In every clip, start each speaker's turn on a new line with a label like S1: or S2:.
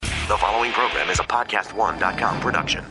S1: The following program is a podcast1.com production.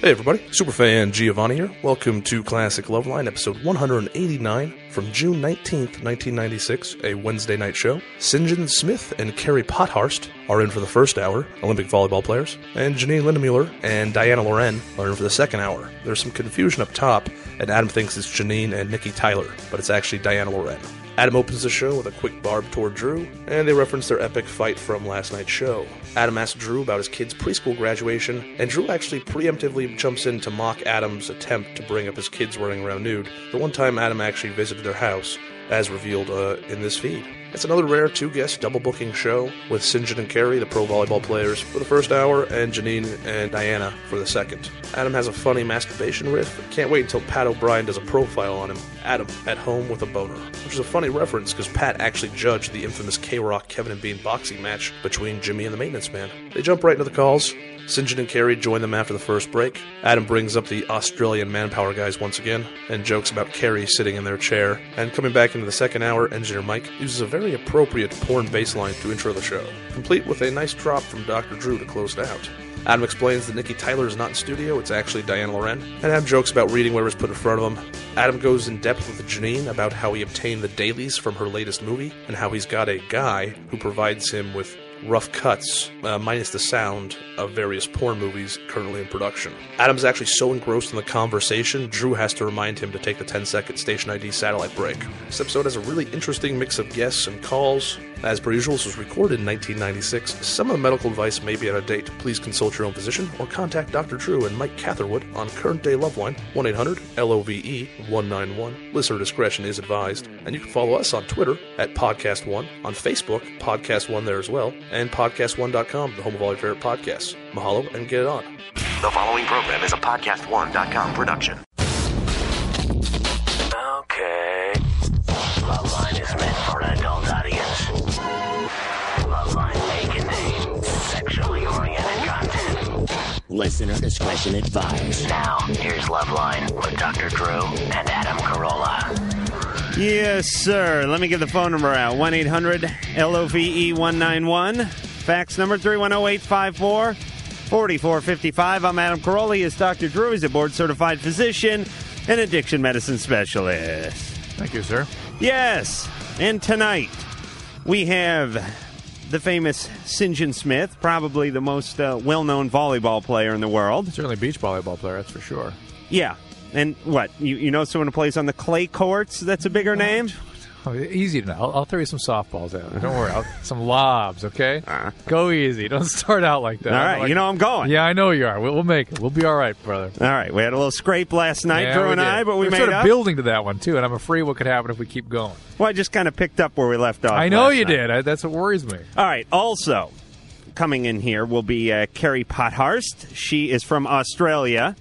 S2: Hey everybody, Superfan Giovanni here. Welcome to Classic Love Line, episode 189 from June 19th, 1996, a Wednesday night show. Sinjin Smith and Carrie Potharst are in for the first hour, Olympic volleyball players, and Janine Lindemuller and Diana Loren are in for the second hour. There's some confusion up top, and Adam thinks it's Janine and Nikki Tyler, but it's actually Diana Loren. Adam opens the show with a quick barb toward Drew, and they reference their epic fight from last night's show. Adam asks Drew about his kid's preschool graduation, and Drew actually preemptively jumps in to mock Adam's attempt to bring up his kids running around nude, the one time Adam actually visited their house, as revealed uh, in this feed. It's another rare two guest double booking show with Sinjin and Carrie, the pro volleyball players, for the first hour, and Janine and Diana for the second. Adam has a funny masturbation riff. Can't wait until Pat O'Brien does a profile on him. Adam, at home with a boner. Which is a funny reference because Pat actually judged the infamous K Rock Kevin and Bean boxing match between Jimmy and the maintenance man. They jump right into the calls. Sinjin and Carrie join them after the first break. Adam brings up the Australian manpower guys once again and jokes about Carrie sitting in their chair. And coming back into the second hour, engineer Mike uses a very appropriate porn bass line to intro the show, complete with a nice drop from Dr. Drew to close it out. Adam explains that Nikki Tyler is not in studio, it's actually Diane Loren. And Adam jokes about reading whatever's put in front of him. Adam goes in depth with Janine about how he obtained the dailies from her latest movie and how he's got a guy who provides him with rough cuts, uh, minus the sound of various porn movies currently in production. Adam's actually so engrossed in the conversation, Drew has to remind him to take the 10 second station ID satellite break. This episode has a really interesting mix of guests and calls. As per usual, this was recorded in 1996. Some of the medical advice may be out of date. Please consult your own physician or contact Dr. Drew and Mike Catherwood on Current Day Loveline 1 800 LOVE 191. Listener discretion is advised. And you can follow us on Twitter at Podcast One, on Facebook, Podcast One there as well, and podcast1.com, the home of all your favorite podcasts. Mahalo and get it on.
S1: The following program is a podcast1.com production.
S3: Okay. Bloodline is meant for an adult audience. Bloodline may contain sexually oriented content.
S4: Listener discretion advised.
S3: Now, here's Loveline with Dr. Drew and Adam Carolla.
S5: Yes, sir. Let me get the phone number out 1 800 LOVE 191. Fax number 310 854 4455. I'm Adam Caroli. Is Dr. Drew. He's a board certified physician and addiction medicine specialist.
S6: Thank you, sir.
S5: Yes. And tonight we have the famous St. John Smith, probably the most uh, well known volleyball player in the world.
S6: Certainly beach volleyball player, that's for sure.
S5: Yeah. And what? You, you know someone who plays on the clay courts that's a bigger name?
S6: Oh, easy to know. I'll, I'll throw you some softballs out. Don't worry. I'll, some lobs, okay? Go easy. Don't start out like that.
S5: All right.
S6: Like-
S5: You know I'm going.
S6: Yeah, I know you are. We'll, we'll make it. We'll be all right, brother.
S5: All right, we had a little scrape last night,
S6: Yeah,
S5: Drew and
S6: did.
S5: I, but we
S6: We're
S5: made
S6: sort of
S5: up.
S6: building to that one too, and I'm afraid what could happen if we keep going.
S5: well, I just kind of picked up where we left off.
S6: I know
S5: last
S6: you
S5: night.
S6: did. I, that's what worries me.
S5: All right. Also, coming in here will be uh, Carrie Potharst. She is from Australia.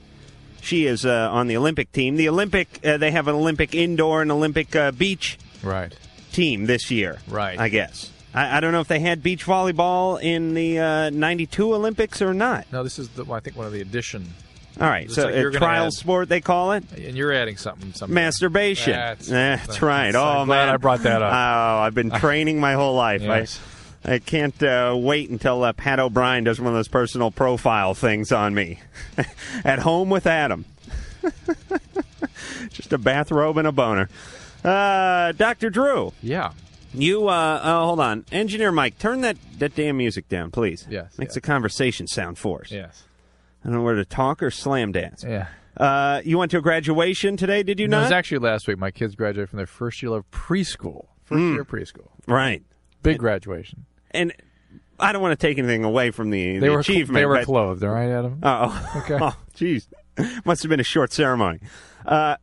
S5: She is uh, on the Olympic team. The Olympic uh, they have an Olympic indoor and Olympic uh, beach
S6: Right.
S5: team this year.
S6: Right.
S5: I guess. I, I don't know if they had beach volleyball in the uh, '92 Olympics or not.
S6: No, this is the, I think one of the addition,
S5: All right.
S6: Looks
S5: so
S6: like
S5: a
S6: you're gonna
S5: trial
S6: add-
S5: sport they call it.
S6: and you're adding something. something.
S5: masturbation.
S6: That's-
S5: That's, right. Oh
S6: I'm glad
S5: man,
S6: I brought that up.
S5: Oh, I've been training my whole life.
S6: Yes.
S5: I, I can't uh, wait until uh, Pat O'Brien does one of those personal profile things on me. At home with Adam. Just a bathrobe and a boner. Uh, Dr. Drew,
S6: yeah.
S5: you, uh, oh, hold on. Engineer Mike, turn that, that damn music down, please.
S6: Yes,
S5: Makes
S6: yes.
S5: the conversation sound forced.
S6: Yes.
S5: I don't know whether to talk or slam dance.
S6: Yeah.
S5: Uh, you went to a graduation today, did you
S6: No, it
S5: not?
S6: was actually last week. My kids graduated from their first year of preschool. First
S5: Hmm.
S6: year of preschool.
S5: right.
S6: Big graduation.
S5: and I don't want to take anything away from the,
S6: They
S5: the
S6: were
S5: achievement.
S6: they were
S5: but-
S6: clothed, all right, Adam.
S5: Oh,
S6: Okay.
S5: Oh, jeez, must have been a short ceremony. Uh,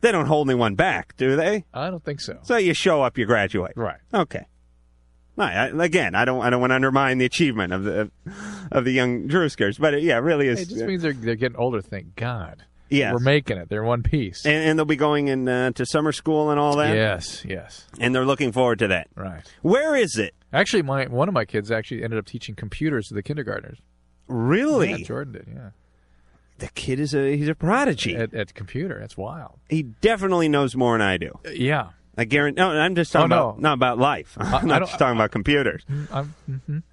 S5: they don't hold anyone back, do they?
S6: I don't think so.
S5: So you show up, you graduate.
S6: Right.
S5: Okay. All right, I, again, I don't, I don't want to undermine the achievement of the, of the young Drewskers, but it, yeah, it really is.
S6: It just means they're, they're getting older. Thank God.
S5: Yes.
S6: We're making it. They're in one piece.
S5: and, and they'll be going in uh, to summer school and all that,
S6: yes, yes.
S5: and they're looking forward to that.
S6: Right.
S5: Where is it?
S6: Actually, my one of my kids actually ended up teaching computers to the kindergartners. Yeah,
S5: Really,
S6: Jordan did, yeah.
S5: the kid is a he's a prodigy.
S6: At, at computer. That's wild.
S5: he definitely knows more than I do.
S6: Uh, Yeah.
S5: I guarantee. No, I'm just talking
S6: Oh, no.
S5: about not about life. I'm
S6: I
S5: not
S6: don't-
S5: just talking about computers.
S6: I'm,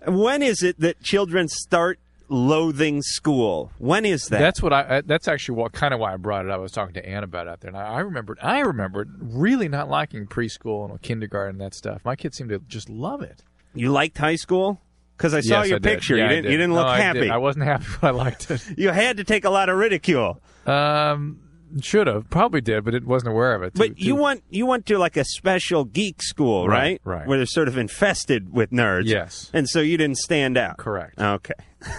S5: When is it that children start loathing school? When is that?
S6: That's what I. I- That's actually what kind of why I brought it up. I was talking to Ann about it out there, and I, I remembered. I remembered really not liking preschool and kindergarten and that stuff. My kids seem to just love it.
S5: you liked high school because I saw
S6: Yes,
S5: your
S6: I did.
S5: picture.
S6: Yeah,
S5: you
S6: I
S5: didn't. You didn't
S6: No,
S5: look
S6: I did.
S5: happy.
S6: I wasn't happy, but I liked it.
S5: you had to take a lot of ridicule.
S6: Um, should have probably did, but it wasn't aware of it.
S5: But
S6: Too-
S5: you
S6: too-
S5: went you went to like a special geek school, right?
S6: Right, right.
S5: Where they're sort of infested with nerds.
S6: Yes.
S5: And so you didn't stand out.
S6: Correct.
S5: Okay.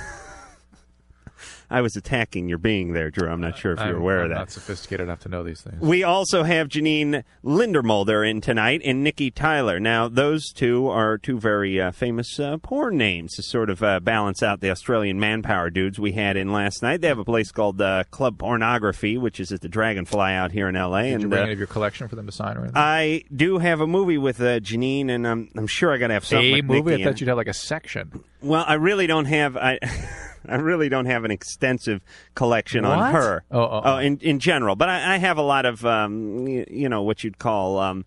S5: I was attacking your being there, Drew. I'm not sure if you're
S6: I'm-
S5: aware
S6: I'm
S5: of that.
S6: Not sophisticated enough to know these things.
S5: We also have Janine Lindermulder in tonight and Nikki Tyler. Now, those two are two very uh, famous uh, porn names to sort of uh, balance out the Australian manpower dudes we had in last night. They have a place called uh, Club Pornography, which is at the Dragonfly out here in L.A.
S6: Did you
S5: and
S6: bring
S5: uh,
S6: any of your collection for them to sign or anything?
S5: I do have a movie with uh, Janine, and I'm, I'm sure I got to have something.
S6: a
S5: with
S6: movie.
S5: Nikki
S6: I
S5: in
S6: thought you'd have like a section.
S5: it. Well, I really don't have I, I really don't have an extensive collection on
S6: What?
S5: her.
S6: Oh, oh, oh.
S5: in in general, but I, I have a lot of um, y- you know what you'd call um,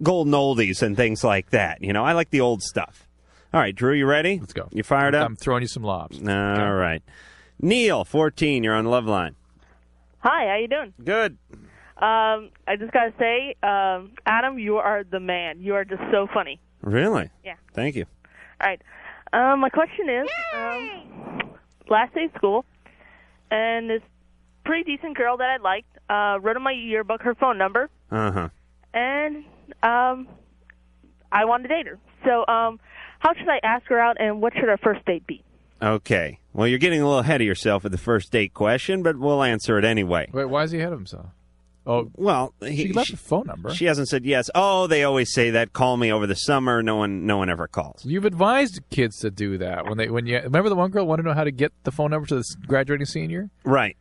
S5: golden oldies and things like that. You know, I like the old stuff. All right, Drew, you ready?
S6: Let's go.
S5: You fired up?
S6: I'm throwing you some lobs.
S5: All right, Neil, fourteen. You're on Loveline.
S7: Hi, how you doing?
S5: Good.
S7: Um, I just gotta say, um, Adam, you are the man. You are just so funny.
S5: Really?
S7: Yeah.
S5: Thank you.
S7: All right. Um, my question is, um, last day of school, and this pretty decent girl that I liked uh, wrote in my yearbook her phone number,
S5: Uh huh.
S7: and um, I wanted to date her. So, um, how should I ask her out, and what should our first date be?
S5: Okay. Well, you're getting a little ahead of yourself with the first date question, but we'll answer it anyway.
S6: Wait, why is he ahead of himself? Oh,
S5: Well,
S6: she
S5: he,
S6: left
S5: she,
S6: a phone number.
S5: she hasn't said yes. Oh, they always say that. Call me over the summer. No one, no one ever calls.
S6: You've advised kids to do that when they when you remember the one girl wanted to know how to get the phone number to the s- graduating senior.
S5: Right.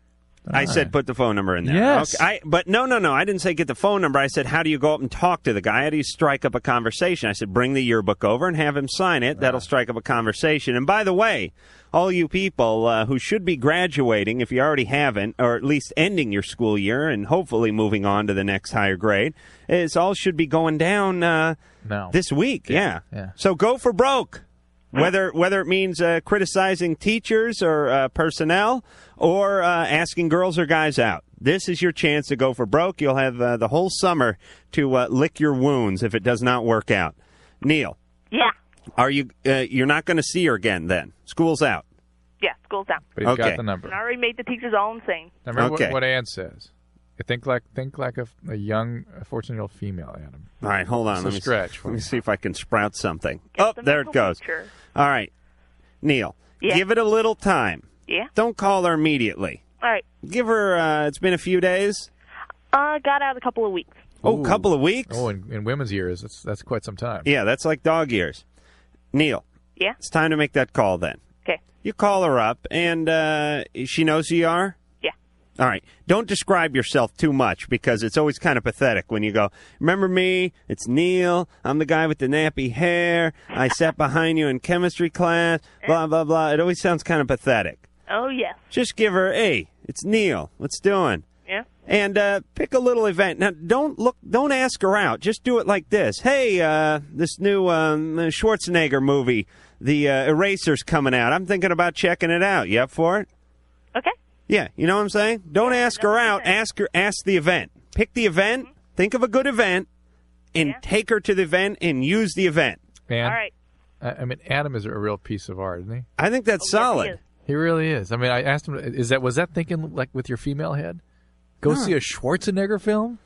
S5: I said put the phone number in there.
S6: Ah. Yes.
S5: Okay. I, but no, no, no. I didn't say get the phone number. I said how do you go up and talk to the guy? How do you strike up a conversation? I said bring the yearbook over and have him sign it. That'll strike up a conversation. And by the way, all you people uh, who should be graduating, if you already haven't, or at least ending your school year and hopefully moving on to the next higher grade, is all should be going down uh,
S6: No,
S5: this week. Yeah.
S6: yeah.
S5: So go for broke. Whether whether it means uh, criticizing teachers or uh, personnel or uh, asking girls or guys out, this is your chance to go for broke. You'll have uh, the whole summer to uh, lick your wounds if it does not work out. Neil,
S7: Yeah.
S5: are you uh, you're not going to see her again? Then school's out.
S7: Yeah. School's down.
S6: but he's
S5: okay.
S6: got the number.
S7: And I already made the teachers all insane.
S6: Now, remember
S5: Okay.
S6: what, what Ann says. I think like think like a, a young fourteen year old female, Adam.
S5: All right, hold on.
S6: It's a
S5: let me s-
S6: stretch for
S5: Let me
S6: you.
S5: see if I can sprout something.
S7: Get
S5: oh,
S7: the
S5: there it
S7: mental
S5: goes.
S7: picture.
S5: All right, Neil,
S7: Yeah.
S5: give it a little time.
S7: Yeah.
S5: Don't call her immediately.
S7: All right.
S5: Give her. Uh, it's been a few days.
S7: Uh, got out a couple of weeks.
S5: Oh,
S6: Ooh.
S5: couple of weeks.
S6: Oh, in, in women's years, that's that's quite some time.
S5: Yeah, that's like dog years. Neil,
S7: Yeah.
S5: it's time to make that call. Then
S7: Okay.
S5: you call her up, and uh, she knows who you are.
S7: Yeah.
S5: All right. Don't describe yourself too much because it's always kind of pathetic when you go, Remember me? It's Neil. I'm the guy with the nappy hair. I sat behind you in chemistry class. Blah, blah, blah. It always sounds kind of pathetic.
S7: Oh yes.
S5: Just give her, Hey, it's Neil. What's doing?
S7: Yeah.
S5: and uh, pick a little event. Now, don't look, don't ask her out. Just do it like this. Hey, uh, this new um, Schwarzenegger movie, The uh, Eraser's coming out. I'm thinking about checking it out. You up for it?
S7: Okay.
S5: Yeah, you know what I'm saying. Don't ask her out. Ask her. Ask the event. Pick the event.
S7: Mm-hmm.
S5: Think of a good event, and take her to the event and use the event.
S6: Man,
S7: All right.
S6: I, I mean, Adam is a real piece of art, isn't he?
S5: I think that's
S7: Yes,
S5: solid.
S7: Oh, he
S6: He really is. I mean, I asked him, is that was that thinking like with your female head? Go see a Schwarzenegger film.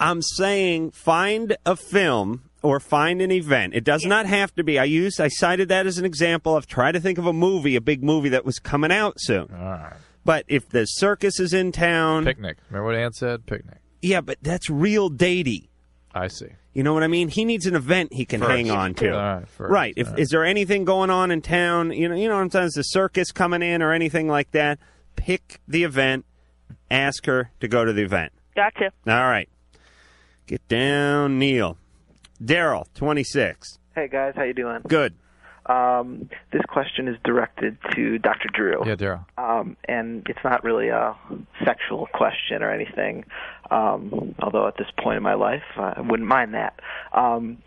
S5: I'm saying find a film or find an event. It does not have to be. I used I cited that as an example of try to think of a movie, a big movie that was coming out soon. But if the circus is in town,
S6: Picnic. Remember what Ann said? Picnic.
S5: yeah, but that's real datey.
S6: I see.
S5: You know what I mean? He needs an event he can hang on to.
S6: All right, first.
S5: Right. If, Is there anything going on in town? You know, you know sometimes the circus coming in or anything like that. Pick the event. Ask her to go to the event.
S7: Gotcha.
S5: All right. Get down, Neil. Daryl, 26.
S8: Hey guys, how you doing?
S5: Good.
S8: Um, this question is directed to Dr. Drew.
S6: Yeah, Daryl.
S8: Um, and it's not really a sexual question or anything, um, although at this point in my life, I wouldn't mind that. Um,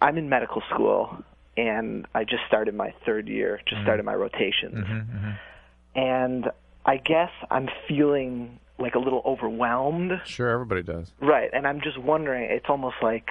S8: I'm in medical school, and I just started my third year, just started my rotations.
S5: Mm-hmm,
S8: And I guess I'm feeling like a little overwhelmed
S6: Sure, everybody does.
S8: Right, and I'm just wondering. It's almost like,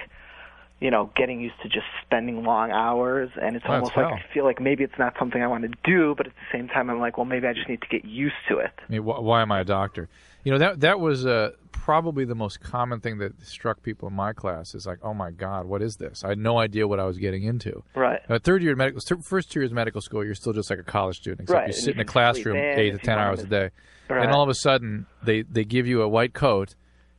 S8: you know, getting used to just spending long hours, and it's
S6: Oh,
S8: almost
S6: it's
S8: like
S6: hell.
S8: I feel like maybe it's not something I want to do, but at the same time, I'm like, well, maybe I just need to get used to it.
S6: I mean, wh- why am I a doctor? You know that that was uh, probably the most common thing that struck people in my class is like, oh my god, what is this? I had no idea what I was getting into.
S8: Right.
S6: Uh, third year of medical, th- first year of medical school, you're still just like a college student, except
S8: Right, and
S6: you sit
S8: you
S6: in a
S8: can sleep
S6: classroom
S8: in
S6: eight to
S8: if you
S6: ten
S8: want
S6: hours a
S8: to.
S6: day,
S8: Right.
S6: and all of a sudden they they give you a white coat,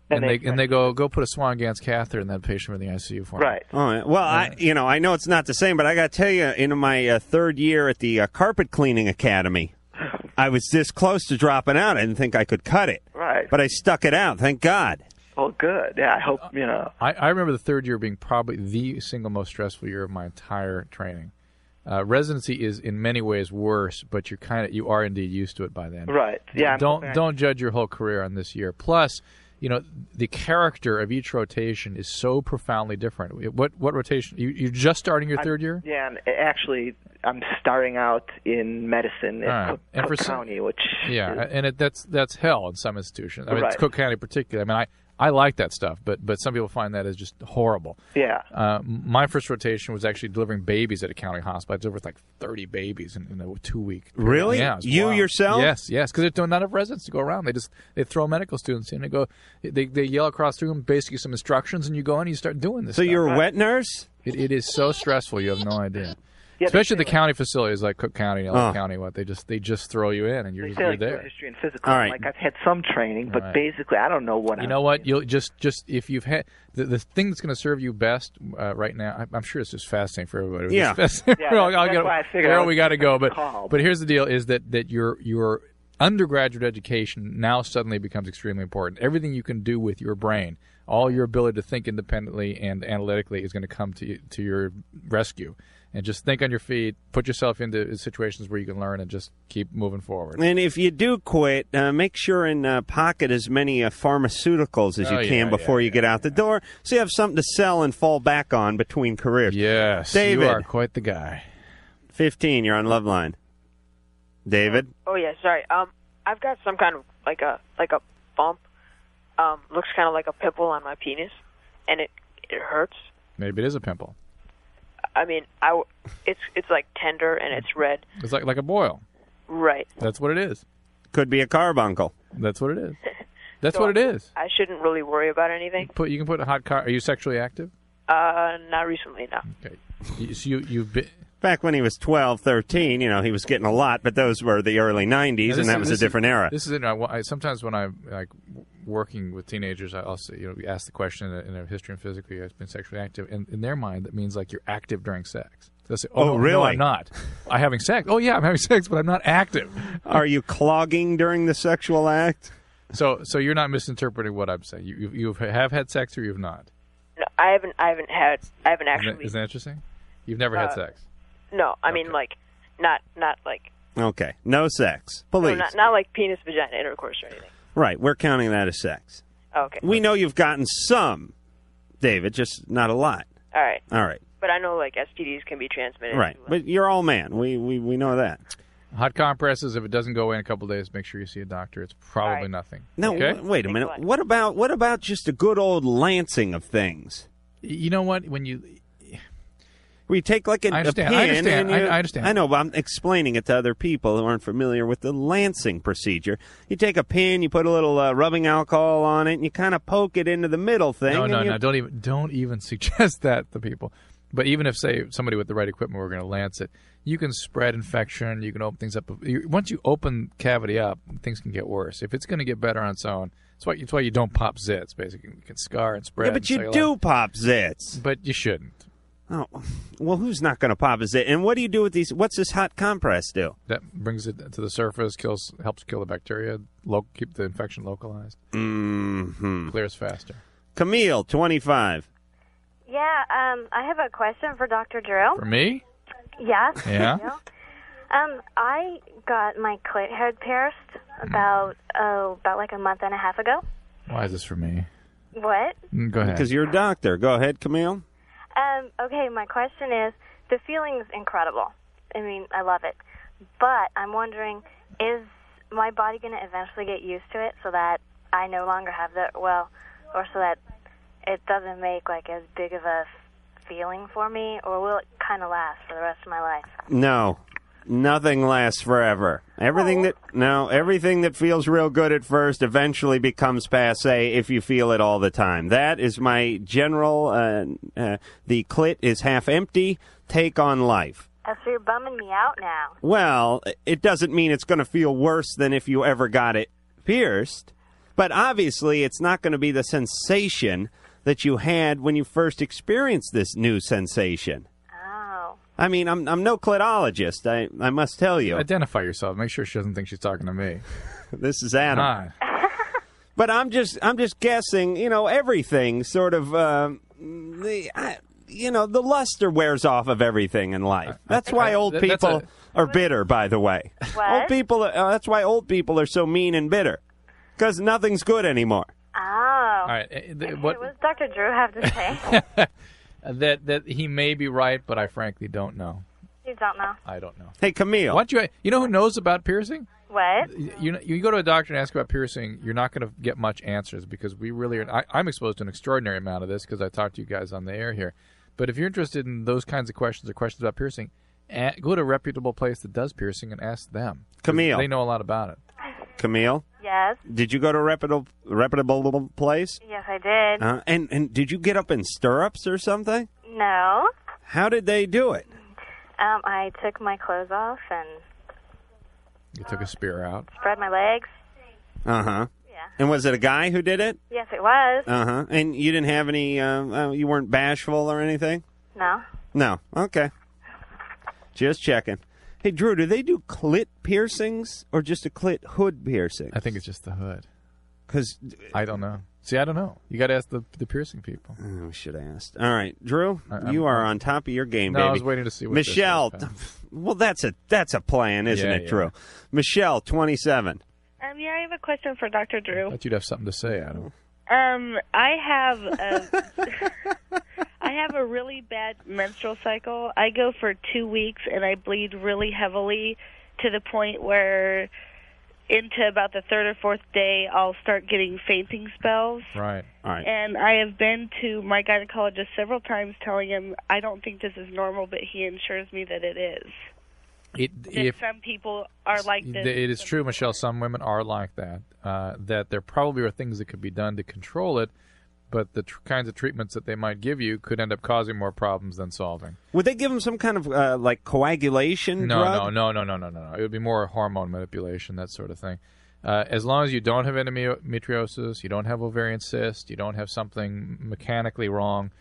S6: and,
S8: And
S6: they,
S8: they-
S6: and they go go put a Swan Ganz catheter in that patient in the ICU for me.
S8: Right.
S5: All right. Oh, Well, I you know I know it's not the same, but I got to tell you, in my uh, third year at the uh, carpet cleaning academy, I was this close to dropping out. I didn't think I could cut it,
S8: Right.
S5: but I stuck it out. Thank God.
S8: Well, good. Yeah, I hope
S6: Uh,
S8: you know.
S6: I, I remember the third year being probably the single most stressful year of my entire training. Uh, residency is in many ways worse, but you're kind of you are indeed used to it by then.
S8: Right. Yeah. I'm
S6: don't
S8: hoping I-
S6: don't judge your whole career on this year. Plus, you know the character of each rotation is so profoundly different. What what rotation? You, you're just starting your third year.
S8: Yeah, and actually, I'm starting out in medicine in
S6: All right.
S8: Cook,
S6: And for
S8: Cook
S6: s-
S8: County, which
S6: Yeah,
S8: is-
S6: and it, that's that's hell in some institutions. I mean, it's
S8: Right.
S6: Cook County, particularly. I mean, I, I like that stuff, but but some people find that is just horrible.
S8: yeah.
S6: Uh, m- my first rotation was actually delivering babies at a county hospital. I delivered like 30 babies in, in a two week.
S5: Really?
S6: Yeah. it was
S5: You
S6: wild.
S5: yourself?
S6: Yes, yes. Because there's not enough residents to go around. They just they throw medical students in and go. They, they yell across the room basically some instructions, and you go in and you start doing this.
S5: So
S6: stuff.
S5: you're a wet nurse?
S6: It, it is so stressful. You have no idea.
S8: Yeah, they
S6: Especially
S8: say
S6: the county facilities like Cook County, LA
S5: Oh.
S6: County. What they just they just throw you in and you're
S8: They
S6: just
S8: say
S6: you're
S8: like
S6: there.
S8: history and physical.
S5: All right.
S8: Like I've had some training, but
S6: right.
S8: basically, I don't know what.
S6: You
S8: I'm
S6: know what? You'll just just if you've had the, the thing that's going to serve you best uh, right now. I, I'm sure this is fascinating for everybody. It's
S5: Yeah.
S6: fascinating.
S8: Yeah,
S6: Well,
S8: that's-
S6: I'll
S8: that's
S6: get-
S8: why I figured
S6: where
S8: I
S6: we
S8: was
S6: got to go. But
S8: called.
S6: but here's the deal: is that that your your undergraduate education now suddenly becomes extremely important. Everything you can do with your brain, all your ability to think independently and analytically, is going to come to you, to your rescue. And just think on your feet. Put yourself into situations where you can learn, and just keep moving forward.
S5: And if you do quit, uh, make sure and uh, pocket as many uh, pharmaceuticals as
S6: Oh,
S5: you
S6: yeah,
S5: can
S6: yeah,
S5: before you get out the door, so you have something to sell and fall back on between careers.
S6: Yes,
S5: David.
S6: you are quite the guy.
S5: Fifteen, you're on Love Line. David,
S9: Oh yeah, sorry. Um, I've got some kind of like a like a bump. Um, looks kind of like a pimple on my penis, and it it hurts.
S6: Maybe it is a pimple.
S9: I mean, I w- it's it's like tender and it's red.
S6: It's like like a boil.
S9: Right.
S6: That's what it is.
S5: could be a carbuncle.
S6: That's what it is. That's
S9: So
S6: what it is.
S9: I shouldn't really worry about anything.
S6: Put you can put a hot car. Are you sexually active?
S9: Uh, not recently, no.
S6: Okay. You, so you you've been.
S5: Back when he was 12, 13, you know, he was getting a lot, but those were the early 90s,
S6: Now,
S5: and
S6: this
S5: that
S6: is-
S5: was a
S6: this is-
S5: different era.
S6: This is it. I, I- sometimes when I'm like w- working with teenagers, I also you know we ask the question in a, in a history and physically, I've been sexually active, and in their mind that means like you're active during sex. So they say, oh,
S5: Oh,
S6: no, no,
S5: really?
S6: I'm not. I'm having sex. Oh yeah, I'm having sex, but I'm not active.
S5: Are you clogging during the sexual act?
S6: So so you're not misinterpreting what I'm saying. You you, you have had sex or you've not.
S9: No, I haven't. I haven't had. I haven't
S6: Isn't that,
S9: actually. uh,
S6: isn't that interesting? You've never had sex.
S9: no, I mean like, not not like.
S5: Okay, no sex.
S9: no,
S5: Please.
S9: not not like penis vagina intercourse or anything.
S5: Right, we're counting that as sex.
S9: Okay.
S5: We know you've gotten some, David, just not a lot.
S9: All right.
S5: All right,
S9: But I know like STDs can be transmitted.
S5: right.
S9: to, uh,
S5: But you're all man. We we, we know that.
S6: Hot compresses. If it doesn't go away in a couple days, make sure you see a doctor. It's probably
S9: Right.
S6: nothing.
S5: No,
S6: Okay?
S5: w- wait a minute.
S9: Thanks a lot.
S5: What about what about just a good old lancing of things?
S6: you know what? When you
S5: We take like an,
S6: I
S5: a pin.
S6: understand, I understand,
S5: and you-
S6: I- I understand.
S5: I know, but I'm explaining it to other people who aren't familiar with the lancing procedure. You take a pin, you put a little uh, rubbing alcohol on it, and you kind of poke it into the middle thing.
S6: no,
S5: and
S6: no,
S5: you-
S6: no, don't even don't even suggest that to people. But even if say somebody with the right equipment were going to lance it, you can spread infection. You can open things up. You- Once you open cavity up, things can get worse. If it's going to get better on its own, that's why it's why you don't pop zits. Basically, you can scar and spread.
S5: Yeah, but
S6: and
S5: you
S6: cellulite.
S5: do pop zits.
S6: But you shouldn't.
S5: Oh, well, who's not going to pop a zit? And what do you do with these? What's this hot compress do?
S6: That brings it to the surface, kills, helps kill the bacteria, lo- keep the infection localized,
S5: Mm-hmm.
S6: clears faster.
S5: Camille, 25.
S10: Yeah, um, I have a question for Dr. Drew.
S6: For me,
S10: Yeah.
S6: Yeah?
S10: Um, I got my clit head pierced about oh, about like a month and a half ago.
S6: Why is this for me?
S10: What?
S6: Mm, Go ahead.
S5: Because you're a doctor. Go ahead, Camille.
S10: Um, okay, my question is the feeling's incredible. I mean, I love it. But I'm wondering is my body going to eventually get used to it so that I no longer have the, well, or so that it doesn't make like as big of a feeling for me, or will it kind of last for the rest of my life?
S5: No, nothing lasts forever. Everything that no, everything that feels real good at first eventually becomes passe if you feel it all the time. That is my general. Uh, uh, the clit is half empty. Take on life.
S10: Oh, so you're bumming me out now.
S5: Well, it doesn't mean it's going to feel worse than if you ever got it pierced, but obviously it's not going to be the sensation that you had when you first experienced this new sensation.
S10: Oh.
S5: I mean, I'm I'm no clitologist. I I must tell you,
S6: Identify yourself. Make sure she doesn't think she's talking to me.
S5: this is Adam.
S6: Hi.
S5: But I'm just I'm just guessing. You know, everything sort of. um the, I, you know, the luster wears off of everything in
S6: Uh,
S5: life. That's why
S6: I-
S5: old
S6: that- that's
S5: people are bitter. By the way, old
S10: What?
S5: people. Are, uh, that's why old people are so mean and bitter, because nothing's good anymore.
S10: Oh.
S6: All right. eh, th-
S10: What
S6: What
S10: does Dr. Drew have to say?
S6: that that he may be right, but I frankly don't know.
S10: you don't know.
S6: I don't know.
S5: Hey, Camille.
S6: Why don't you? You know who knows about piercing?
S10: What?
S6: you you go to a doctor and ask about piercing, you're not going to get much answers because we really are. I, I'm exposed to an extraordinary amount of this because I talk to you guys on the air here. But if you're interested in those kinds of questions or questions about piercing, a go to a reputable place that does piercing and ask them. 'Cause
S5: Camille.
S6: they know a lot about it.
S5: Camille,
S10: Yes.
S5: did you go to a reputable reputable place?
S10: Yes, I did.
S5: Uh, and and did you get up in stirrups or something?
S10: no.
S5: How did they do it?
S10: Um, I took my clothes off and
S6: You took a spear out.
S10: spread my legs.
S5: Uh huh.
S10: Yeah.
S5: And was it a guy who did it?
S10: Yes, it was.
S5: Uh huh. And you didn't have any. Uh, uh, you weren't bashful or anything.
S10: no.
S5: No. Okay. Just checking. Hey, Drew, do they do clit piercings or just a clit hood piercing?
S6: I think it's just the hood.
S5: because
S6: I don't know. Uh, See, I don't know. You got to ask the the piercing people.
S5: I Oh, should have asked. All right, Drew,
S6: I-
S5: you
S6: I'm-
S5: are on top of your game,
S6: No,
S5: baby.
S6: I was waiting to see what this
S5: Michelle.
S6: was, pal.
S5: well, that's a that's a plan, isn't
S6: Yeah,
S5: it,
S6: yeah.
S5: Drew? Michelle, twenty-seven.
S11: Um, yeah, I have a question for Dr.
S6: I
S11: Drew.
S6: thought you'd have something to say, Adam.
S11: Um, I have a, I have a really bad menstrual cycle. I go for two weeks and I bleed really heavily to the point where into about the third or fourth day I'll start getting fainting spells.
S6: Right.
S5: All right.
S11: And I have been to my gynecologist several times telling him I don't think this is normal, but he assures me that it is.
S6: It
S11: That
S6: if
S11: some people are like this.
S6: It is true, Michelle. Some women are like that. Uh, that there probably are things that could be done to control it, but the tr- kinds of treatments that they might give you could end up causing more problems than solving.
S5: Would they give him some kind of uh, like coagulation
S6: No,
S5: drug?
S6: no, no, no, no, no, no, no. It would be more hormone manipulation, that sort of thing. Uh, as long as you don't have endometriosis, you don't have ovarian cyst, you don't have something mechanically wrong,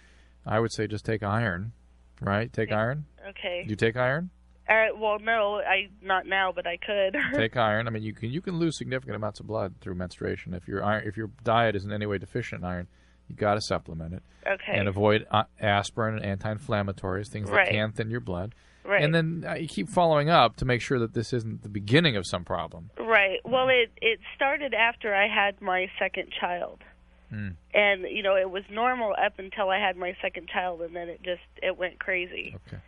S6: I would say just take iron. Right? Take iron.
S11: okay.
S6: Do you take iron?
S11: All right. Uh, Well, no, I not now, but I could.
S6: take iron. I mean, you can you can lose significant amounts of blood through menstruation if your iron, if your diet is in any way deficient in iron. You got to supplement it
S11: okay.
S6: and avoid uh, aspirin and anti-inflammatories, things
S11: Right.
S6: that can thin your blood.
S11: right.
S6: And then uh, you keep following up to make sure that this isn't the beginning of some problem.
S11: right. Well, it it started after I had my second child.
S6: Hmm.
S11: And you know it was normal up until I had my second child, and then it just it went crazy.
S6: Okay.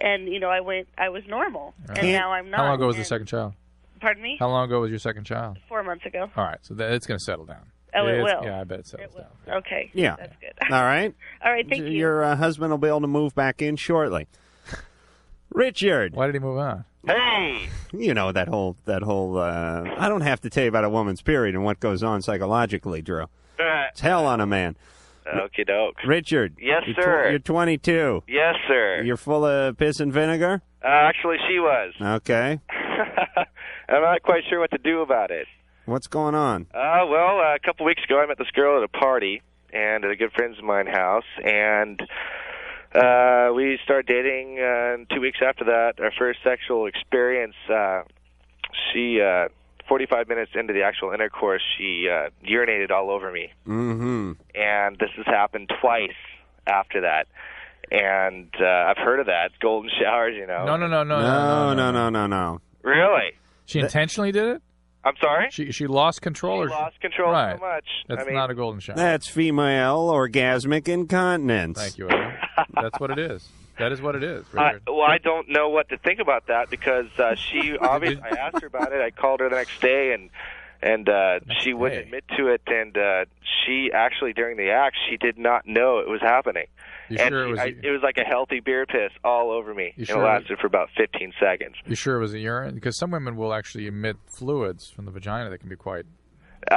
S11: And you know I went I was normal,
S5: Can't-
S11: and now I'm not.
S6: How long ago was the
S11: And-
S6: second child?
S11: Pardon me.
S6: How long ago was your second child?
S11: Four months ago.
S6: All right, so that, it's going to settle down.
S11: Oh, it
S6: It's-
S11: will.
S6: Yeah, I bet it settles down.
S11: Okay.
S5: Yeah.
S11: That's good.
S5: All right.
S11: All right. Thank you.
S5: Your uh, husband will be able to move back in shortly. Richard,
S6: Why did he move on?
S1: Hey!
S5: you know that whole that whole. Uh, I don't have to tell you about a woman's period and what goes on psychologically, Drew. It's hell on a man.
S12: Okie doke.
S5: Richard.
S12: Yes,
S5: you're
S12: sir.
S5: you're 22.
S12: Yes, sir.
S5: You're full of piss and vinegar.
S12: Uh, actually, she was.
S5: Okay.
S12: I'm not quite sure what to do about it.
S5: What's going on?
S12: Uh, well, uh, a couple weeks ago, I met this girl at a party and at a good friend's of mine house, and uh, we started dating. Uh, and two weeks after that, our first sexual experience, uh, she, uh, 45 minutes into the actual intercourse, she uh, urinated all over me.
S5: Mm-hmm.
S12: and this has happened twice after that. and uh, I've heard of that golden showers. You know,
S6: No, no, no, no,
S5: No,
S6: no,
S5: Oh, no, no, no, no.
S12: really.
S6: She intentionally did it.
S12: I'm sorry.
S6: She she lost control. or
S12: She lost control
S6: right.
S12: so much.
S6: That's
S12: I mean,
S6: not a golden shower.
S5: That's female orgasmic incontinence.
S6: Thank you. Evan. That's what it is. That is what it is.
S12: I,
S6: Richard.
S12: well, I don't know what to think about that because uh, she obviously. I asked her about it. I called her the next day, and and uh, she wouldn't admit to it. And uh, she actually, during the act, she did not know it was happening.
S6: You
S12: and
S6: sure it
S12: she-
S6: was-
S12: I, it was like a healthy beer piss all over me.
S6: You
S12: and
S6: sure
S12: it
S6: it was-
S12: lasted for about 15 seconds.
S6: You sure it was a urine? Because some women will actually emit fluids from the vagina that can be quite.
S12: Uh,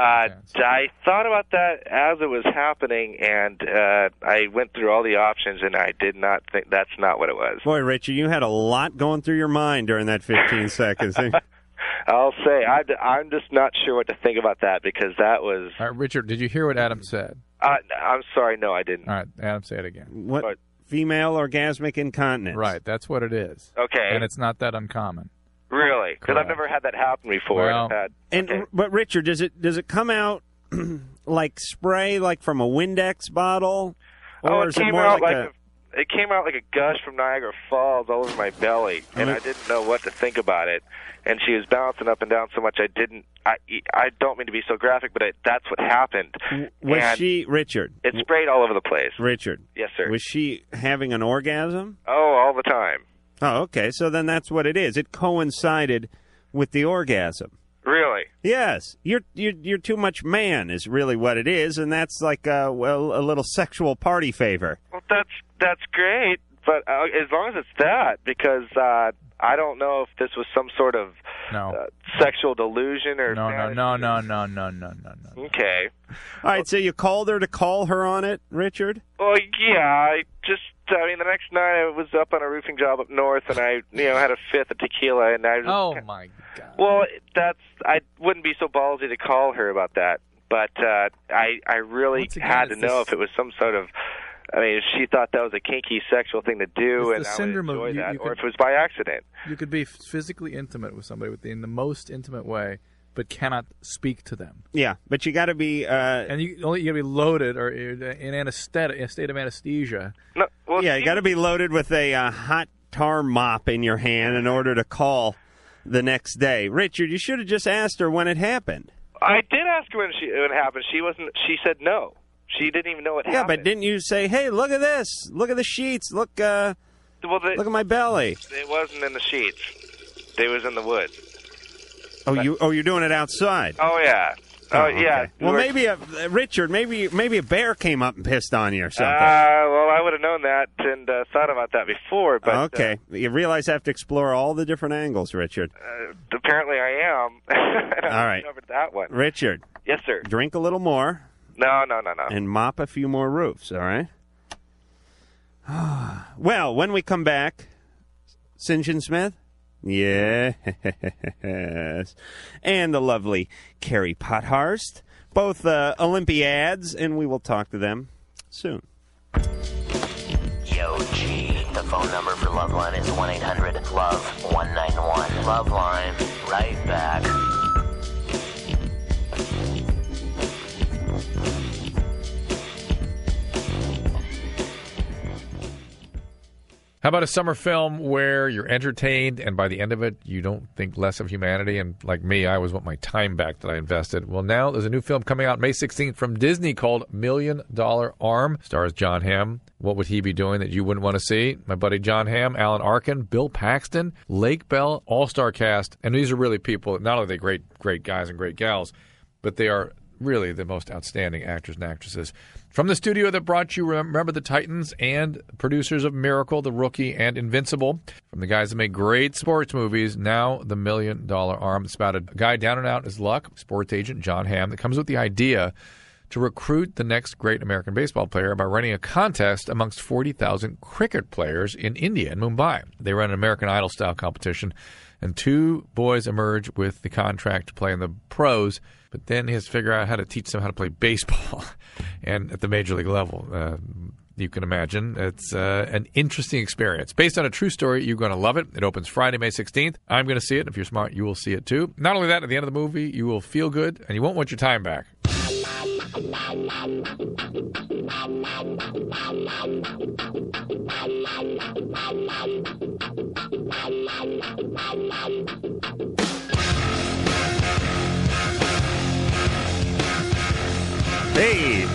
S12: I thought about that as it was happening, and uh, I went through all the options, and I did not think that's not what it was.
S5: Boy, Richie, you had a lot going through your mind during that 15 seconds.
S12: I'll say I, I'm just not sure what to think about that because that was.
S6: All right, Richard, did you hear what Adam said?
S12: I, Uh, I'm sorry, no, I didn't.
S6: All right, Adam, say it again.
S5: What? Female orgasmic incontinence.
S6: Right, that's what it is.
S12: Okay.
S6: And it's not that uncommon.
S12: Really? Because I've
S6: Correct.
S12: never had that happen before.
S6: Well-
S12: I've had-
S5: And but Richard, does it does it come out like spray, like from a Windex bottle,
S12: oh,
S5: or
S12: it
S5: is it
S12: came
S5: more
S12: out
S5: like,
S12: like,
S5: a,
S12: a, it came out like a gush from Niagara Falls all over my belly, and I didn't know what to think about it. And she was bouncing up and down so much, I didn't. I I don't mean to be so graphic, but it, that's what happened.
S5: was
S12: and
S5: she Richard?
S12: It sprayed all over the place.
S5: Richard.
S12: Yes, sir.
S5: Was she having an orgasm?
S12: Oh, all the time.
S5: Oh, okay. So then that's what it is. It coincided with the orgasm.
S12: Really?
S5: Yes, you're you're you're too much man is really what it is, and that's like a well a little sexual party favor.
S12: Well, that's that's great, but uh, as long as it's that, because uh, I don't know if this was some sort of
S6: No.
S12: uh, sexual delusion or
S6: no, no, no, no, no, no, no, no, no.
S12: Okay.
S5: All right, so you called her to call her on it, Richard.
S12: Well, yeah, I just, I mean, the next night I was up on a roofing job up north, and I, you know, had a fifth of tequila, and I. Was,
S6: Oh my!
S12: Well, that's I wouldn't be so ballsy to call her about that, but uh, I, I really
S6: Once again,
S12: had to
S6: it's
S12: know
S6: this-
S12: if it was some sort of. I mean, if she thought that was a kinky sexual thing to do,
S6: It's
S12: and
S6: the
S12: I would
S6: syndrome of
S12: enjoy
S6: you-
S12: that,
S6: you
S12: or
S6: could-
S12: if it was by accident.
S6: You could be physically intimate with somebody with- in the most intimate way, but cannot speak to them.
S5: Yeah, but you got to be. Uh, and
S6: you only you gotta be loaded or in anesthetic, in a state of anesthesia.
S5: yeah, you got to be loaded with a uh, hot tar mop in your hand in order to call the next day. Richard, you should have just asked her when it happened.
S12: I did ask her when she when it happened. She wasn't. She said no. She didn't even know it
S5: yeah,
S12: happened.
S5: but didn't you say, "Hey, look at this! Look at the sheets! Look, uh,
S12: Well, the-
S5: look at my belly!"
S12: It wasn't in the sheets. It was in the woods.
S5: Oh, you oh, you're doing it outside.
S12: Oh yeah. Oh,
S5: okay.
S12: yeah.
S5: Well,
S12: We're-
S5: maybe a uh, Richard, maybe maybe a bear came up and pissed on you or something.
S12: Uh, well, I would have known that and uh, thought about that before, but uh,
S5: okay, you realize I have to explore all the different angles, Richard.
S12: uh, apparently I am.
S5: All right.
S12: Over to that one.
S5: Richard,
S12: Yes, sir.
S5: drink a little more
S12: No, no, no, no.
S5: and mop a few more roofs. All right. well, when we come back, St. John Smith. Yes, and the lovely Carrie Pothurst, both uh, Olympiads, and we will talk to them soon.
S3: Yo, G. The phone number for Loveline is 1 800 Love 191. Loveline, right back.
S6: How about a summer film where you're entertained and by the end of it, you don't think less of humanity? And like me, I always want my time back that I invested. Well, now there's a new film coming out May 16th from Disney called Million Dollar Arm. Stars John Hamm. What would he be doing that you wouldn't want to see? My buddy John Hamm, Alan Arkin, Bill Paxton, Lake Bell, all star cast. And these are really people, not only are they great, great guys and great gals, but they are really the most outstanding actors and actresses. From the studio that brought you Remember the Titans and producers of Miracle, The Rookie, and Invincible, from the guys that make great sports movies, now The Million Dollar Arm. It's about a guy down and out in his luck, sports agent John Hamm, that comes with the idea to recruit the next great American baseball player by running a contest amongst 40,000 cricket players in India, in Mumbai. They run an American Idol style competition, and two boys emerge with the contract to play in the pros, but then he has to figure out how to teach them how to play baseball and at the major league level. Uh, you can imagine. It's uh, an interesting experience. Based on a true story, you're going to love it. It opens Friday, May 16th. I'm going to see it. If you're smart, you will see it too. Not only that, at the end of the movie, you will feel good and you won't want your time back.
S5: Hey.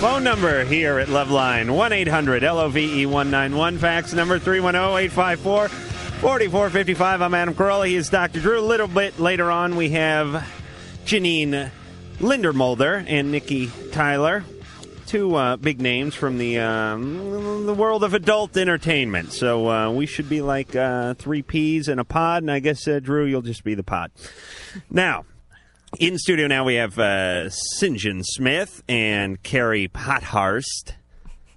S5: Phone number here at Loveline 1 800 LOVE 191. Fax number oh, 310 854 4455. I'm Adam Carolla. He is Dr. Drew. A little bit later on, we have Janine Lindermulder and Nikki Tyler. Two uh, big names from the um, the world of adult entertainment. So uh, we should be like uh, three peas in a pod. And I guess, uh, Drew, you'll just be the pod. Now, in studio now we have uh, St. John Smith and Carrie Pothurst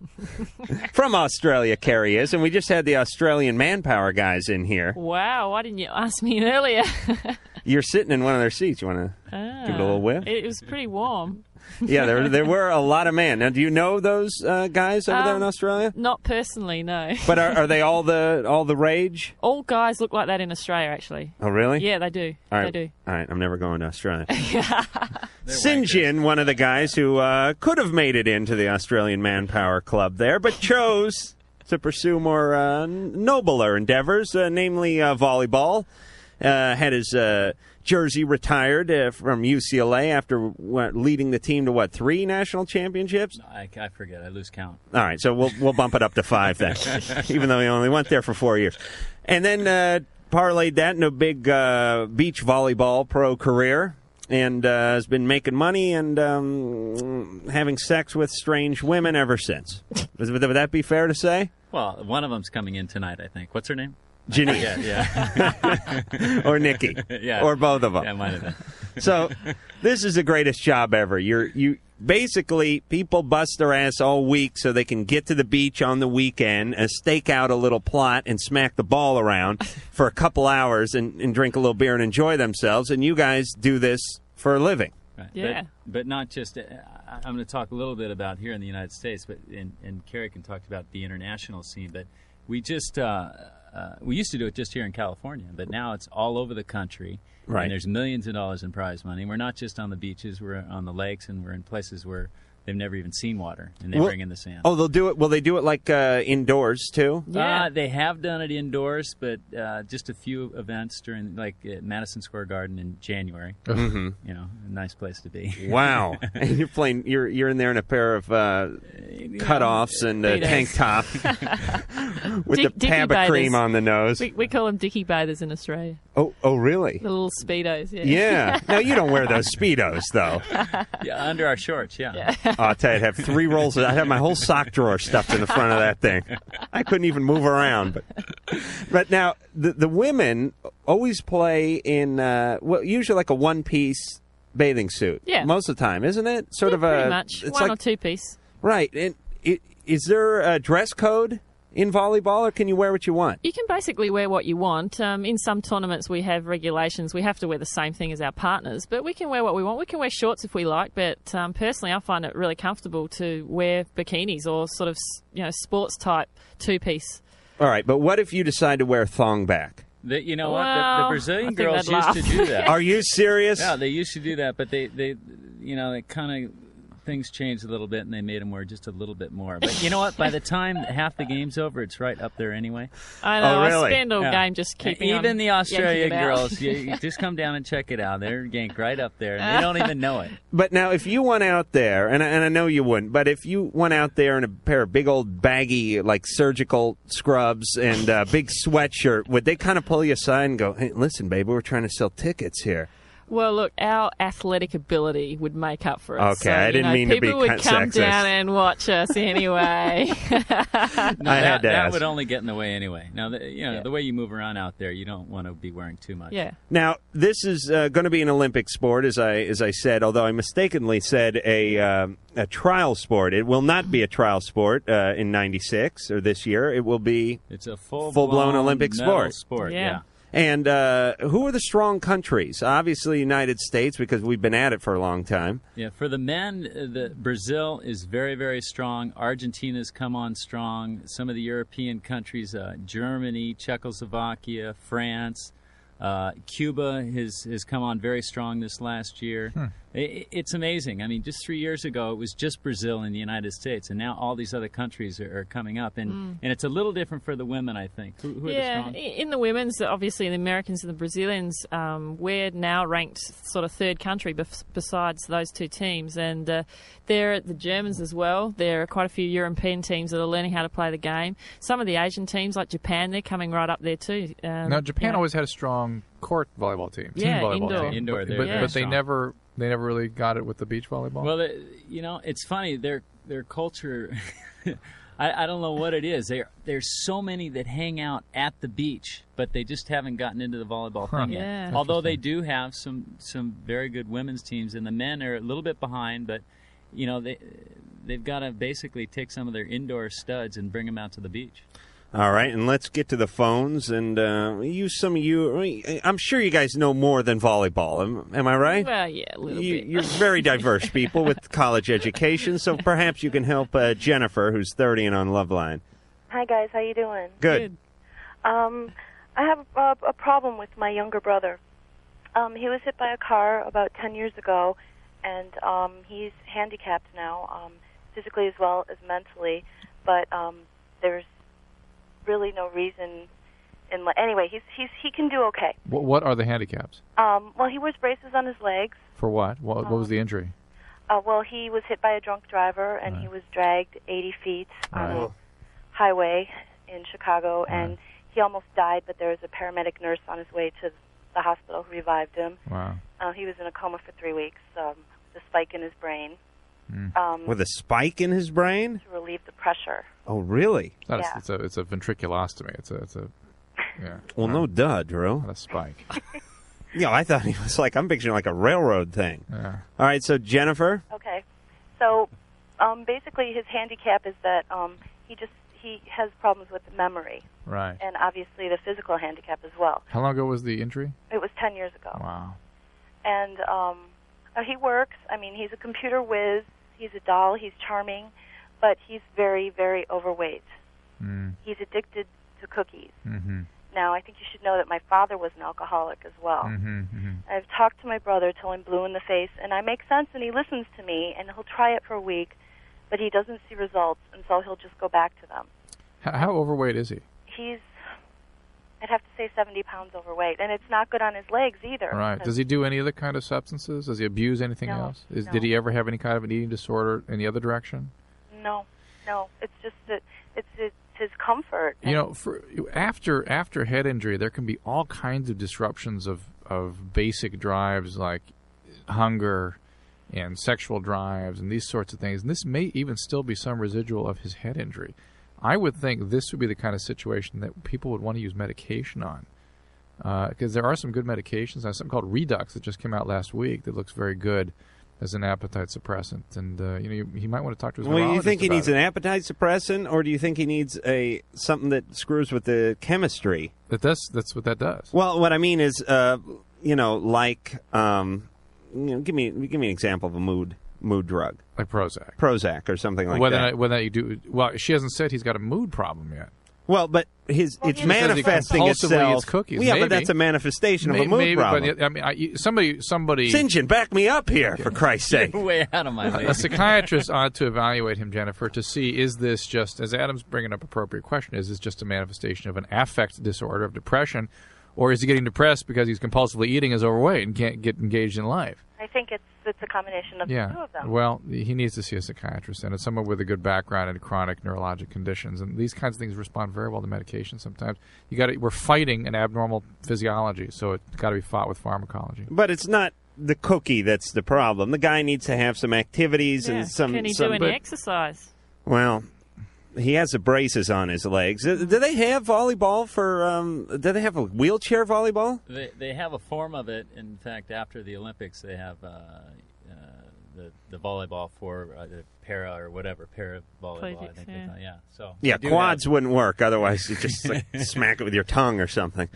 S5: from Australia. Carrie is, and we just had the Australian Manpower guys in here.
S13: Wow, why didn't you ask me earlier?
S5: You're sitting in one of their seats. You want to give it a little whiff?
S13: It was pretty warm.
S5: yeah, there there were a lot of men. Now, do you know those uh, guys over there in
S13: Um,
S5: Australia?
S13: Not personally, no.
S5: But are, are they all the all the rage?
S13: all guys look like that in Australia, actually?
S5: Oh, really?
S13: Yeah, they do.
S5: All right.
S13: They do.
S5: All right, I'm never going to Australia. Sinjin, one of the guys who uh, could have made it into the Australian Manpower Club there, but chose to pursue more uh, n- nobler endeavors, uh, namely uh, volleyball. Uh, had his uh, jersey retired uh, from UCLA after what, leading the team to what three national championships.
S14: I, I forget. I lose count.
S5: All right, so we'll we'll bump it up to five then, even though he only went there for four years, and then uh, parlayed that into a big uh, beach volleyball pro career, and uh, has been making money and um, having sex with strange women ever since. Would, would that be fair to say?
S14: Well, one of them's coming in tonight, I think. What's her name? I
S5: Janine.
S14: forget, yeah.
S5: or Nikki,
S14: yeah.
S5: or both of them.
S14: Yeah, might have been.
S5: so this is the greatest job ever. You're you basically people bust their ass all week so they can get to the beach on the weekend, uh, stake out a little plot, and smack the ball around for a couple hours and, and drink a little beer and enjoy themselves. And you guys do this for a living.
S14: Right.
S13: Yeah.
S14: But, but not just. uh, I- I'm going to talk a little bit about here in the United States, but and, and Carrie can talk about the international scene. But we just uh, uh, we used to do it just here in California, but now it's all over the country.
S5: Right.
S14: And there's millions of dollars in prize money. We're not just on the beaches; we're on the lakes, and we're in places where they've never even seen water, and they
S5: Well-
S14: bring in the sand.
S5: Oh, they'll do it. Will they do it like uh, indoors too?
S14: Uh, they have done it indoors, but uh, just a few events during, like at Madison Square Garden in January.
S5: Mhm.
S14: You know, a nice place to be.
S5: Wow, and you're playing. You're you're in there in a pair of uh, cutoffs and a
S13: Speedos.
S5: tank top with
S13: Dick-
S5: the
S13: dicky
S5: paba
S13: bathers.
S5: cream on the nose.
S13: We, we call them dicky bathers in Australia.
S5: Oh, oh, really?
S13: The little speedos. Yeah.
S5: Yeah. No, you don't wear those speedos though.
S14: yeah, under our shorts. Yeah.
S5: Oh, I'll tell you, I'd have three rolls. Of, I'd have my whole sock drawer stuffed in the front of that thing. I couldn't even move around. But, but now the the women always play in uh, well, usually like a one piece bathing suit.
S13: Yeah.
S5: Most of the time, isn't it? Sort of a
S13: Pretty much.
S5: uh, It's
S13: One
S5: like
S13: or two piece.
S5: right. And it, is there a dress code in volleyball, or can you wear what you want?
S13: You can basically wear what you want. Um, in some tournaments, we have regulations. We have to wear the same thing as our partners, but we can wear what we want. We can wear shorts if we like, but um, personally, I find it really comfortable to wear bikinis or sort of s- you know sports type two piece.
S5: All right, but what if you decide to wear thong back?
S14: The, you know what? The, the
S13: Well, I
S14: Brazilian
S13: think
S14: girls
S13: they'd
S14: used to
S13: laugh.
S14: do that.
S5: Are you serious?
S14: Yeah, they used to do that, but they, they you know, they kind of things changed a little bit, and they made them wear just a little bit more. But you know what? By the time half the game's over, it's right up there anyway.
S5: Oh,
S13: I know, I really? spend all game just
S14: And
S13: keeping
S14: Even
S13: on
S14: the
S13: yanking
S14: Australia
S13: it out.
S14: girls, you, you just come down and check it out. They're yanked right up there, and they don't even know it.
S5: But now, if you went out there, and I, and I know you wouldn't, but if you went out there in a pair of big old baggy, like surgical scrubs and a big sweatshirt, would they kind of pull you aside and go, hey, listen, baby, we're trying to sell tickets here?
S13: Well, look, our athletic ability would make up for it.
S5: Okay,
S13: so,
S5: I
S13: you
S5: didn't
S13: know,
S5: mean to be
S13: people would
S5: cut-
S13: come
S5: sexist.
S13: down and watch us anyway.
S14: No,
S5: I
S14: that,
S5: had to
S14: that
S5: ask.
S14: would only get in the way anyway. Now, the, you know, the way you move around out there, you don't want to be wearing too much.
S5: Now, this is uh, going to be an Olympic sport, as I as I said. Although I mistakenly said a uh, a trial sport, it will not be a trial sport uh, in '96 or this year. It will be
S14: It's a full
S5: blown Olympic
S14: medal
S5: sport.
S14: sport, Yeah. yeah.
S5: And uh, who are the strong countries? Obviously, United States because we've been at it for a long time.
S14: Yeah, for the men, uh, the Brazil is very, very strong. Argentina's come on strong. Some of the European countries, uh, Germany, Czechoslovakia,
S5: Hmm.
S14: France, uh, Cuba has has come on very strong this last year. i- it's amazing. I mean, just three years ago, it was just Brazil and the United States, and now all these other countries are, are coming up, and,
S5: Hmm.
S13: Mm.
S14: and it's a little different for the women, I think. Who, who
S13: yeah,
S14: are the
S13: i-
S14: strong?
S13: in the women's, obviously, the Americans and the Brazilians, um, we're now ranked sort of third country bef- besides those two teams. And uh, there are the Germans as well. There are quite a few European teams that are learning how to play the game. Some of the Asian teams, like Japan, they're coming right up there too. Um,
S6: now Japan
S13: you know.
S6: always had a strong court volleyball team,
S13: Yeah,
S6: team volleyball
S13: indoor.
S6: team,
S14: Indoor,
S6: but,
S14: they're
S6: but,
S14: very
S6: but they
S14: strong.
S6: never they never really got it with the beach volleyball.
S14: Well, they, you know, it's funny. Their their culture, I, I don't know what it is. There there's so many that hang out at the beach, but they just haven't gotten into the volleyball
S6: Huh.
S14: thing yet.
S6: Yeah.
S14: Although they do have some some very good women's teams, and the men are a little bit behind, but you know they they've got to basically take some of their indoor studs and bring them out to the beach.
S5: All right, and let's get to the phones and uh, use some of you. I mean, I'm sure you guys know more than volleyball. Am, am I right?
S13: Well, yeah, a little
S5: you,
S13: bit.
S5: you're very diverse people with college education, so perhaps you can help uh, Jennifer, who's 30 and on Loveline.
S15: Hi guys, how you doing?
S5: Good.
S15: Um, I have a, a problem with my younger brother. Um, he was hit by a car about ten years ago, and um, he's handicapped now, um, physically as well as mentally. But um, there's really no reason. In li- anyway, he's he's he can do okay.
S6: What, what are the handicaps
S15: Um, well, he wears braces on his legs.
S6: for what? What, what was the injury?
S15: Uh, well, he was hit by a drunk driver, and he was dragged 80 feet on
S6: Right.
S15: a highway in Chicago,
S5: Uh-huh.
S15: and he almost died. But there was a paramedic nurse on his way to the hospital who revived him.
S6: Wow.
S15: Uh, he was in a coma for three weeks. Um, the spike in his brain um,
S5: Hmm. With a spike in his brain?
S15: to relieve the pressure.
S5: Oh, really?
S6: That is-
S15: Yeah.
S6: it's a it's a ventriculostomy. It's a it's a yeah.
S5: Well, no duh, Drew.
S6: a spike.
S5: yeah, I thought he was like, I'm picturing like a railroad thing. All right, so Jennifer?
S15: Okay. So um, basically, his handicap is that um, he just he has problems with memory,
S6: Right.
S15: and obviously the physical handicap as well.
S6: How long ago was the injury?
S15: It was 10 years ago.
S6: Wow.
S15: and um, uh, he works. I mean, he's a computer whiz. He's a doll. He's charming, but he's very, very overweight. He's addicted to cookies.
S6: Mm. Mm-hmm.
S15: Now, I think you should know that my father was an alcoholic as well.
S6: Mm-hmm.
S15: I've talked to my brother till I'm blue in the face, and I make sense, and he listens to me, and he'll try it for a week, but he doesn't see results, and so he'll just go back to them.
S6: How, how overweight is he?
S15: He's, I'd have to say, 70 pounds overweight, and it's not good on his legs either.
S6: Right. Does he do any other kind of substances? Does he abuse anything
S15: No,
S6: else? Is,
S15: no.
S6: Did he ever have any kind of an eating disorder in the other direction?
S15: No, no. It's just that it's, it's his comfort.
S6: You know, for, after after head injury, there can be all kinds of disruptions of of basic drives like hunger and sexual drives and these sorts of things. And this may even still be some residual of his head injury. I would think this would be the kind of situation that people would want to use medication on. because there are some good medications. There's something called Redux that just came out last week that looks very good as an appetite suppressant. And uh, you know, you, he might want to talk to his.
S5: Well, you
S6: neurologist
S5: think he
S6: about
S5: needs
S6: it.
S5: an appetite suppressant, or do you think he needs a something that screws with the chemistry?
S6: That does. That's what that does.
S5: Well, what I mean is, uh, you know, like, um, you know, give me give me an example of a mood mood drug,
S6: like Prozac,
S5: Prozac, or something like
S6: whether
S5: that.
S6: or not, whether or not you do well, she hasn't said he's got a mood problem yet.
S5: well, but his it's
S6: She says he
S5: manifesting
S6: compulsively
S5: itself.
S6: eats cookies.
S5: Yeah,
S6: Maybe.
S5: but that's a manifestation
S6: May-
S5: of a mood
S6: maybe,
S5: problem.
S6: But, I mean, I, you- somebody, somebody, Uh,
S5: St. John, back me up here for Christ's sake.
S14: You're way out of my
S6: a
S14: league.
S6: psychiatrist ought to evaluate him, Jennifer, to see is this just as Adam's bringing up appropriate question: is this just a manifestation of an affect disorder of depression, or is he getting depressed because he's compulsively eating, is overweight, and can't get engaged in life?
S15: I think it's it's a combination of the two
S6: Yeah.
S15: of them.
S6: Well, he needs to see a psychiatrist, and it's someone with a good background in chronic neurologic conditions, and these kinds of things respond very well to medication. Sometimes you got to we're fighting an abnormal physiology, so it's got to be fought with pharmacology.
S5: But it's not the cookie that's the problem. The guy needs to have some activities
S13: Yeah.
S5: and
S6: um,
S5: some.
S13: Can he
S5: some
S13: do any
S5: but-
S13: exercise?
S5: Well, he has the braces on his legs. Uh, Do do they have volleyball for? Um, do they have a wheelchair volleyball?
S14: They they have a form of it. In fact, after the Olympics, they have uh, uh, the the volleyball for uh, the para or whatever para volleyball. I
S13: Olympics,
S14: think
S13: yeah.
S14: They call, it, yeah. So
S5: Yeah,
S14: they do
S5: quads
S14: have-
S5: wouldn't work. Otherwise, you just like, smack it with your tongue or something.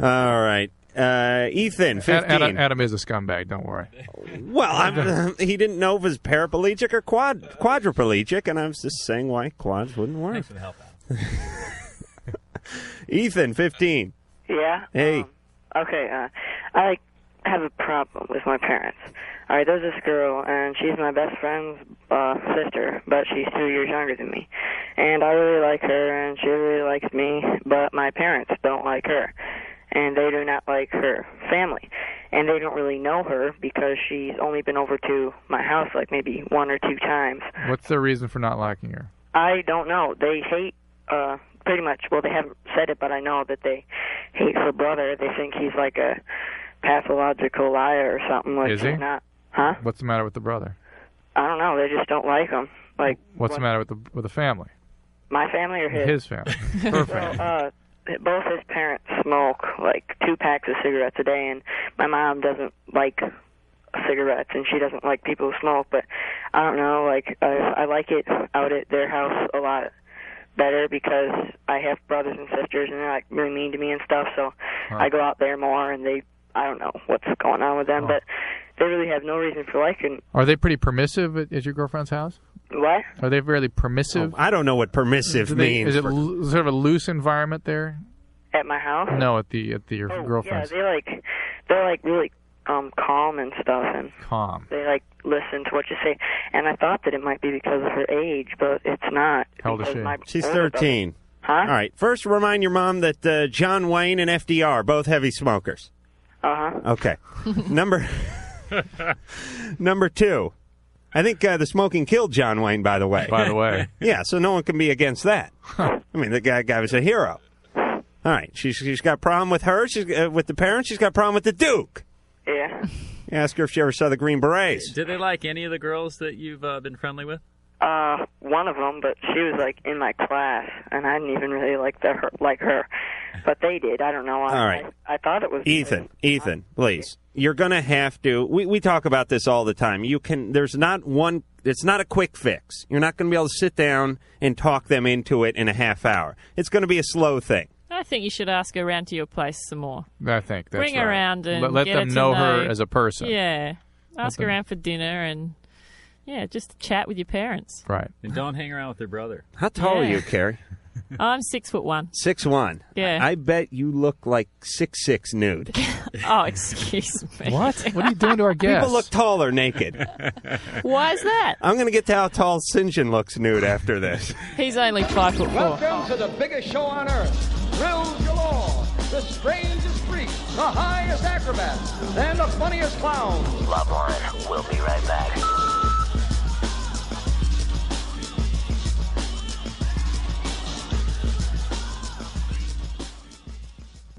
S5: All right, uh, Ethan,
S6: Ad-
S5: fifteen.
S6: Adam, Adam is a scumbag. Don't worry.
S5: Well, I'm, he didn't know if it was paraplegic or quad quadriplegic, and I was just saying why quads wouldn't work.
S14: Thanks for the help.
S5: Ethan, fifteen.
S16: Yeah.
S5: Hey.
S16: Okay. Uh, I have a problem with my parents. All right, there's this girl, and she's my best friend's uh, sister, but she's two years younger than me. And I really like her, and she really likes me, but my parents don't like her, and they do not like her family. And they don't really know her because she's only been over to my house like maybe one or two times.
S6: What's their reason for not liking her?
S16: I don't know. They hate uh pretty much well they haven't said it but I know that they hate her brother. They think he's like a pathological liar or something like
S6: Is he?
S16: he's not huh?
S6: What's the matter with the brother?
S16: I don't know, they just don't like him. Like
S6: What's the matter with the with the family?
S16: my family or his
S6: His family. Her
S16: so,
S6: family.
S16: uh both his parents smoke like two packs of cigarettes a day and my mom doesn't like cigarettes and she doesn't like people who smoke but I don't know like I I like it out at their house a lot better because I have brothers and sisters and they're like really mean to me and stuff so I go out there more and they I don't know what's going on with them but they really have no reason for liking
S6: Are they pretty permissive at, at your girlfriend's house?
S16: what
S6: Are they fairly permissive?
S5: Oh, I don't know what permissive
S6: Do they-
S5: means.
S6: Is it lo- sort of a loose environment there?
S16: at my house
S15: Oh.
S6: No, at the at the your
S16: yeah
S6: girlfriend's.
S16: they like they're like really um calm and stuff and
S6: Calm.
S16: they like listen to what you say and I thought that it might be because of her age but it's not
S5: How old is
S16: because
S5: she?
S16: my
S5: She's
S16: older brother-
S5: 13.
S16: Huh?
S5: All right. First, remind your mom that uh, John Wayne and FDR both heavy smokers.
S16: Uh huh.
S5: Okay. number number two. I think uh, the smoking killed John Wayne. By the way.
S6: By the way.
S5: yeah. So no one can be against that. I mean, the guy guy was a hero. All right. She's she's got problem with her. She's uh, with the parents. She's got problem with the Duke.
S16: Yeah.
S5: Ask her if she ever saw the Green Berets.
S14: Did they like any of the girls that you've uh, been friendly with?
S16: Uh, one of them, but she was like in my class, and I didn't even really like the her, like her, but they did. I don't know. I,
S5: All right.
S16: I, I thought it was
S5: Ethan, Ethan, please. You're going to have to. We, we talk about this all the time. You can. There's not one. It's not a quick fix. You're not going to be able to sit down and talk them into it in a half hour. It's going to be a slow thing.
S13: I think you should ask her around to your place some more.
S6: I think that's
S13: Bring
S6: right.
S13: her around and
S6: let, let
S13: get
S6: them
S13: her to
S6: know, her
S13: know-
S6: as a person.
S13: Yeah, ask
S6: them-
S13: around for dinner and yeah, just chat with your parents.
S6: Right.
S14: And don't hang around with their brother.
S5: How tall are
S13: Yeah.
S5: you, Carrie?
S13: I'm six foot one.
S5: Six one.
S13: Yeah.
S5: I, I bet you look like six six nude.
S13: Oh, excuse me.
S6: What are you doing to our guests?
S5: People look taller naked.
S13: Why is that?
S5: I'm going to get to how tall Sinjin looks nude after this.
S13: He's only five foot four.
S17: Welcome to the biggest show on earth. Thrills galore. The strangest freaks, the highest acrobats, and the funniest clowns.
S3: Loveline, we'll be right back.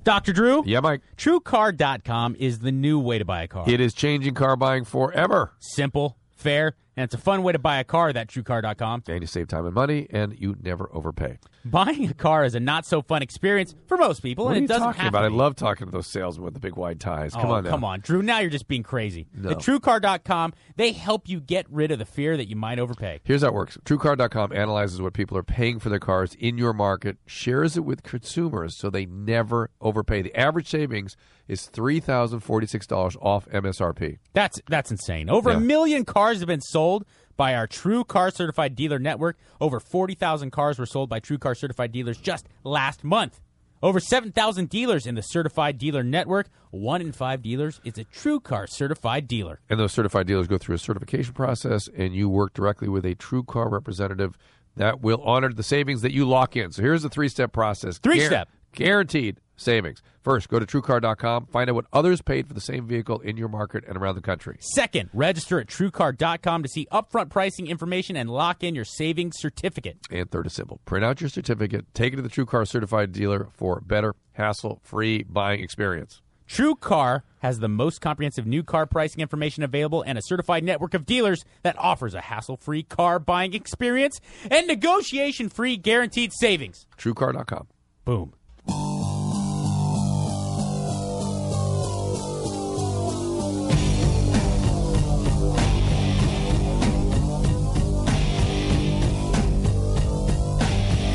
S18: Dr. Drew? Yeah, Mike. TrueCar.com is the new way to buy a car.
S19: It is changing car buying forever.
S18: Simple, fair, and it's a fun way to buy a car, that TrueCar.com.
S19: And you save time and money, and you never overpay.
S18: Buying a car is a not so fun experience for most people,
S19: what
S18: and
S19: are
S18: it
S19: you
S18: doesn't
S19: talking
S18: have
S19: about?
S18: to
S19: I
S18: be.
S19: love talking to those salesmen with the big wide ties. Come
S18: Oh,
S19: on, now.
S18: Come on, Drew. Now you're just being crazy.
S19: No.
S18: The TrueCar.com, they help you get rid of the fear that you might overpay.
S19: Here's how it works. TrueCar.com analyzes what people are paying for their cars in your market, shares it with consumers so they never overpay. The average savings is $3,046 off MSRP.
S18: That's that's insane. Over
S19: Yeah.
S18: a million cars have been sold by our True Car Certified Dealer Network. Over 40,000 cars were sold by True Car Certified Dealers just last month. Over 7,000 dealers in the Certified Dealer Network. One in five dealers is a True Car Certified Dealer.
S19: And those certified dealers go through a certification process, and you work directly with a true car representative that will honor the savings that you lock in. So here's the three step process
S18: Three
S19: Guar-
S18: step.
S19: guaranteed savings. First, go to truecar.com, find out what others paid for the same vehicle in your market and around the country.
S18: Second, register at TrueCar.com to see upfront pricing information and lock in your savings certificate.
S19: And third is simple print out your certificate, take it to the True Car certified dealer for a better, hassle free buying experience.
S18: True Car has the most comprehensive new car pricing information available and a certified network of dealers that offers a hassle-free car buying experience and negotiation-free guaranteed savings.
S19: TrueCar.com.
S18: Boom.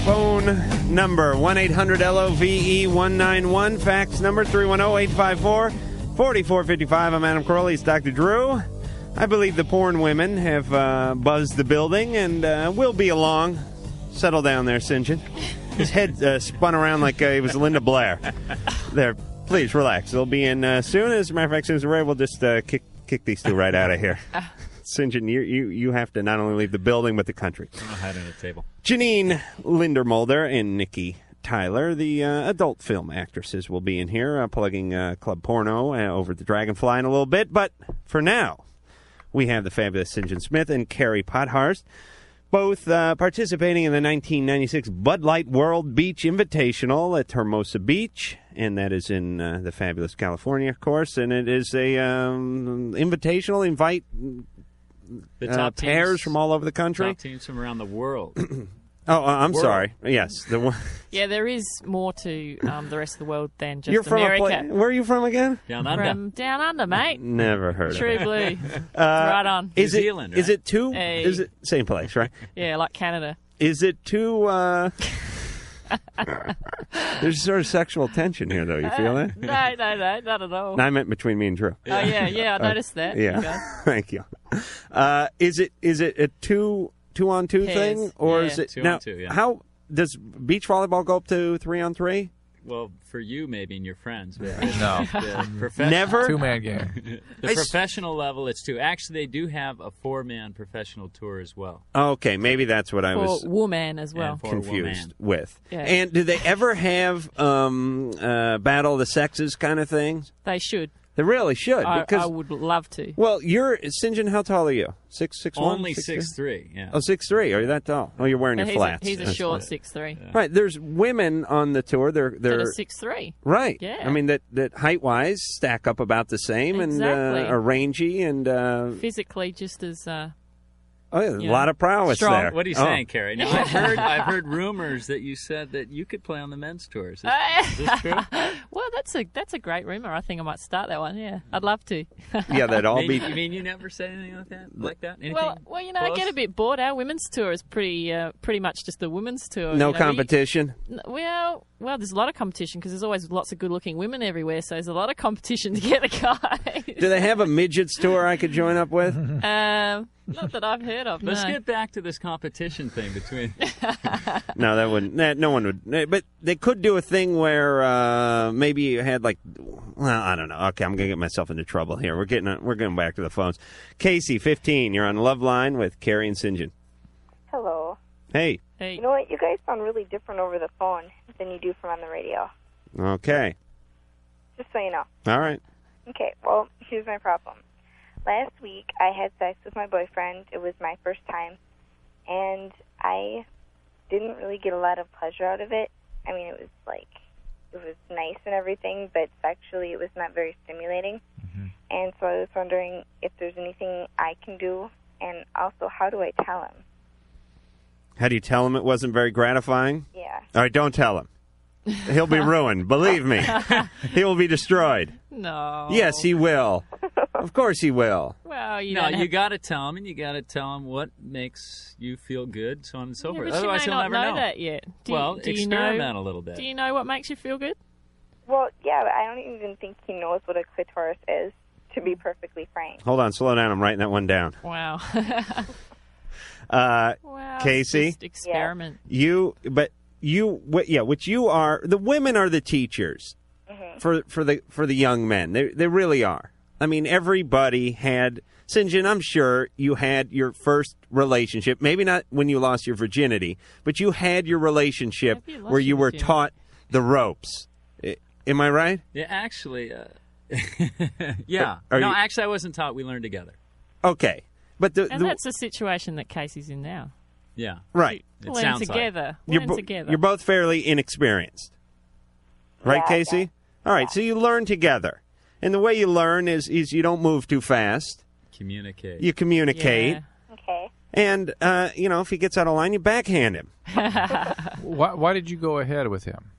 S5: Phone number 1 800 LOVE 191. Fax number 310 854 4455. I'm Adam Crowley. It's Dr. Drew. I believe the porn women have uh, buzzed the building and uh, will be along. Settle down there, St. John. His head uh, spun around like uh, it was Linda Blair. They're please relax. They'll be in uh, soon. As a matter of fact, soon as we're ready, we'll just uh, kick kick these two right out of here. St. John, you, you you have to not only leave the building but the country.
S14: I'm hiding at the table.
S5: Janine Lindermulder and Nikki Tyler, the uh, adult film actresses, will be in here uh, plugging uh, Club Porno uh, over at the Dragonfly in a little bit. But for now, we have the fabulous St. John Smith and Carrie Potharst, both uh, participating in the 1996 Bud Light World Beach Invitational at Hermosa Beach. And that is in uh, the fabulous California, of course. And it is a um, invitational invite
S14: The
S5: uh,
S14: top teams-
S5: pairs from all over the country.
S14: Top teams from around the world.
S5: Oh, uh, I'm
S14: World.
S5: sorry. Yes, the one.
S13: Yeah, there is more to um, the rest of the world than just
S5: You're from a
S13: America.
S5: place. Where are you from again?
S14: Down
S13: From down under, mate.
S5: Never heard
S13: True
S5: of it.
S13: blue.
S5: Uh,
S13: right on.
S5: Is it, is it two?
S13: Hey.
S5: Is it same place? Right?
S13: Yeah, like Canada.
S5: Is it too? Uh... There's sort of sexual tension here, though. You feel
S13: Uh,
S5: it?
S13: No, no, no, not at all.
S5: No, I meant between me and Drew.
S13: Oh, yeah, yeah, I
S5: Uh,
S13: noticed that. You guys.
S5: Yeah, thank you. Uh, is it is it a two two on two
S13: Pairs,
S5: thing, or
S14: yeah.
S5: is it
S14: Two on
S5: now?
S14: two, yeah.
S5: How does beach volleyball go up to three on three?
S14: Well, for you maybe and your friends, but
S6: No.
S14: the professional-
S5: Never?
S6: Two-man game.
S14: the
S6: I s-
S14: professional level, it's two. Actually, they do have a four-man professional tour as well.
S5: Okay, maybe that's what I
S13: Or
S5: was
S13: woman as well.
S14: for
S5: confused with.
S13: Yeah.
S5: And do they ever have um, uh, battle of the sexes kind of things?
S13: They should.
S5: They really should
S13: I,
S5: because
S13: I would love to.
S5: well, you're Sinjin. How tall are you? Six six one?
S14: Only
S5: six three.
S14: yeah.
S5: Oh, six three. Are you that tall? Oh, you're wearing
S13: But
S5: your
S13: he's
S5: flats.
S13: A, he's a
S5: That's
S13: short
S5: fine.
S13: six three.
S5: Right. There's women on the tour. They're
S13: That
S5: they're
S13: are six three.
S5: Right.
S13: Yeah.
S5: I mean that that height wise stack up about the same and
S13: Exactly.
S5: uh, are rangy and uh,
S13: physically just as uh,
S5: oh, yeah,
S13: Yeah.
S5: a lot of prowess
S13: Strong.
S5: there.
S14: What are you
S5: Oh.
S14: saying, Carrie? Now, I've heard I've heard rumors that you said that you could play on the men's
S13: Uh,
S14: tour. Is this, is this true?
S13: well that's a that's a great rumor i think i might start that one yeah i'd love to
S5: Yeah, that'd all
S14: mean,
S5: be.
S14: You mean you never said anything like that? Like that? Anything?
S13: well well you know i
S14: close?
S13: get a bit bored our women's tour is pretty uh, pretty much just the women's tour
S5: No
S13: you know,
S5: competition.
S13: we- n- well well there's a lot of competition because there's always lots of good looking women everywhere so there's a lot of competition to get a guy
S5: Do they have a midgets tour I could join up with?
S13: um not that i've heard of
S14: Let's
S13: no.
S14: get back to this competition thing between.
S5: No, that wouldn't. That, no one would. eh, But they could do a thing where uh, maybe you had like, well, I don't know. Okay, I'm gonna get myself into trouble here. We're getting we're going back to the phones. Casey, 15, you're on Love Line with Carrie and Sinjin.
S20: Hello.
S5: Hey,
S20: You know what? You guys sound really different over the phone than you do from on the radio.
S5: okay,
S20: Just so you know.
S5: all right.
S20: Okay, well, here's my problem. Last week, I had sex with my boyfriend. It was my first time, and I didn't really get a lot of pleasure out of it. I mean, it was like, it was nice and everything, but sexually, it was not very stimulating. And so I was wondering if there's anything I can do, and also, how do I tell him?
S5: How do you tell him it wasn't very gratifying?
S20: Yeah.
S5: All right, don't tell him. He'll be ruined. Believe me, he will be destroyed.
S13: no
S5: Yes, he will. Of course, he will.
S13: well Oh, you
S14: no,
S13: don't
S14: you
S13: have-
S14: got to tell him, and you got to tell him what makes you feel good, so on and so
S13: Yeah,
S14: forth.
S13: but you
S14: Otherwise,
S13: may
S14: he'll
S13: not
S14: never
S13: know that yet. Do you-
S14: well,
S13: do you know-
S14: experiment a little bit.
S13: do you know what makes you feel good
S20: Well, yeah, but I don't even think he knows what a clitoris is, to be perfectly frank.
S5: Hold on, slow down. I'm writing that one down.
S13: wow
S5: Uh,
S13: Wow, it's
S5: Casey,
S13: just experiment.
S5: You, but you, what? Yeah, which you are. The women are the teachers for for the for the young men. They they really are. I mean, everybody had St. John. I'm sure you had your first relationship. Maybe not when you lost your virginity, but you had your relationship
S14: Maybe you lost
S5: where
S14: your
S5: you were
S14: virginity.
S5: taught the ropes. I- Am I right?
S14: Yeah, actually, uh, yeah.
S5: Are- are
S14: no,
S5: you-
S14: actually, I wasn't taught. We learned together.
S5: Okay, but the,
S13: and
S5: the
S13: that's the situation that casey's in now
S14: Yeah.
S5: right.
S13: It Learn sounds like. together.
S5: You're,
S13: Learn together.
S5: you're both fairly inexperienced. Right,
S13: Yeah,
S5: Casey? All right, so you learn together. And the way you learn is, is you don't move too fast.
S14: Communicate.
S5: You communicate.
S20: Okay.
S5: And, uh, you know, if he gets out of line, you backhand him.
S6: why, why did you go ahead with him?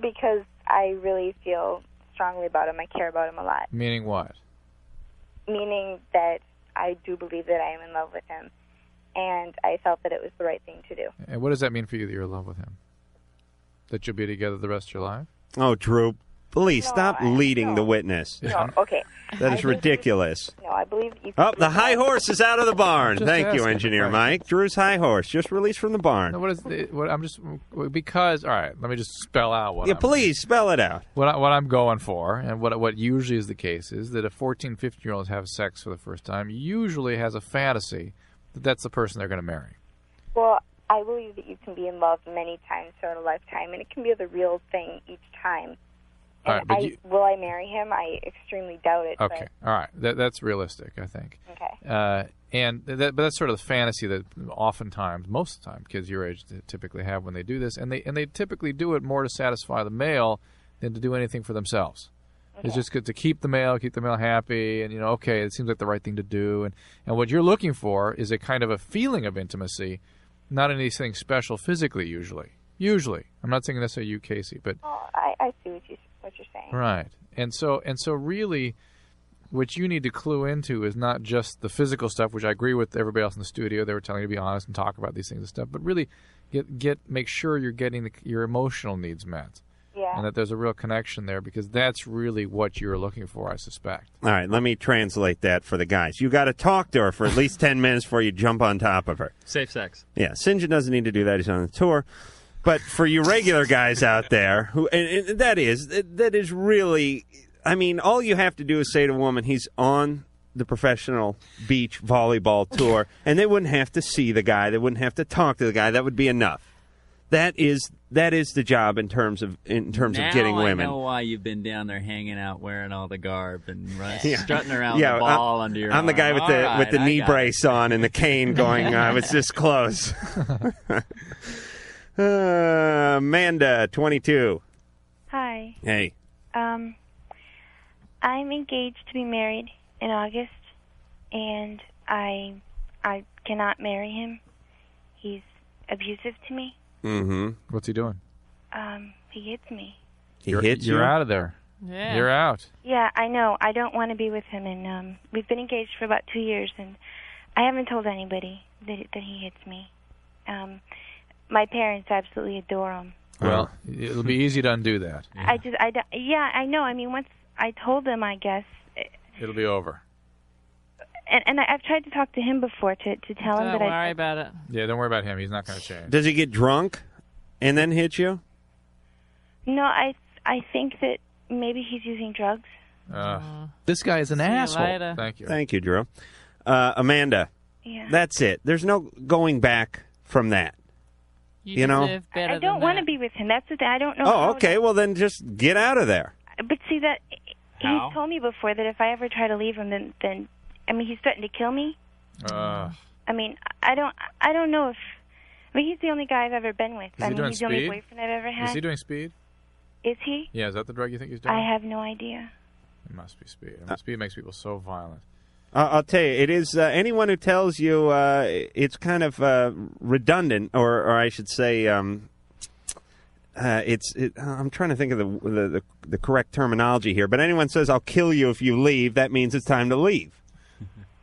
S20: Because I really feel strongly about him. I care about him a lot.
S6: Meaning what?
S20: Meaning that I do believe that I am in love with him. And I felt that it was the right thing to do.
S6: And what does that mean for you that you're in love with him? That you'll be together the rest of your life?
S5: Oh, Drew, please stop leading the witness.
S20: No, okay.
S5: That
S20: I
S5: is
S20: think-
S5: ridiculous.
S20: No, I believe that you.
S5: Oh, the high horse is out of the barn.
S6: Just
S5: Thank you,
S6: asking,
S5: Engineer
S6: right.
S5: Mike. Drew's high horse just released from the barn.
S6: No, what is the, what I'm just because all right. Let me just spell out what.
S5: yeah,
S6: I'm-
S5: please spell it out.
S6: What, I, what I'm going for, and what what usually is the case, is that if 14, 15 year olds have sex for the first time, usually has a fantasy that that's the person they're going to marry.
S20: Well, I believe that you can be in love many times throughout a lifetime, and it can be the real thing each time.
S6: All right, but
S20: I,
S6: you,
S20: will I marry him? I extremely doubt it.
S6: okay, all right, that, that's realistic, I think.
S20: Okay.
S6: Uh, and that, but that's sort of the fantasy that oftentimes, most of the time, kids your age t- typically have when they do this, and they and they typically do it more to satisfy the male than to do anything for themselves. It's just good to keep the male, keep the male happy, and you know, okay, it seems like the right thing to do. And and what you're looking for is a kind of a feeling of intimacy, not anything special physically. Usually, usually, I'm not saying necessarily you, Casey, but
S20: But oh, I, I see what you what you're saying.
S6: Right. And so and so really what you need to clue into is not just the physical stuff, which I agree with everybody else in the studio. They were telling you to be honest and talk about these things and stuff, but really get get make sure you're getting the, your emotional needs met.
S20: Yeah.
S6: And that there's a real connection there because that's really what you're looking for, I suspect.
S5: All right, let me translate that for the guys. You got to talk to her for at least 10 minutes before you jump on top of her.
S14: Safe sex.
S5: Yeah, Sinjin doesn't need to do that. He's on the tour. But for you regular guys out there, who and, and that is that is really, I mean, all you have to do is say to a woman, "He's on the professional beach volleyball tour," and they wouldn't have to see the guy. They wouldn't have to talk to the guy. That would be enough. That is that is the job in terms of in terms
S14: now
S5: of getting
S14: I
S5: women.
S14: know why you've been down there hanging out, wearing all the garb and run,
S5: Yeah.
S14: strutting around
S5: Yeah,
S14: the ball
S5: I'm,
S14: under your.
S5: I'm the guy
S14: arm.
S5: with
S14: All
S5: the with
S14: right,
S5: the
S14: I
S5: knee
S14: got
S5: brace on and the cane going. I was this close. Uh, Amanda, 22.
S21: Hi.
S5: Hey,
S21: Um, I'm engaged to be married in August, and I I cannot marry him. He's abusive to me.
S5: Mm-hmm.
S6: What's he doing?
S21: Um, he hits me.
S5: He
S6: you're,
S5: hits
S6: you're
S5: you?
S6: out of there.
S21: Yeah.
S6: You're out.
S21: Yeah, I know. I don't want to be with him, and um, we've been engaged for about two years, and I haven't told anybody that that he hits me. Um, my parents absolutely adore him.
S6: Well, it'll be easy to undo that.
S21: I just I don't- yeah I know. I mean, once I told them, I guess
S6: It'll be over.
S21: and, and I, I've tried to talk to him before to to tell him
S13: Don't
S21: that I
S13: worry about it.
S6: Yeah, don't worry about him. He's not going to change.
S5: does he get drunk and then hit you?
S21: no I I think that maybe he's using drugs.
S6: Uh,
S5: this guy is an
S21: asshole. later.
S6: Thank you.
S5: Thank you, Drew. Uh, Amanda.
S21: Yeah.
S5: That's it. There's no going back from that. You, know?
S21: I don't want to be with him. That's the thing. I don't know. how
S5: Oh, okay. Well, then just get out of there.
S21: to- but see that
S5: How?
S21: he's told me before that if I ever try to leave him, then then I mean he's threatened to kill me.
S6: Uh,
S21: I mean I don't I don't know if I mean he's the only guy I've ever been with.
S6: Is
S21: I
S6: he
S21: mean
S6: doing
S21: he's the only
S6: speed?
S21: boyfriend I've ever had.
S6: is he doing speed?
S21: Is he?
S6: Yeah, is that the drug you think he's doing?
S21: I have no idea.
S6: It must be speed. I mean, speed makes people so violent.
S5: I- I'll tell you, it is uh, anyone who tells you uh, it's kind of uh, redundant, or, or I should say, um, uh, it's. It, I'm trying to think of the, the the the correct terminology here, but anyone says I'll kill you if you leave, that means it's time to leave.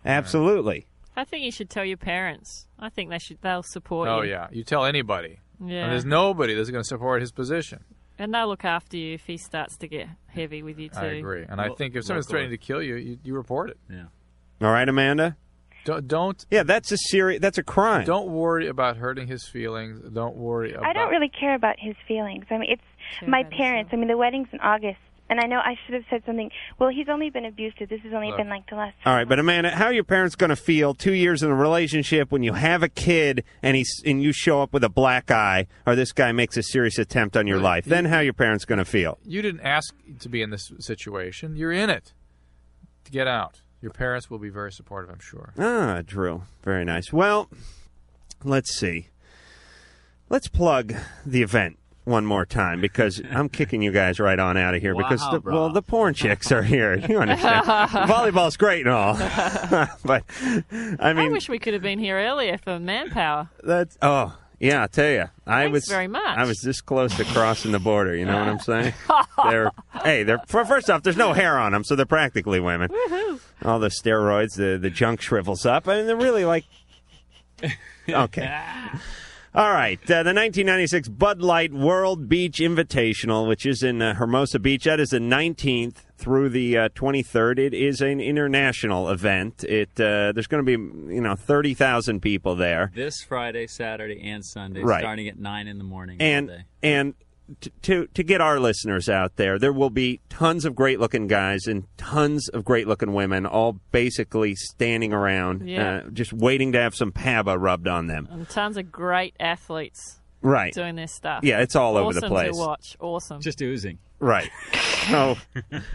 S5: Absolutely.
S13: I think you should tell your parents. I think they should. They'll support
S6: Oh
S13: you.
S6: yeah, you tell anybody.
S13: Yeah.
S6: And there's nobody that's going to support his position.
S13: And they'll look after you if he starts to get heavy with you too.
S6: I agree. And I
S13: Well,
S6: think if someone's
S13: local-
S6: threatening to kill you, you, you report it.
S14: Yeah.
S5: All right, Amanda.
S6: Don't. don't
S5: yeah, that's a serious. That's a crime.
S6: Don't worry about hurting his feelings. Don't worry about.
S21: I don't really care about his feelings. I mean, it's my parents. I mean, the wedding's in August, and I know I should have said something. Well, he's only been abusive. This has only
S5: Look.
S21: been like the last.
S5: All right, but Amanda, how are your parents going to feel two years in a relationship when you have a kid and he's and you show up with a black eye, or this guy makes a serious attempt on your life? Then how are your parents going to feel?
S6: You didn't ask to be in this situation. You're in it. To get out. Your parents will be very supportive, I'm sure.
S5: Ah, Drew. Very nice. Well, let's see. Let's plug the event one more time because I'm kicking you guys right on out of here because
S17: Wow,
S5: the,
S17: bro.
S5: well the porn chicks are here. You understand? Volleyball's great and all, but I mean
S13: wish we could have been here earlier for manpower.
S5: that's oh yeah, I tell you, I was
S13: very much.
S5: I was this close to crossing the border. You know what I'm saying? they're, hey, they're fir- first off, there's no hair on them, so they're practically women.
S13: Woohoo!
S5: All the steroids, the the junk shrivels up, and they're really like okay. All right, uh, the 1996 Bud Light World Beach Invitational, which is in uh, Hermosa Beach, that is the 19th through the uh, 23rd. It is an international event. It uh, there's going to be you know 30,000 people there.
S14: This Friday, Saturday, and Sunday,
S5: Right.
S14: starting at nine in the morning.
S5: and
S14: all day.
S5: and t- to to get our listeners out there, there will be tons of great looking guys and tons of great looking women, all basically standing around,
S13: Yeah.
S5: uh, just waiting to have some pava rubbed on them.
S13: And tons of great athletes
S5: Right.
S13: doing their stuff.
S5: Yeah, it's all over the
S13: awesome
S5: place.
S13: to watch. Awesome.
S14: Just oozing.
S5: Right. So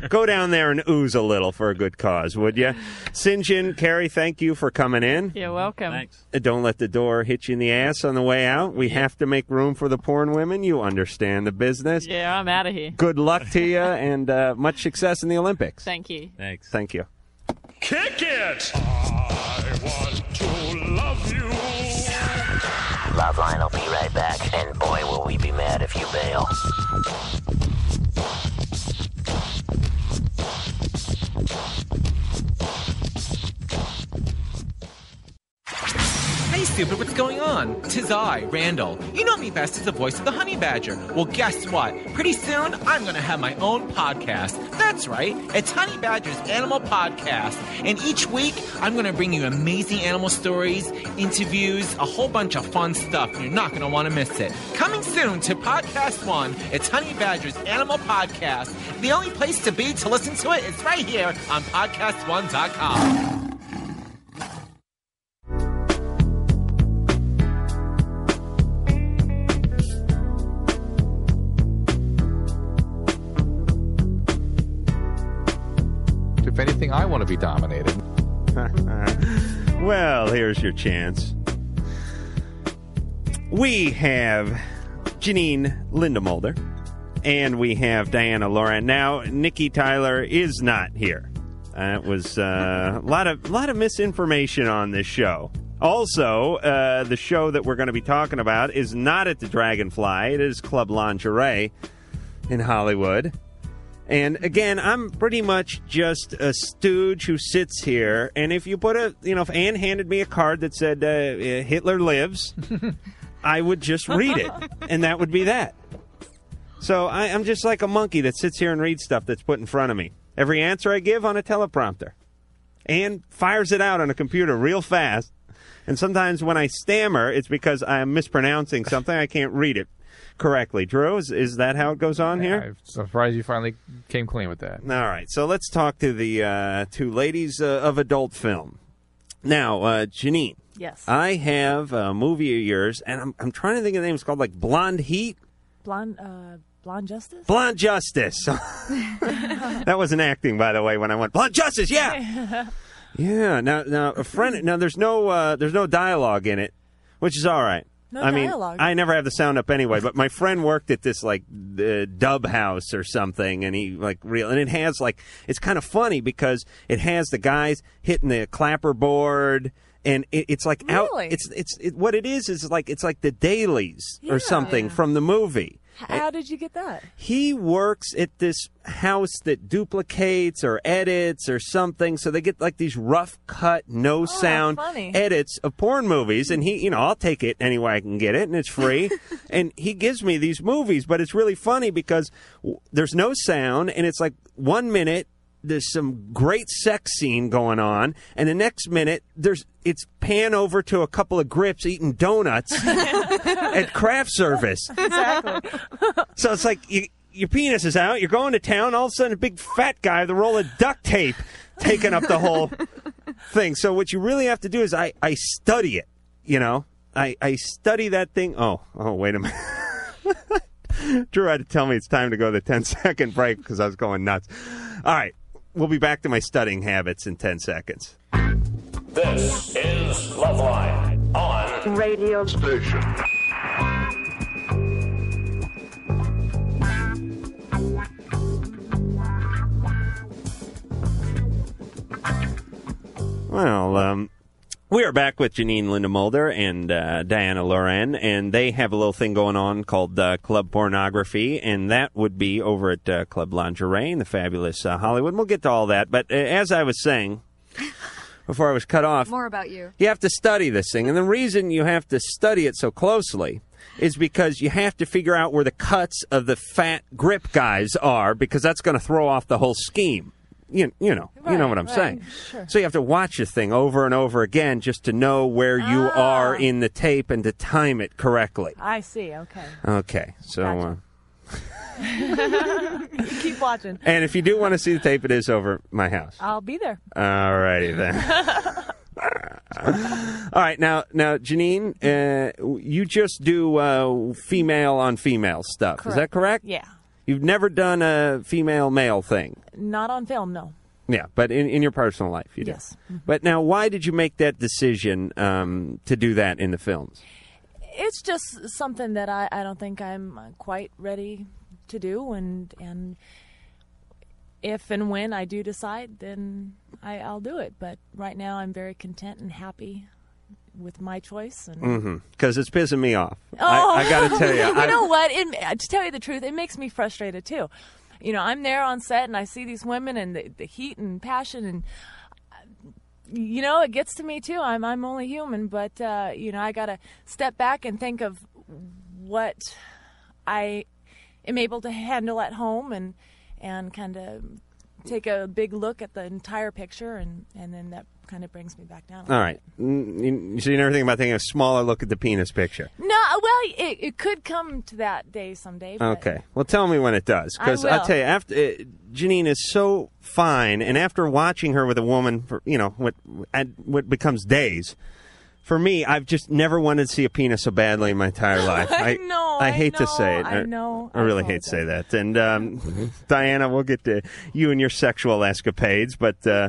S5: go down there and ooze a little for a good cause, would you? Sinjin, Carrie, thank you for coming in.
S13: You're welcome.
S5: Uh, Don't let the door hit you in the ass on the way out. We have to make room for the porn women. You understand the business.
S13: Yeah, I'm out of here.
S5: Good luck to you and uh, much success in the Olympics.
S13: Thank you.
S14: Thanks.
S5: Thank you.
S17: Kick it! I want to love you.
S3: Loveline will be right back, and boy, will we be mad if you bail.
S2: Hey, stupid, what's going on? Tis I, Randall. You know me best as the voice of the honey badger. Well, guess what? Pretty soon, I'm going to have my own podcast. That's right, it's Honey Badger's Animal Podcast. And each week, I'm going to bring you amazing animal stories, interviews, a whole bunch of fun stuff. You're not going to want to miss it. Coming soon to Podcast One, it's Honey Badger's Animal Podcast. The only place to be to listen to it is right here on PodcastOne.com.
S6: If anything, I want to be dominated.
S5: well, here's your chance. We have Janine Lindemulder and we have Diana Laurent. Now, Nikki Tyler is not here. Uh, it was uh, a lot of lot of misinformation on this show. Also, uh, the show that we're going to be talking about is not at the Dragonfly. It is Club Lingerie in Hollywood. And again, I'm pretty much just a stooge who sits here. And if you put a, you know, if Anne handed me a card that said uh, uh, Hitler lives, I would just read it, and that would be that. So I, I'm just like a monkey that sits here and reads stuff that's put in front of me. Every answer I give on a teleprompter, and fires it out on a computer real fast. And sometimes when I stammer, it's because I'm mispronouncing something. I can't read it correctly. Drew, is, is that how it goes on here?
S6: Surprised you finally came clean with that.
S5: All right, so let's talk to the uh, two ladies uh, of adult film. Now, uh, Janine.
S13: Yes.
S5: I have a movie of yours, and I'm, I'm trying to think of the name. It's called like Blonde Heat,
S22: Blonde, uh, Blonde Justice?
S5: Blonde Justice. that wasn't acting, by the way, when I went Blonde Justice. Yeah, yeah. Now, now a
S22: Mm.
S5: friend. Now there's no uh, there's no dialogue in it, which is all right.
S22: No
S5: I
S22: dialogue.
S5: mean, I never have the sound up anyway. But my friend worked at this like uh, dub house or something, and he like real and it has like it's kind of funny because it has the guys hitting the clapperboard, and it, it's like out.
S22: Really?
S5: It's it's it, what it is is like it's like the dailies or something from the movie.
S22: How did you get that?
S5: He works at this house that duplicates or edits or something, so they get like these rough cut, no sound
S22: funny.
S5: edits of porn movies. And he, you know, I'll take it any way I can get it, and it's free. and he gives me these movies, but it's really funny because w- there's no sound, and it's like one minute there's some great sex scene going on, and the next minute there's it's pan over to a couple of grips eating donuts at craft service. So it's like you, your penis is out, you're going to town, all of a sudden a big fat guy with a roll of duct tape taking up the whole thing. So what you really have to do is I, I study it, you know? I, I study that thing. Oh, oh, wait a minute. Drew had to tell me it's time to go to the 10 second break because I was going nuts. All right, we'll be back to my studying habits in 10 seconds.
S17: This is Loveline on radio station.
S5: Well, um, we are back with Janine Linda Mulder and uh, Diana Loren, and they have a little thing going on called uh, Club Pornography, and that would be over at uh, Club Lingerie in the fabulous uh, Hollywood. We'll get to all that, but uh, as I was saying, before I was cut off.
S4: More about you.
S5: You have to study this thing. And the reason you have to study it so closely is because you have to figure out where the cuts of the fat grip guys are because that's going to throw off the whole scheme. You, you know, you know what I'm
S7: right,
S5: saying.
S7: sure.
S5: So you have to watch the thing over and over again just to know where you
S7: Ah.
S5: are in the tape and to time it correctly.
S22: I see. Okay.
S5: Okay, so uh,
S22: Keep watching.
S5: and if you do want to see the tape, it is over at my house.
S22: I'll be there.
S5: All righty then. All right, now, now, Janine, uh, you just do uh, female on female stuff. Is that correct?
S22: Yeah.
S5: You've never done a female male thing.
S22: Not on film, no.
S5: Yeah, but in, in your personal life, you do.
S22: Yes. Mm-hmm.
S5: But now, why did you make that decision um, to do that in the films?
S22: It's just something that I, I don't think I'm uh, quite ready to do, and and if and when I do decide, then I, I'll do it. But right now, I'm very content and happy with my choice, and
S5: Because Mm-hmm. it's pissing me off. I, I got to tell you,
S22: Oh. you
S5: I-
S22: know what? It, to tell you the truth, it makes me frustrated too. You know, I'm there on set and I see these women and the, the heat and passion and uh, you know it gets to me too. I'm I'm only human, but uh, you know I gotta step back and think of what I am able to handle at home and and kind of take a big look at the entire picture and and then that kind of brings me back down.
S5: All right. Mm, You, so you never think about taking a smaller look at the penis picture.
S22: No, well, it, it could come to that day someday. But
S5: Okay. Well, tell me when it does, because
S22: I will.
S5: I'll tell you. After uh, Janine is so fine, and after watching her with a woman for you know what at what becomes days, for me, I've just never wanted to see a penis so badly in my entire life.
S22: I
S5: I
S22: know,
S5: I
S22: I
S5: hate to say
S22: know,
S5: it. Er,
S22: I know.
S5: I really hate to say that. And um, Diana, we'll get to you and your sexual escapades, but uh,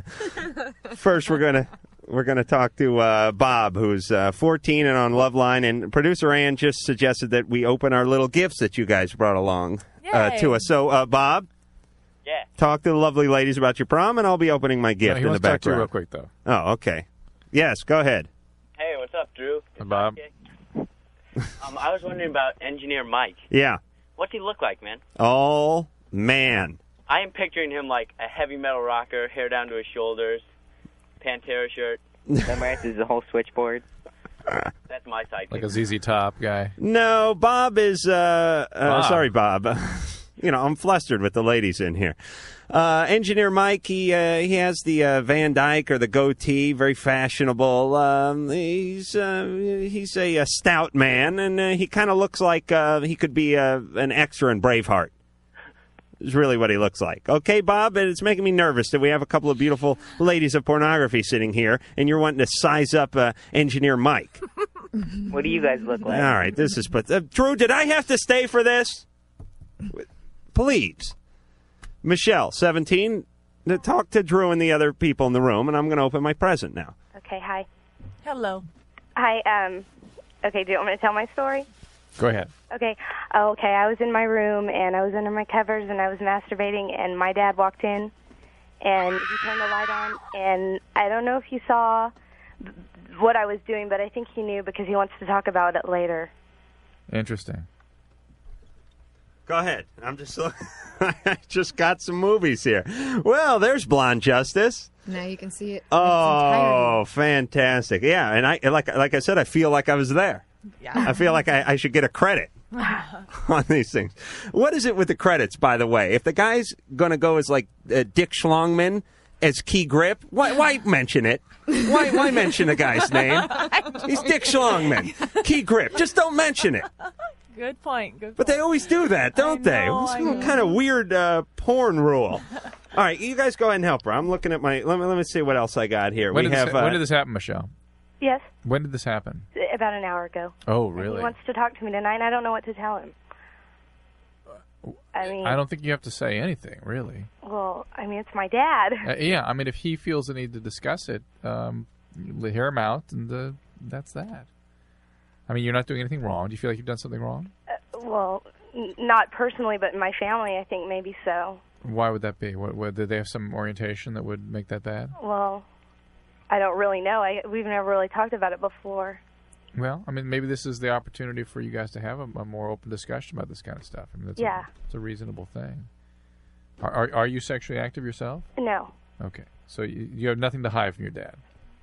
S5: first we're gonna. We're going to talk to uh, Bob, who's uh, 14 and on Love Line. And producer Ann just suggested that we open our little gifts that you guys brought along uh,
S23: Yay.
S5: to us. So, uh, Bob,
S23: Yeah.
S5: talk to the lovely ladies about your prom, and I'll be opening my gift
S6: he
S5: in the
S6: wants to talk to you
S5: background.
S6: real quick, though.
S5: Oh, okay. Yes, go ahead.
S23: Hey, what's up, Drew?
S6: Hi, Bob.
S23: Um, I was wondering about engineer Mike.
S5: Yeah.
S23: What's he look like, man?
S5: Oh, man.
S23: I am picturing him like a heavy metal rocker, hair down to his shoulders, Pantera shirt.
S3: This is the whole switchboard.
S23: That's my type.
S6: Like a ZZ Top guy.
S5: No, Bob is. Uh, uh,
S6: Bob.
S5: Sorry, Bob. you know, I'm flustered with the ladies in here. Uh, Engineer Mike, he uh, he has the uh, Van Dyke or the goatee, very fashionable. Um, he's uh, he's a, uh stout man, and uh, he kind of looks like uh, he could be uh, an extra in Braveheart. Is really what he looks like. Okay, Bob, and it's making me nervous that we have a couple of beautiful ladies of pornography sitting here, and you're wanting to size up uh, Engineer Mike.
S3: What do you guys look
S5: All right, this is but uh, Drew. Did I have to stay for this? Please, Michelle, seventeen. to Talk to Drew and the other people in the room, and I'm going to open my present now.
S20: Okay, hi.
S22: Hello.
S20: Hi, um, okay, do you want me to tell my story?
S6: Go ahead.
S20: Okay. Oh, okay. I was in my room and I was under my covers and I was masturbating and my dad walked in and he turned the light on and I don't know if you saw what I was doing, but I think he knew because he wants to talk about it later.
S6: Interesting.
S5: Go ahead. I'm just I just got some movies here. Well, there's Blonde Justice.
S4: Now you can see it.
S5: Oh, fantastic! Yeah, and I like like I said, I feel like I was there.
S4: Yeah.
S5: I feel like I, I should get a credit. on these things. What is it with the credits, by the way? If the guy's going to go as like uh, Dick Schlongman as key grip, why, why mention it? Why, why mention the guy's name? He's Dick Schlongman, key grip. Just don't mention it.
S22: Good point. Good
S5: But they always do that, don't they? What's some kind of weird uh, porn rule? All right, you guys go ahead and help her. I'm looking at my. Let me let me see what else I got here.
S6: When
S5: we
S6: did this
S5: have. uh,
S6: ha- when did this happen, Michelle?
S20: Yes,
S6: When did this happen?
S20: about an hour ago.
S6: Oh,
S20: He
S6: really?
S20: wants to talk to me tonight and I don't know what to tell him. I mean,
S6: Uh, I don't think you have to say anything, really.
S20: well, I mean, it's my dad.
S6: Uh, yeah, I mean, if he feels the need to discuss it, um, l- hear him out, and uh, that's that. I mean, you're not doing anything wrong. Do you feel like you've done something wrong?
S20: Well, n- not personally, but in my family, I think maybe so.
S6: Why would that be? What, what did they have some orientation that would make that bad?
S20: Well, I don't really know. I we've never really talked about it before.
S6: Well, I mean, maybe this is the opportunity for you guys to have a, a more open discussion about this kind of stuff. I mean, that's
S20: Yeah.
S6: a, it's a reasonable thing. Are, are are you sexually active yourself?
S20: No.
S6: Okay, so you, you have nothing to hide from your dad.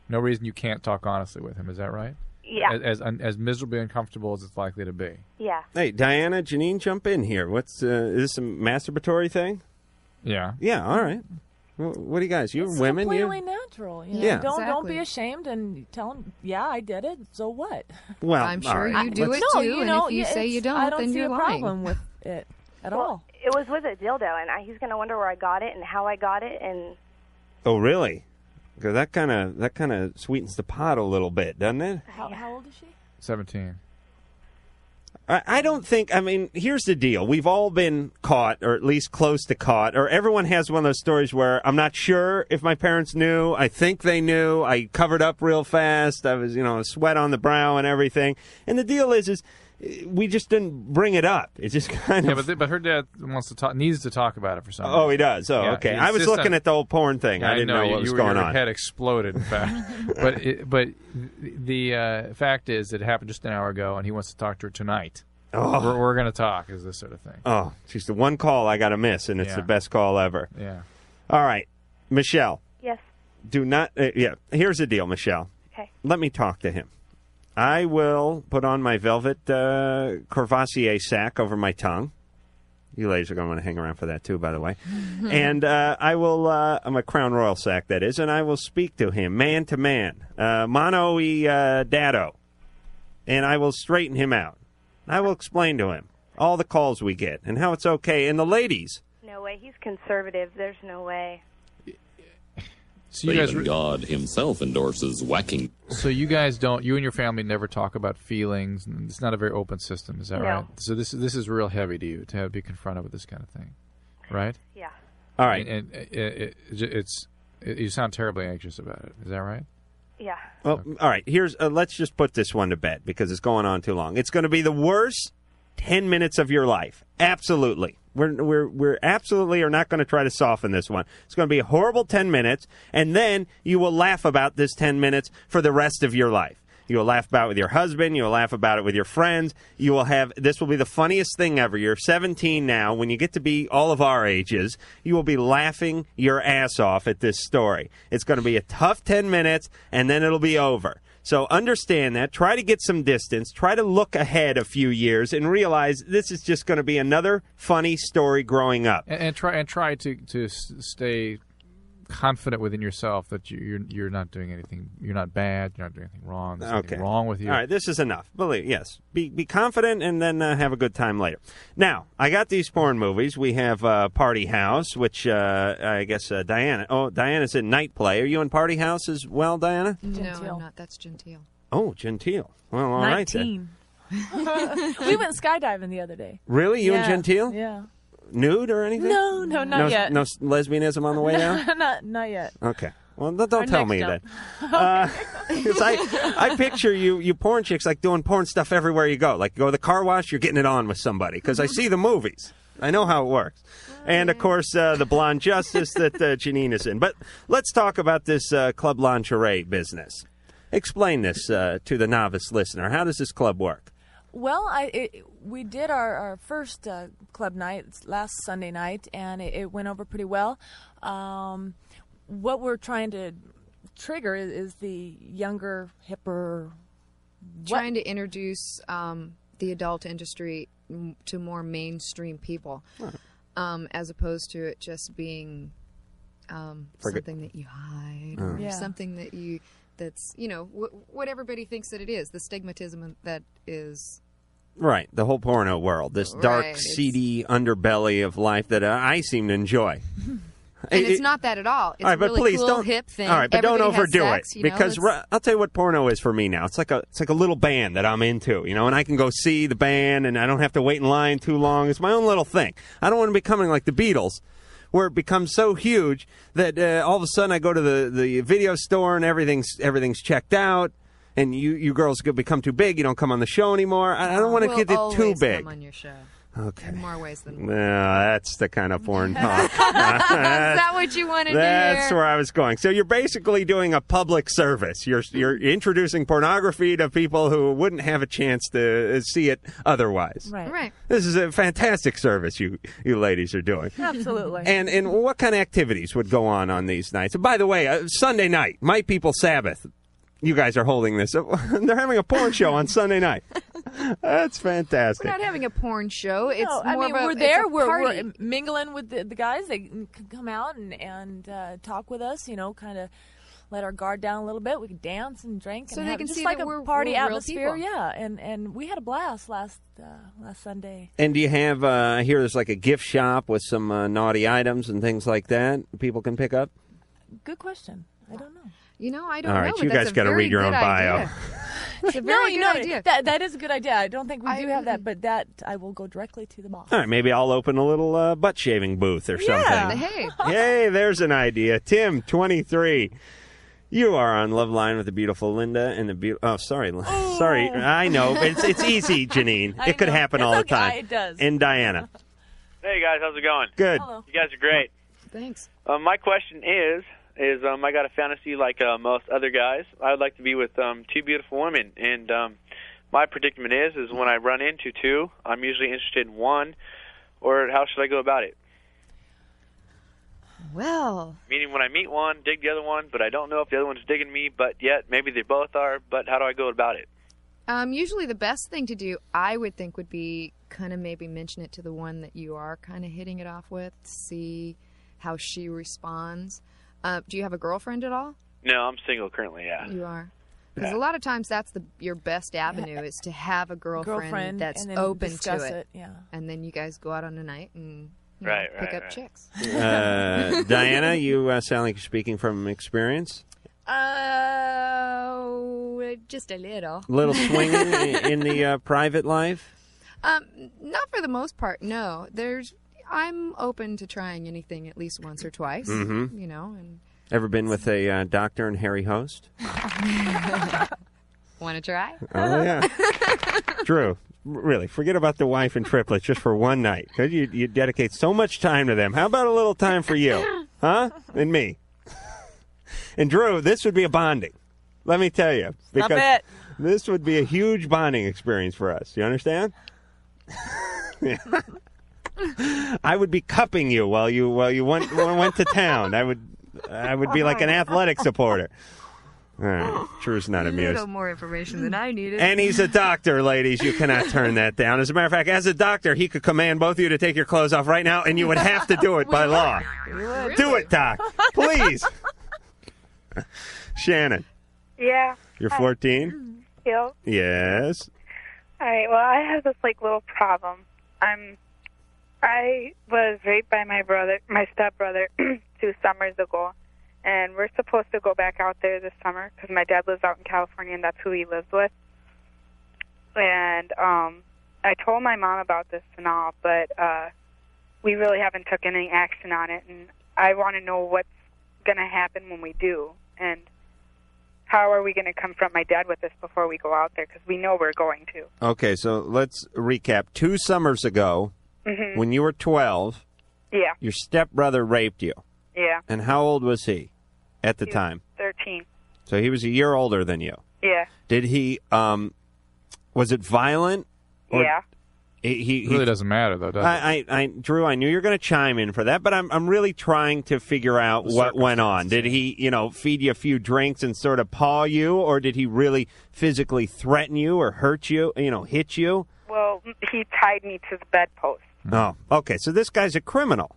S6: no reason you can't talk honestly with him. Is that right?
S20: Yeah.
S6: As as, un- as miserably uncomfortable as it's likely to be.
S20: Yeah.
S5: Hey, Diana, Janine, jump in here. What's uh, is this a masturbatory thing?
S6: Yeah.
S5: Yeah. All right. Well, what do you guys? You're
S22: It's
S5: women. you-
S22: completely natural. You know?
S5: Yeah.
S22: Don't don't be ashamed and tell them, yeah, I did it. So what?
S5: Well, I'm sure all right. you do
S22: Let's-
S5: it
S22: no,
S4: too,
S22: You
S4: and
S22: know,
S4: if you
S22: yeah,
S4: say
S22: it's-
S4: you don't,
S22: I don't
S4: then
S22: see
S4: you're
S22: a
S4: lying.
S22: problem with it at
S20: well,
S22: all.
S20: It was with a dildo, and I, he's going to wonder where I got it and how I got it, and
S5: Oh, really? Because that kind of that kind of sweetens the pot a little bit, doesn't it?
S22: How, how old is she?
S6: Seventeen.
S5: I I don't think. I mean, here's the deal: we've all been caught, or at least close to caught, or everyone has one of those stories where I'm not sure if my parents knew. I think they knew. I covered up real fast. I was, you know, sweat on the brow and everything. And the deal is, is eh, we just didn't bring it up. It's just kind
S6: Yeah,
S5: of.
S6: but th- but her dad wants to talk, needs to talk about it for some. reason.
S5: oh, he does. Oh,
S6: Yeah,
S5: okay.
S6: he
S5: I was
S6: insists on-
S5: looking at the old porn thing.
S6: Yeah,
S5: I didn't know,
S6: you,
S5: what was
S6: you,
S5: going
S6: your
S5: on.
S6: head exploded, in fact. but it, but the uh, fact is, it happened just an hour ago, and he wants to talk to her tonight.
S5: Oh.
S6: We're, we're going to talk. Is this sort of thing?
S5: Oh, she's the one call I got to miss, and it's
S6: Yeah.
S5: the best call ever.
S6: Yeah.
S5: All right, Michelle.
S20: Yes.
S5: Do not. Uh, yeah. Here's the deal, Michelle.
S20: Okay.
S5: Let me talk to him. I will put on my velvet uh, Courvoisier sack over my tongue. You ladies are going to want to hang around for that too, by the way. and uh, I will. Uh, I'm a crown royal sack that is, and I will speak to him man to man, uh, mano e uh, dado, and I will straighten him out. I will explain to him all the calls we get and how it's okay, and the ladies.
S20: no way. He's conservative. There's no way.
S6: So you guys
S7: Even
S6: re-
S7: God himself endorses whacking.
S6: So you guys don't. You and your family never talk about feelings, and it's not a very open system. Is that
S20: No.
S6: right? So this this is real heavy to you to have, be confronted with this kind of thing, right?
S20: Yeah.
S5: All right.
S6: And, and it, it, it's it, you sound terribly anxious about it. Is that right?
S20: Yeah.
S5: Well, all right. Here's uh, let's just put this one to bed because it's going on too long. It's going to be the worst ten minutes of your life. Absolutely, we're we're we're absolutely are not going to try to soften this one. It's going to be a horrible ten minutes, and then you will laugh about this ten minutes for the rest of your life. You will laugh about it with your husband. You will laugh about it with your friends. You will have this will be the funniest thing ever. You're 17 now. When you get to be all of our ages, you will be laughing your ass off at this story. It's going to be a tough 10 minutes, and then it'll be over. So understand that. Try to get some distance. Try to look ahead a few years and realize this is just going to be another funny story growing up.
S6: And, and try and try to to s- stay confident within yourself that you, you're you're not doing anything. You're not bad. You're not doing anything wrong. There's nothing
S5: Okay.
S6: wrong with you.
S5: All right, this is enough. Believe yes. Be be confident and then uh, have a good time later. Now, I got these porn movies. We have uh, Party House, which uh, I guess uh, Diana. Oh, Diana's in Night Play. Are you in Party House as well, Diana?
S4: No, I'm not. That's genteel.
S5: Oh, Gentile. Well, all right then.
S4: Nineteen.
S22: we went skydiving the other day.
S5: Really, you
S22: Yeah,
S5: and Gentile?
S22: Yeah.
S5: Nude or anything?
S22: No, no, not
S5: no,
S22: yet.
S5: No s- lesbianism on the way out.
S22: not not yet.
S5: Okay. Well, th- don't tell me that.
S22: Uh,
S5: 'Cause I, I picture you, you porn chicks, like doing porn stuff everywhere you go. Like you go to the car wash, you're getting it on with somebody because I see the movies. I know how it works. And of course, uh, the blonde justice that uh, Janine is in. But let's talk about this uh, club lingerie business. Explain this uh, to the novice listener. How does this club work?
S22: Well, I it, we did our our first uh, club night last Sunday night, and it, it went over pretty well. Um, what we're trying to trigger is, is the younger, hipper.
S4: Trying to introduce um, the adult industry m- to more mainstream people, um, as opposed to it just being um,
S8: Forget-
S4: something that you hide,
S8: Oh.
S4: or
S8: Yeah.
S4: something that you that's you know wh- what everybody thinks that it is. The stigmatism that is
S5: Right, the whole porno world, this
S4: Right,
S5: dark,
S4: it's-
S5: seedy underbelly of life that uh, I seem to enjoy.
S4: And
S5: It-
S4: it's
S5: it-
S4: not that at all. It's
S5: all right,
S4: a
S5: but
S4: really
S5: please
S4: cool,
S5: don't
S4: hip thing.
S5: All right, but don't
S4: Everybody has
S5: overdo
S4: sex,
S5: it
S4: you know,
S5: because
S4: let's-
S5: ri- I'll tell you what porno is for me now. It's like a it's like a little band that I'm into, you know, and I can go see the band and I don't have to wait in line too long. It's my own little thing. I don't want to be coming like the Beatles. Where it becomes so huge that uh, all of a sudden I go to the, the video store and everything's everything's checked out, and you, you girls could become too big. You don't come on the show anymore. I, I don't want to
S4: We'll
S5: get it too
S4: always
S5: big.
S4: Come on your show.
S5: Okay.
S4: In more ways than
S5: No, that's the kind of porn talk.
S4: Is that what you wanted to
S5: That's
S4: hear?
S5: where I was going. So you're basically doing a public service. You're you're introducing pornography to people who wouldn't have a chance to uh, see it otherwise.
S22: Right.
S4: Right.
S5: This is a fantastic service you you ladies are doing.
S22: Absolutely.
S5: And and what kind of activities would go on on these nights? And by the way, uh, Sunday night, my people Sabbath. You guys are holding this. up. They're having a porn show on Sunday night. That's fantastic.
S4: We're not having a porn show. It's
S22: no,
S4: more
S22: I mean,
S4: of a,
S22: we're
S4: it's
S22: there.
S4: a
S22: We're,
S4: party.
S22: we're mingling with the, the guys. They can come out and and uh, talk with us. You know, kind of let our guard down a little bit. We can dance and drink.
S4: So
S22: and
S4: they
S22: have,
S4: can
S22: just
S4: see
S22: like
S4: that
S22: a
S4: we're-
S22: party
S4: we're real
S22: atmosphere.
S4: people.
S22: Yeah, and and we had a blast last uh, last Sunday.
S5: And do you have? Uh, I hear there's like a gift shop with some uh, naughty items and things like that. People can pick up.
S22: Good question. I don't know.
S4: You know, I
S5: don't All right, know, but you that's guys a gotta very read your own good bio. idea.
S4: It's a
S22: no,
S4: very
S22: you
S4: good
S22: know
S4: idea.
S22: that that is a good idea. I don't think we do have that, but that I will go directly to the boss.
S5: All right, maybe I'll open a little uh, butt shaving booth or something.
S22: Hey.
S5: Yay, there's an idea. Tim, 23. You are on Love Line with the beautiful Linda and the beautiful. Oh, sorry, Lin- sorry. I know but it's it's easy, Janine.
S8: I
S5: It could
S8: know.
S5: happen
S8: It's
S5: all the
S8: okay.
S5: time.
S8: It does.
S5: And Diana.
S8: Hey guys, how's it going?
S5: Good.
S8: Hello. You guys are great.
S4: Thanks.
S8: Um, my question is is um, I got a fantasy like uh, most other guys. I would like to be with um, two beautiful women, and um, my predicament is is when I run into two, I'm usually interested in one. Or how should I go about it?
S4: Well,
S8: Meaning when I meet one, dig the other one, but I don't know if the other one's digging me. But yet maybe they both are. But how do I go about it?
S4: um, usually the best thing to do, I would think, would be kind of maybe mention it to the one that you are kind of hitting it off with, see how she responds. Uh, do you have a girlfriend at all?
S8: No, I'm single currently. Yeah.
S4: You are. Because a lot of times that's the your best avenue is to have a girlfriend,
S22: Girlfriend,
S4: that's
S22: and then
S4: open to
S22: discuss
S4: it.
S22: it, yeah.
S4: And then you guys go out on a night and you
S8: Right,
S4: know, pick
S8: right,
S4: up
S8: right.
S4: chicks.
S5: Uh, Diana, you uh, sound like you're speaking from experience.
S9: Uh, just a little.
S5: Little swinging i- in the uh, private life.
S4: Um, not for the most part. No, there's. I'm open to trying anything at least once or twice.
S5: Mhm.
S4: You know, and
S5: Ever been with a uh, doctor and hairy host?
S4: want to try?
S5: Oh yeah, Drew. r- Really, forget about the wife and triplets just for one night. 'cause You, you dedicate so much time to them. How about a little time for you, huh? And me. And Drew, this would be a bonding. Let me tell you,
S22: Stop
S5: because
S22: it.
S5: this would be a huge bonding experience for us. You understand? Yeah. I would be cupping you while you while you went went to town. I would I would be like an athletic supporter. All right, Drew's not amused.
S9: little more information than I needed.
S5: And he's a doctor, ladies. You cannot turn that down. As a matter of fact, as a doctor, he could command both of you to take your clothes off right now, and you would have to do it by law. Do it, Doc. Please. Shannon,
S9: Yeah.
S5: you're
S9: Hi.
S5: 14?
S9: Yep.
S5: Yes.
S9: All right. Well, I have this like little problem. I'm. I was raped by my brother, my stepbrother, two summers ago, and we're supposed to go back out there this summer because my dad lives out in California and that's who he lives with. And um, I told my mom about this and all, but uh, we really haven't took any action on it, and I want to know what's going to happen when we do, and how are we going to confront my dad with this before we go out there because we know we're going to.
S5: Okay, so let's recap. Two summers ago,
S9: Mhm.
S5: when you were 12,
S9: Yeah.
S5: your stepbrother raped you.
S9: Yeah.
S5: And how old was he at the
S9: He was
S5: time?
S9: 13.
S5: So he was a year older than you.
S9: Yeah.
S5: Did he? Um, was it violent? Or-
S9: yeah.
S5: He, he
S6: really doesn't matter though, does it?
S5: I, I, I, Drew, I knew you were going to chime in for that, but I'm, I'm really trying to figure out what went on. Did he, you know, feed you a few drinks and sort of paw you, or did he really physically threaten you or hurt you, you know, hit you?
S9: Well, he tied me to the bedpost.
S6: Hmm.
S5: No. Okay, so this guy's a criminal.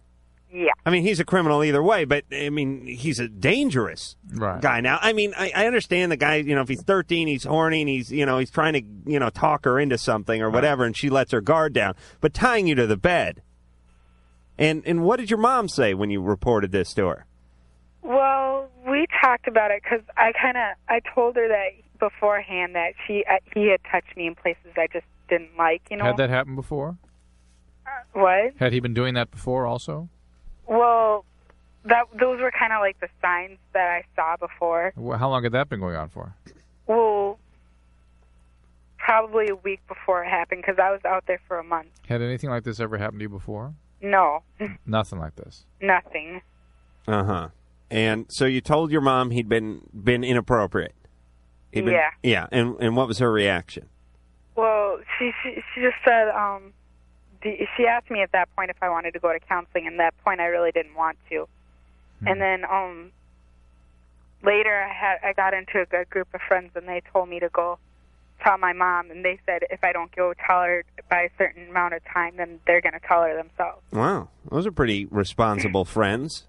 S9: Yeah.
S5: I mean, he's a criminal either way, but I mean, he's a dangerous guy now. I mean, I, I understand the guy. You know, if he's 13, he's horny, and he's you know he's trying to you know talk her into something or whatever, and she lets her guard down. But tying you to the bed. And and what did your mom say when you reported this to her?
S9: Well, we talked about it because I kind of I told her that beforehand that she uh, he had touched me in places I just didn't like. You know Uh,
S6: Had that happened before?
S9: what?
S6: Had he been doing that before also?
S9: Well, that those were kind of like the signs that I saw before.
S6: Wh- How long had that been going on for?
S9: Well, probably a week before it happened because I was out there for a month.
S6: Had anything like this ever happened to you before?
S9: No,
S6: Nothing like this.
S9: nothing.
S5: Uh huh. And so you told your mom he'd been been inappropriate. He'd been-
S9: Yeah.
S5: Yeah. And and what was her reaction?
S9: Well, she she, she just said um the, she asked me at that point if I wanted
S5: Hmm.
S9: to go to counseling and at that point I really didn't want to. And then um later I had I got into a good group of friends and they told me to go tell my mom and they said if I don't go tell her by a certain amount of time then they're gonna tell her themselves.
S5: Wow, those are pretty responsible friends.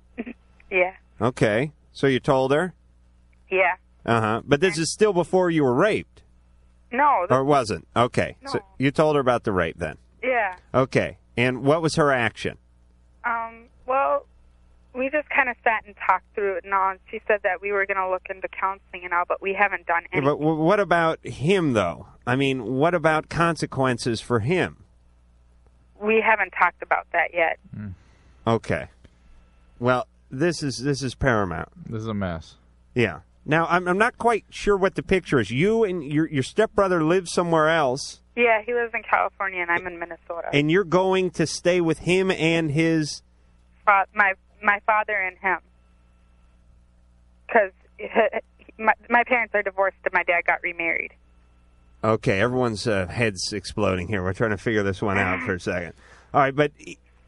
S9: Yeah.
S5: Okay, so you told her.
S9: Yeah.
S5: Uh huh. But this is still before you were raped,
S9: No.
S5: or wasn't? Okay, so you told her about the rape then.
S9: Yeah.
S5: Okay, and what was her action?
S9: Um, well, we just kind of sat and talked through it and all. And she said that we were going to look into counseling and all, but we haven't done
S5: Yeah,
S9: any.
S5: But w- what about him, though? I mean, what about consequences for him?
S9: We haven't talked about that yet.
S5: Okay. Well, this is this is paramount.
S6: This is a mess.
S5: Yeah. Now, I'm, I'm not quite sure what the picture is. You and your your stepbrother live somewhere else,
S9: Yeah, he lives in California and I'm in Minnesota.
S5: and you're going to stay with him and his.
S9: Fa- my my father and him, because my my parents are divorced and my dad got remarried.
S5: Okay, everyone's uh, heads exploding here. We're trying to figure this one out for a second. All right, but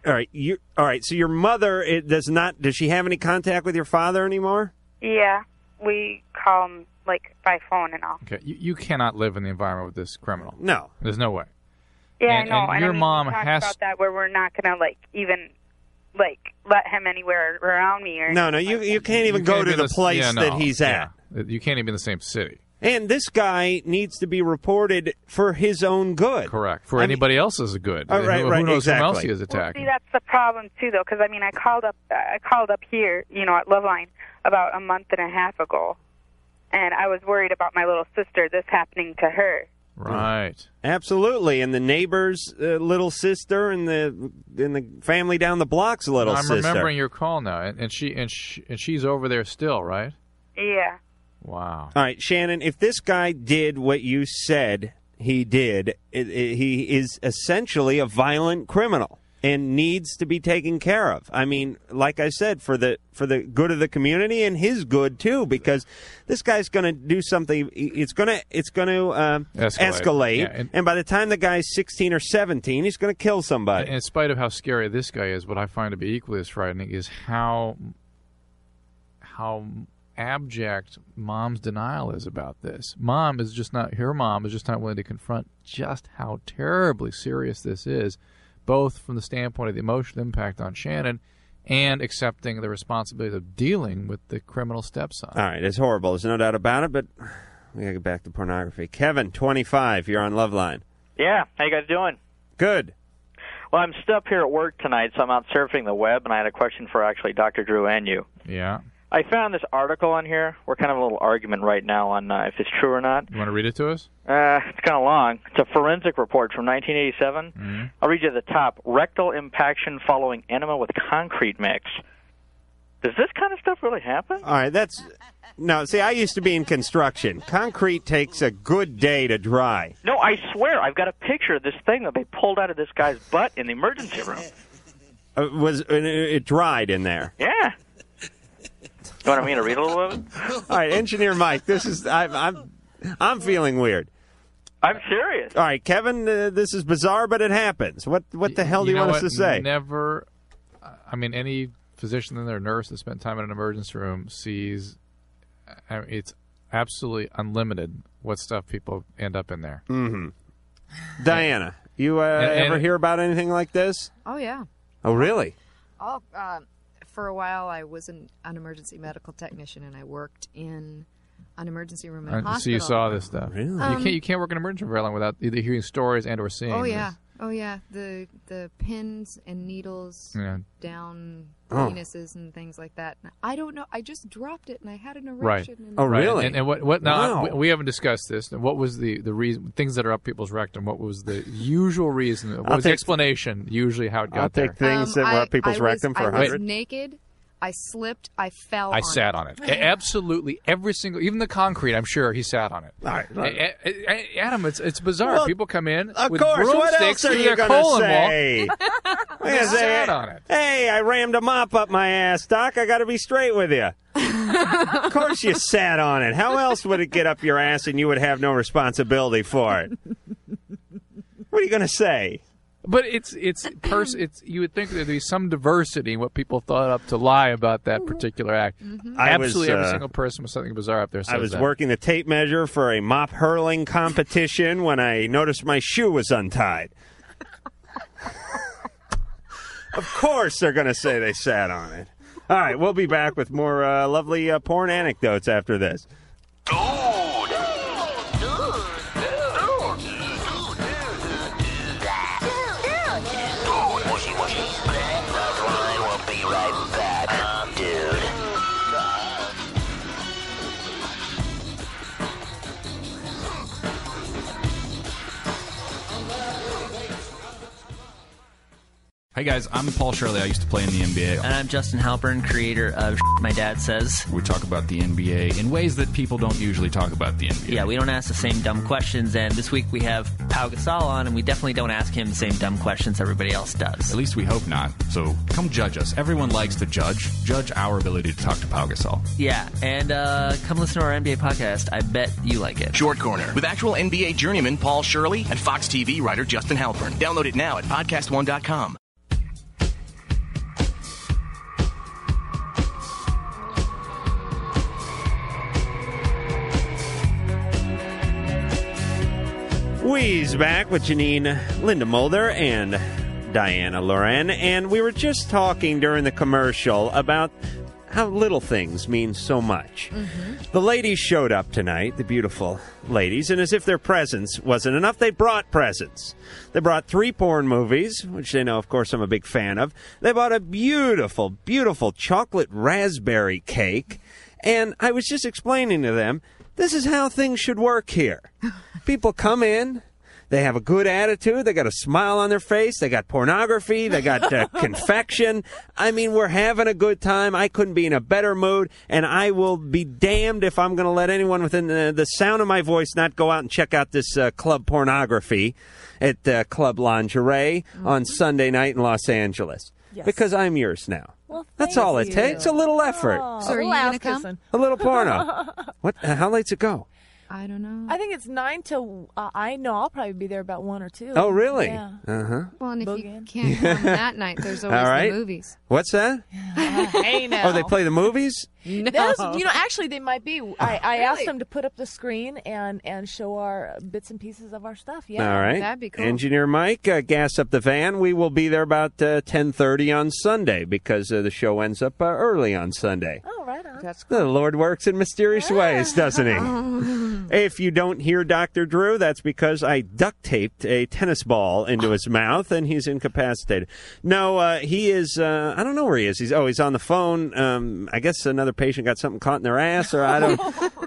S5: all right, you all right. So your mother it does not. Does she have any contact with your father anymore?
S9: Yeah, we call him like by phone and all.
S6: Okay, you, you cannot live in the environment with this criminal.
S5: No,
S6: there's no way.
S9: Yeah,
S6: And-
S9: I know.
S6: and
S9: I
S6: your
S9: mean,
S6: mom
S9: we talked
S6: has-
S9: about that where we're not gonna like even like let him anywhere around me or
S5: No, no, you you can't even
S6: You
S5: go
S6: can't be
S5: to
S6: in
S5: the
S6: s-
S5: place
S6: yeah, no,
S5: that he's at.
S6: yeah. You can't even be in the same city.
S5: And this guy needs to be reported for his own good.
S6: Correct. For
S5: I mean-
S6: anybody else is good.
S5: Oh, right,
S6: who,
S5: right,
S6: who knows
S5: exactly.
S6: who else he is
S9: See,
S6: attacking?
S9: that's the problem too, though, because I mean, I called up, I called up here, you know, at Loveline about a month and a half ago, and I was worried about my little sister this happening to her.
S6: Right.
S5: Absolutely. And the neighbor's uh, little sister and the and the family down the block's little
S6: I'm
S5: sister.
S6: remembering your call now, and, and she and she, and she's over there still, right?
S9: Yeah.
S6: Wow.
S5: All right, Shannon, if this guy did what you said he did, it, it, he is essentially a violent criminal and needs to be taken care of. I mean, like I said, for the for the good of the community and his good too, because this guy's going to do something. It's going to it's going to um,
S6: Escalate.
S5: escalate,
S6: Yeah,
S5: and,
S6: and-
S5: by the time the guy's sixteen or seventeen, he's going to kill somebody.
S6: And in spite of how scary this guy is, what I find to be equally as frightening is how how abject mom's denial is about this. Mom is just not her mom is just not willing to confront just how terribly serious this is, both from the standpoint of the emotional impact on Shannon and accepting the responsibility of dealing with the criminal stepson.
S5: All right, it's horrible. There's no doubt about it, but we got to get back to pornography. Kevin, twenty five, you're on Loveline.
S1: Yeah, how you guys doing?
S5: Good.
S1: Well, I'm still up here at work tonight, so I'm out surfing the web, and I had a question for actually Dr. Drew and you.
S6: Yeah.
S1: I found this article on here. We're kind of a little argument right now on uh, if it's true or not.
S6: You want to read it to us?
S1: Uh, it's kind of long. It's a forensic report from 1987.
S6: Mm-hmm.
S1: I'll read you the top: rectal impaction following enema with concrete mix. Does this kind of stuff really happen?
S5: All right, that's no. See, I used to be in construction. Concrete takes a good day to dry.
S1: No, I swear, I've got a picture of this thing that they pulled out of this guy's butt in the emergency room.
S5: Uh, was and it it dried in there?
S1: Yeah. You want me to read a little of it?
S5: All right, engineer Mike, this is I'm I'm, I'm feeling weird.
S1: I'm serious.
S5: All right, Kevin, uh, this is bizarre, but it happens. What what the hell do you,
S6: know
S5: want
S6: what?
S5: us to say?
S6: Never. I mean, any physician and their nurse that spent time in an emergency room sees. I mean, it's absolutely unlimited what stuff people end up in there.
S5: Mm-hmm. Diana, you uh,
S6: And- and-
S5: ever hear about anything like this?
S4: Oh yeah.
S5: Oh, really?
S4: All um for a while, I was an, an emergency medical technician, and I worked in an emergency room in a
S6: And so
S4: hospital.
S6: you saw this stuff.
S5: Really?
S6: you
S4: Um,
S6: can't you can't work in an emergency room very long without either hearing stories and or seeing.
S4: Oh
S6: this.
S4: yeah, oh yeah. The the pins and needles
S6: Yeah.
S4: down
S6: Oh.
S4: penises and things like that. And I don't know. I just dropped it and I had an erection.
S6: Right.
S4: And
S5: Oh, really?
S6: And, and what? What? Now
S5: Wow.
S6: we, we haven't discussed this. What was the the reason? Things that are up people's rectum. What was the usual reason? What
S5: I'll
S6: was the
S5: take-
S6: explanation? Usually, how it got
S5: I'll
S6: there.
S5: take things that were up people's rectum for
S4: Um, I
S5: a
S4: was
S5: hundred.
S4: naked. I slipped. I fell.
S6: I
S4: on
S6: sat
S4: it.
S6: on it. Eh, A- Absolutely every single, even the concrete. I'm sure he sat on it. All right, Adam, it's it's bizarre.
S5: Well,
S6: People come in
S5: of
S6: with
S5: course, what
S6: broomsticks
S5: else are
S6: through
S5: you
S6: their
S5: gonna
S6: colon
S5: say?
S6: wall.
S5: Wait a
S6: Sat
S5: second.
S6: on it.
S5: Hey, I rammed a mop up my ass, Doc. I got to be straight with you. of course, you sat on it. How else would it get up your ass and you would have no responsibility for it? What are you going to say?
S6: But it's it's pers- it's you would think there'd be some diversity in what people thought up to lie about that particular act.
S5: I was,
S6: Absolutely, every
S5: uh,
S6: single person with something bizarre up there. Says
S5: I was
S6: that.
S5: working the tape measure for a mop hurling competition when I noticed my shoe was untied. of course, they're going to say they sat on it. All right, we'll be back with more uh, lovely uh, porn anecdotes after this.
S3: Bloodline will be right back, dude.
S10: Hey guys, I'm Paul Shirley. I used to play in the NBA. And I'm Justin Halpern, creator of My Dad Says. We talk about the NBA in ways that people don't usually talk about the NBA. Yeah, we don't ask the same dumb questions, and this week we have Pau Gasol on, and we definitely don't ask him the same dumb questions everybody else does.
S7: At least we hope not. So come judge us. Everyone likes to judge. Judge our ability to talk to Pau Gasol.
S10: Yeah, and uh, come listen to our NBA podcast. I bet you like it.
S11: Short Corner with actual NBA journeyman Paul Shirley and Fox TV writer Justin Halpern. Download it now at podcast1.com.
S5: We's back with Janine Linda Mulder and Diana Loren, and we were just talking during the commercial about how little things mean so much. The ladies showed up tonight, the beautiful ladies, and as if their presence wasn't enough, they brought presents. They brought three porn movies, which they know, of course, I'm a big fan of. They bought a beautiful, beautiful chocolate raspberry cake, and I was just explaining to them this is how things should work here. People come in. They have a good attitude. They got a smile on their face. They got pornography. They got uh, confection. I mean, we're having a good time. I couldn't be in a better mood, and I will be damned if I'm going to let anyone within the, the sound of my voice not go out and check out this uh, club pornography at uh, Club Lingerie on Sunday night in Los Angeles.
S12: Mm-hmm. Yes.
S5: Because I'm yours now. That's all it
S12: you.
S5: takes. A little effort.
S22: Oh,
S4: So are you
S12: Ask
S4: going to come?
S12: us.
S5: A little porno. what? How late's it go?
S4: I don't know.
S22: I think it's nine to. Uh, I know I'll probably be there about one or two.
S5: Oh, really?
S22: Yeah.
S5: Uh huh.
S4: Well, and if you can't come that night, there's always
S5: All right.
S4: the movies.
S5: What's that?
S22: Uh, hey now.
S5: Oh, they Oh, play the movies?
S22: Those- you know, actually, they might be. I, I asked them to put up the screen and and show our bits and pieces of our stuff. Yeah,
S5: All right.
S22: that'd be cool.
S5: Engineer Mike, uh, gas up the van. We will be there about uh, 10.30 on Sunday because uh, the show ends up uh, early on Sunday.
S22: Oh, right on.
S5: That's The Lord works in mysterious ways, doesn't he? If you don't hear Dr. Drew, that's because I duct taped a tennis ball into his mouth and he's incapacitated. No, uh, he is, uh, I don't know where he is. He's, oh, he's on the phone. Um, I guess another patient got something caught in their ass or I don't,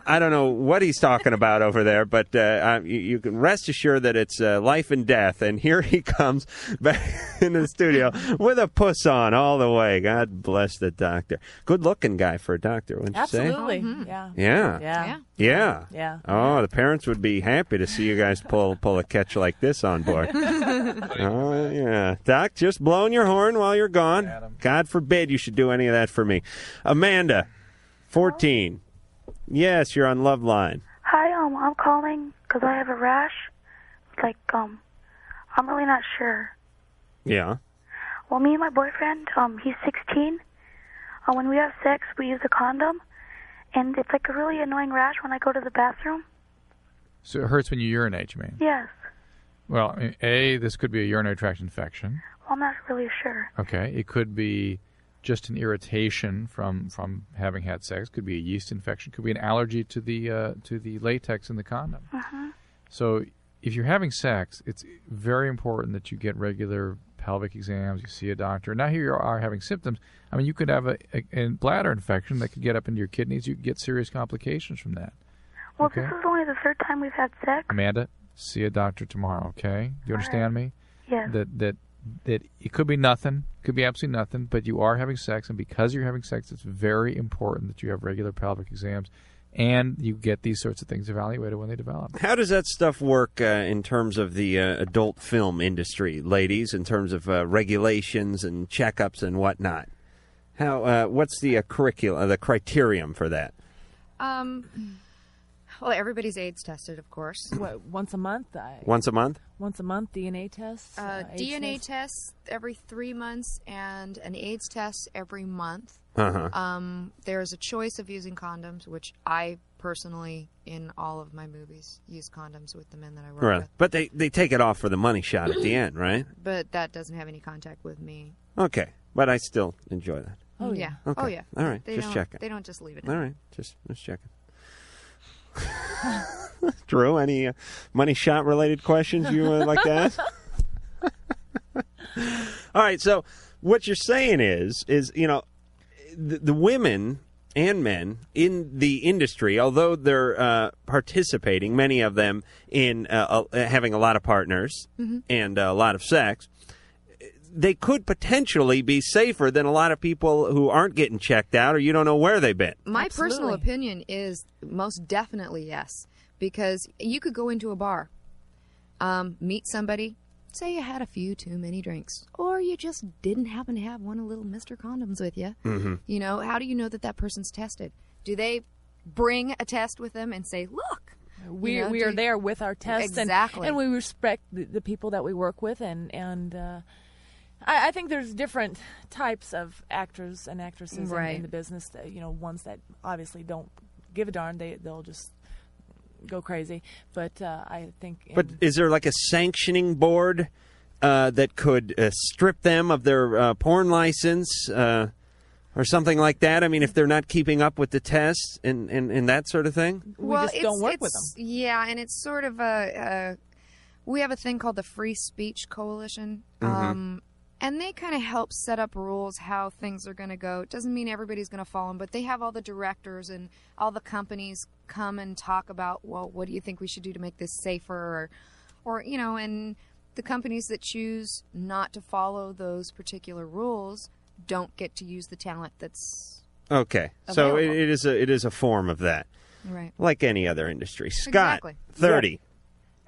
S5: I don't know what he's talking about over there, but, uh, I, you, you can rest assured that it's, uh, life and death. And here he comes back into the studio with a puss on all the way. God bless the doctor. Good looking guy for a doctor, wouldn't you say?
S22: Absolutely. Yeah.
S5: Yeah.
S22: Yeah.
S5: Yeah.
S22: Yeah.
S5: Oh, the parents would be happy to see you guys pull pull a catch like this on board. oh yeah, Doc, just blowing your horn while you're gone. God forbid you should do any of that for me. Amanda, fourteen. Yes, you're on Love Line.
S24: Hi, um, I'm calling 'cause I have a rash. Like, um, I'm really not sure.
S5: Yeah.
S24: Well, me and my boyfriend, um, he's 16. Uh, when we have sex, we use a condom, and it's like a really annoying rash when I go to the bathroom.
S6: So it hurts when you urinate. You mean?
S24: Yes.
S6: Well, I mean, a this could be a urinary tract infection.
S24: Well, I'm not really sure.
S6: Okay, it could be just an irritation from from having had sex. Could be a yeast infection. Could be an allergy to the uh, to the latex in the condom.
S24: Mm-hmm.
S6: So if you're having sex, it's very important that you get regular pelvic exams. You see a doctor. Now here you are having symptoms. I mean, you could have a, a, a bladder infection that could get up into your kidneys. You could get serious complications from that.
S24: Well,
S6: okay,
S24: this is only the third time we've had sex.
S6: Amanda, see a doctor tomorrow. Okay, you understand me?
S24: Yes.
S6: That that that it could be nothing, could be absolutely nothing, but you are having sex, and because you're having sex, it's very important that you have regular pelvic exams, and you get these sorts of things evaluated when they develop.
S5: How does that stuff work uh, in terms of the uh, adult film industry, ladies? In terms of uh, regulations and checkups and whatnot. uh, How? Uh, what's the uh, curriculum? The criterion for that?
S4: Um, Well, everybody's AIDS tested, of course.
S22: What, once a month? I,
S5: Once a month?
S22: Once a month, DNA tests?
S4: Uh,
S22: AIDS
S4: DNA
S22: tests?
S4: tests every three months and an AIDS test every month.
S5: Uh-huh.
S4: Um, there's a choice of using condoms, which I personally, in all of my movies, use condoms with the men that I work
S5: Right.
S4: with.
S5: But they, they take it off for the money shot at the end, right?
S4: But that doesn't have any contact with me.
S5: Okay. But I still enjoy that.
S4: Oh yeah.
S5: Okay.
S4: Oh yeah.
S5: All right.
S4: They
S5: just
S4: don't-
S5: checking.
S4: They don't just leave it. in.
S5: All right. Just just checking. Drew, any uh, money shot related questions you would like to ask? All right. So what you're saying is is you know the, the women and men in the industry, although they're uh, participating, many of them in uh, uh, having a lot of partners
S12: Mhm.
S5: and uh, a lot of sex, they could potentially be safer than a lot of people who aren't getting checked out or you don't know where they've been.
S4: My personal opinion is most definitely yes, because you could go into a bar, um, meet somebody, say you had a few too many drinks, or you just didn't happen to have one of little Mister Condoms with you.
S15: Mhm.
S4: You know, how do you know that that person's tested? Do they bring a test with them and say, "Look,
S22: We,
S4: you know,
S22: we
S4: do
S22: are
S4: you-
S22: there with our tests. and-
S4: Exactly.
S22: And, we respect the, the people that we work with. And, and uh, I, I think there's different types of actors and actresses in- in,
S4: Right.
S22: the business. That, you know, ones that obviously don't give a darn. They, they'll just go crazy. But uh, I think in
S5: But is there like a sanctioning board uh, that could uh, strip them of their uh, porn license uh, or something like that? I mean, if they're not keeping up with the tests and, and, and that sort of thing?
S22: we just don't work with
S4: it's- Yeah, and it's sort of a, a we have a thing called the Free Speech Coalition,
S22: Mm-hmm.
S5: Mhm.
S4: um, and they kind of help set up rules how things are going to go. It doesn't mean everybody's going to follow them, but they have all the directors and all the companies come and talk about well, what do you think we should do to make this safer, or, or you know, and the companies that choose not to follow those particular rules don't get to use the talent that's
S5: Okay. So it, it is a it is a form of that.
S4: Right.
S5: Like any other industry. Scott,
S16: Exactly.
S5: 30.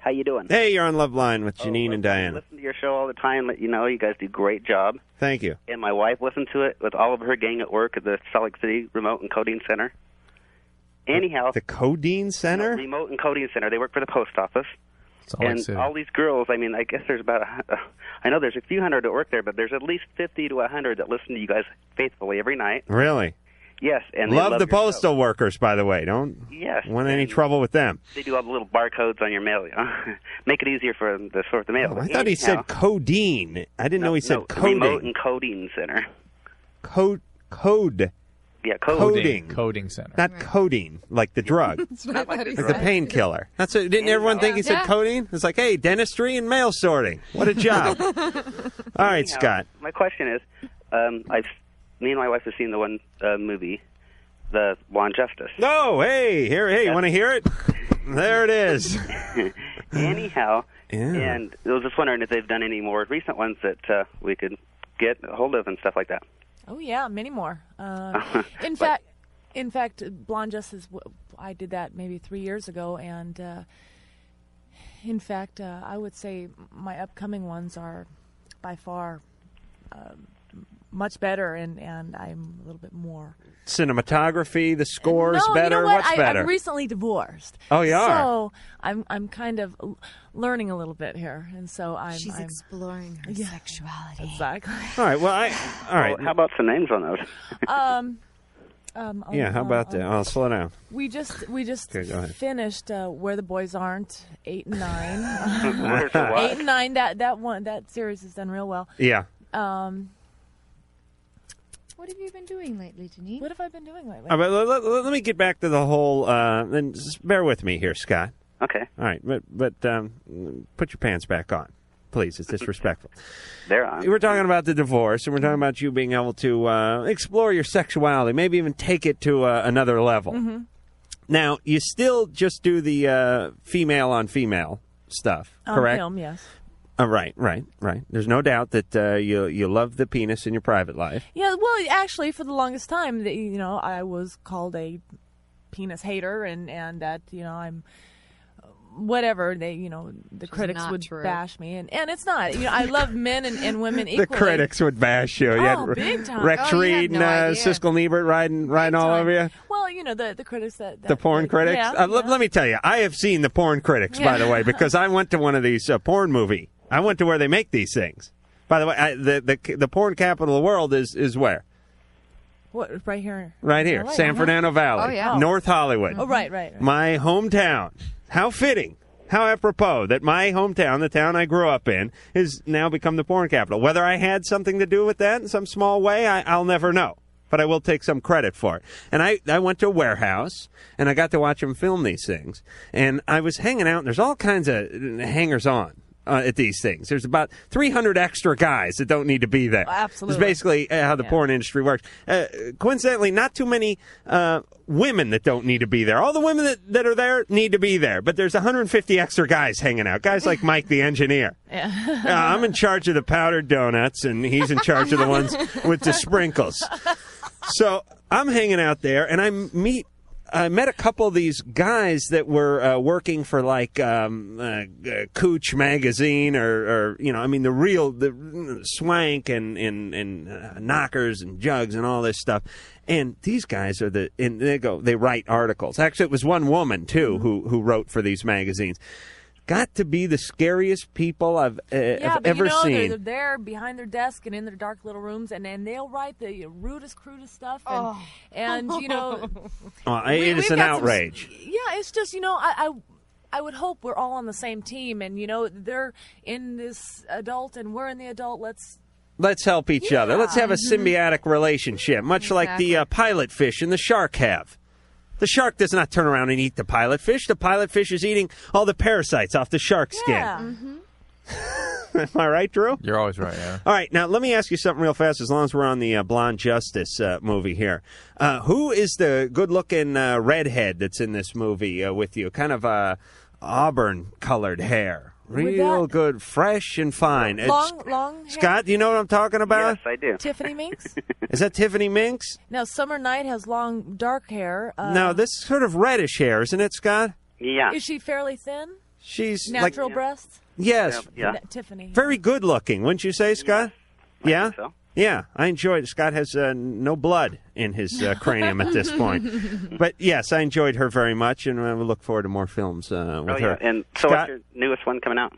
S16: How you doing?
S5: Hey, you're on Love Line
S16: Oh,
S5: with Janine and
S16: I
S5: Diana.
S16: listen to your show all the time. Let you know you guys do a great job.
S5: Thank you.
S16: And my wife listened to it with all of her gang at work at the Salt Lake City Remote and Coding Center. Anyhow,
S5: The Codeine Center?
S16: Remote and Coding Center. They work for the post office.
S5: Salt Lake
S16: and
S5: City.
S16: all these girls, I mean, I guess there's about, a, I know there's a few hundred that work there, but there's at least 50 to 100 that listen to you guys faithfully every night.
S5: Really?
S16: Yes, and
S5: love,
S16: they love
S5: the
S16: your show.
S5: postal workers, by the way. Don't
S16: Yes,
S5: want any trouble with them.
S16: They do all the little barcodes on your mail. You know? Make it easier for them to sort the mail.
S5: Oh, I thought he
S16: Anyhow,
S5: said codeine. I didn't know he said
S16: no,
S5: coding.
S16: Remote and Coding Center.
S5: Code. Code.
S16: Yeah,
S5: Coding.
S6: Coding center.
S5: Not codeine, like the drug.
S6: That's what I thought he
S5: like the
S6: said.
S5: painkiller. That's what, didn't everyone think he said
S16: Yeah.
S5: codeine? It's like, hey, dentistry and mail sorting. What a job! All right,
S16: Anyhow,
S5: Scott.
S16: My question is, um, I've me and my wife have seen the one uh, movie, The Blonde Justice.
S5: No, hey, here, hey, you want to hear it? There it is.
S16: Anyhow,
S5: Yeah.
S16: and I was just wondering if they've done any more recent ones that uh, we could get a hold of and stuff like that.
S22: Oh yeah, many more. Uh, in fact, in fact, Blonde Justice. w- I did that maybe three years ago, and uh, in fact, uh, I would say my upcoming ones are by far uh, much better, and and I'm a little bit more.
S5: Cinematography, the score's
S22: no,
S5: better.
S22: you know what?
S5: What's
S22: I,
S5: better?
S22: I'm recently divorced.
S5: Oh, you are?
S22: So I'm I'm kind of l- learning a little bit here, and so I'm
S4: She's exploring her sexuality.
S22: Exactly.
S5: all right. Well, I. All right.
S16: how about some names on those?
S22: um, um, I'll-
S5: yeah. How
S22: I'll-
S5: about
S22: I'll-
S5: that? Oh, slow down.
S22: we just we just
S5: Okay, go ahead.
S22: finished uh, where the boys aren't eight and
S5: Where
S22: nine.
S5: the what?
S22: eight and nine that that one that series has done real well.
S5: Yeah.
S22: Um,
S4: What have you been doing lately, Janine? What
S22: have I been doing lately?
S5: All right, let, let- let- let me get back to the whole. Uh, and just bear with me here, Scott.
S16: Okay.
S5: All right, but but um, put your pants back on, please. It's disrespectful.
S16: They're on.
S5: We're talking about the divorce, and we're talking about you being able to uh, explore your sexuality, maybe even take it to uh, another level.
S22: Mhm.
S5: Now, you still just do the uh, female on female stuff,
S22: on
S5: correct?
S22: film, yes.
S5: Uh, right, right, right. There's no doubt that uh, you you love the penis in your private life.
S22: Yeah, well, actually, for the longest time, the, you know, I was called a penis hater, and and that you know I'm whatever they, you know, the critics
S4: not
S22: would
S4: true.
S22: bash me, and and it's not. You know, I love men and, and women
S5: the
S22: equally.
S5: critics would bash you. you had
S22: Oh,
S5: R-
S22: big time.
S5: Rex
S22: Oh, you have
S5: Reed
S22: no
S5: and uh,
S22: idea.
S5: Siskel and Ebert riding, riding all over you.
S22: Well, you know the the critics that, that
S5: The porn critics.
S22: yeah,
S5: uh, l- let me tell you, I have seen the porn critics, by
S22: Yeah.
S5: the way, because I went to one of these uh, porn movie. I went to where they make these things. By the way, I, the, the the porn capital of the world is is where
S22: what right here,
S5: right here,
S22: LA,
S5: San
S22: uh-huh.
S5: Fernando Valley, North Hollywood.
S22: Oh right, right.
S5: my hometown. How fitting, how apropos that my hometown, the town I grew up in, is now become the porn capital. Whether I had something to do with that in some small way, I, I'll never know. But I will take some credit for it. And I, I went to a warehouse and I got to watch them film these things. And I was hanging out, and there's all kinds of hangers on. Uh, at these things, there's about 300 extra guys that don't need to be there.
S22: Absolutely.
S5: It's basically uh, how the porn industry works. Uh, coincidentally, not too many uh, women that don't need to be there. All the women that, that are there need to be there, but there's 150 extra guys hanging out. Guys like Mike the engineer.
S22: Yeah.
S5: Uh, I'm in charge of the powdered donuts, and he's in charge of the ones with the sprinkles. So I'm hanging out there, and I meet. I met a couple of these guys that were uh, working for like um, uh, uh, Cooch magazine, or, or you know, I mean the real the swank and and and uh, knockers and jugs and all this stuff. And these guys are the and they go they write articles. Actually, it was one woman
S22: Mm-hmm.
S5: too who who wrote for these magazines. Got to be the scariest people I've, uh,
S22: Yeah,
S5: I've
S22: but
S5: ever
S22: you know
S5: seen.
S22: they're, they're there behind their desk and in their dark little rooms, and, and they'll write the rudest, crudest stuff, and, and you know,
S5: Well, Uh, it
S22: we-
S5: is
S22: we've
S5: an
S22: got some-
S5: outrage.
S22: yeah, it's just you know, I, I, I would hope we're all on the same team, and you know, they're in this adult, and we're in the adult. Let's
S5: Let's help each other. Let's have a
S22: Mhm.
S5: symbiotic relationship, much like the uh, pilot fish and the shark have. The shark does not turn around and eat the pilot fish. The pilot fish is eating all the parasites off the shark skin.
S22: Mm-hmm.
S5: Am I right, Drew?
S6: You're always right, yeah.
S5: All right, now let me ask you something real fast. As long as we're on the uh, Blonde Justice uh, movie here, uh, who is the good-looking uh, redhead that's in this movie uh, with you? Kind of uh, auburn-colored hair,
S22: With
S5: real good, fresh and fine. It's-
S22: long, long. hair.
S5: Scott, do you know what I'm talking
S16: Yes,
S5: about?
S16: I do.
S22: Tiffany Minks.
S5: Is that Tiffany Minks?
S22: now, Summer Night has long, dark hair. Uh,
S5: no, this is sort of reddish hair, isn't it, Scott?
S16: Yeah.
S22: Is she fairly thin?
S5: She's like-
S22: Natural breasts.
S5: Yes.
S22: Na- Tiffany.
S5: Very good looking, wouldn't you say, Scott? yeah.
S16: so.
S5: Yeah, I enjoyed. Scott has uh, no blood in his uh, cranium at this point, but yes, I enjoyed her very much, and I look forward to more films uh, with
S16: oh,
S5: her.
S16: Yeah. And so,
S5: Scott,
S16: what's your newest one coming out?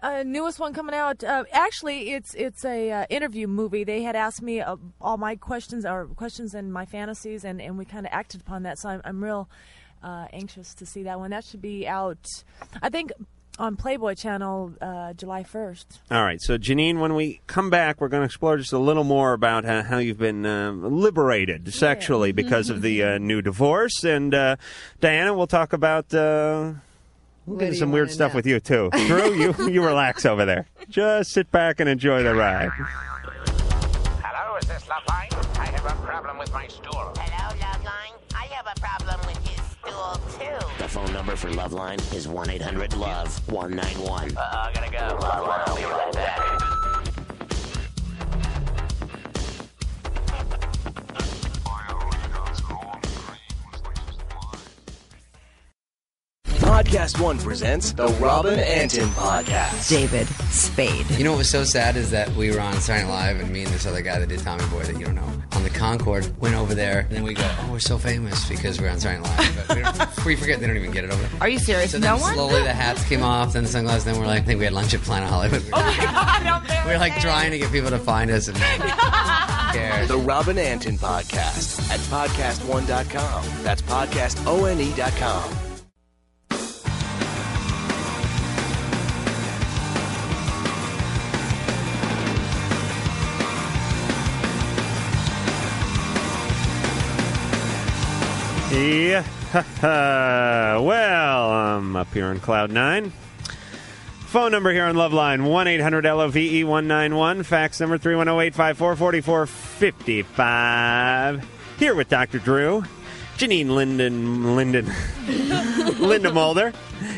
S22: Uh, newest one coming out. Uh, actually, it's it's a uh, interview movie. They had asked me uh, all my questions or questions and my fantasies, and, and we kind of acted upon that. So I'm I'm real uh, anxious to see that one. That should be out, I think, on Playboy Channel uh, July 1st.
S5: All right. So, Janine, when we come back, we're going to explore just a little more about uh, how you've been um liberated
S12: Mm-hmm.
S5: sexually because of the uh, new divorce. And uh, Diana, we'll talk about. Uh, We'll
S12: What
S5: get
S12: do
S5: some
S12: you
S5: weird
S12: wanna
S5: stuff
S12: know?
S5: with you too, Drew. You you relax over there. Just sit back and enjoy the ride.
S3: Hello, is this Loveline? I have a problem with my stool.
S15: Hello, Loveline. I have a problem with his stool, too.
S3: The phone number for Loveline is 1 800 Love 191. Uh I gotta go. Loveline, I'll be right back.
S18: Podcast One presents the Robin Anton Podcast.
S19: David Spade. You know what was so sad is that we were on Saturday Night Live, and me and this other guy that did Tommy Boy that you don't know on the Concord went over there, and then we go, "Oh, we're so famous because we're on Saturday Night Live," but we, don't, we forget they don't even get it over there. Are you serious? So no then one. slowly the hats came off, then the sunglasses. Then we're like, I think we had lunch at Planet Hollywood. We were, we were like trying to get people to find us. And
S18: The Robin Anton Podcast at podcastone.com. That's E podcastone.com.
S5: Yeah. well, I'm up here on Cloud 9. Phone number here on Loveline 1 800 LOVE 191. Fax number 310 854 4455. Here with Dr. Drew, Janine Linden, Linden, Linda Mulder,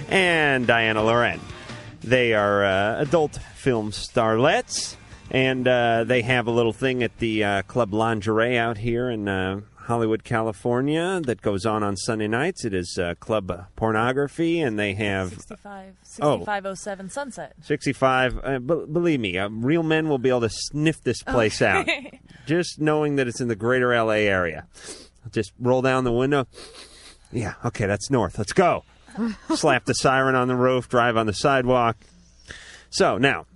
S5: and Diana Loren. They are uh, adult film starlets, and uh, they have a little thing at the uh, Club Lingerie out here in uh, Hollywood, California, that goes on on Sunday nights. It is uh, Club Pornography, and they have
S22: 65,
S5: Oh.
S22: 6507 Sunset.
S5: 65. Uh, b- believe me, uh, real men will be able to sniff this place out. Just knowing that it's in the greater LA area. Just roll down the window. Yeah, okay, that's north. Let's go. Slap the siren on the roof, drive on the sidewalk. So now,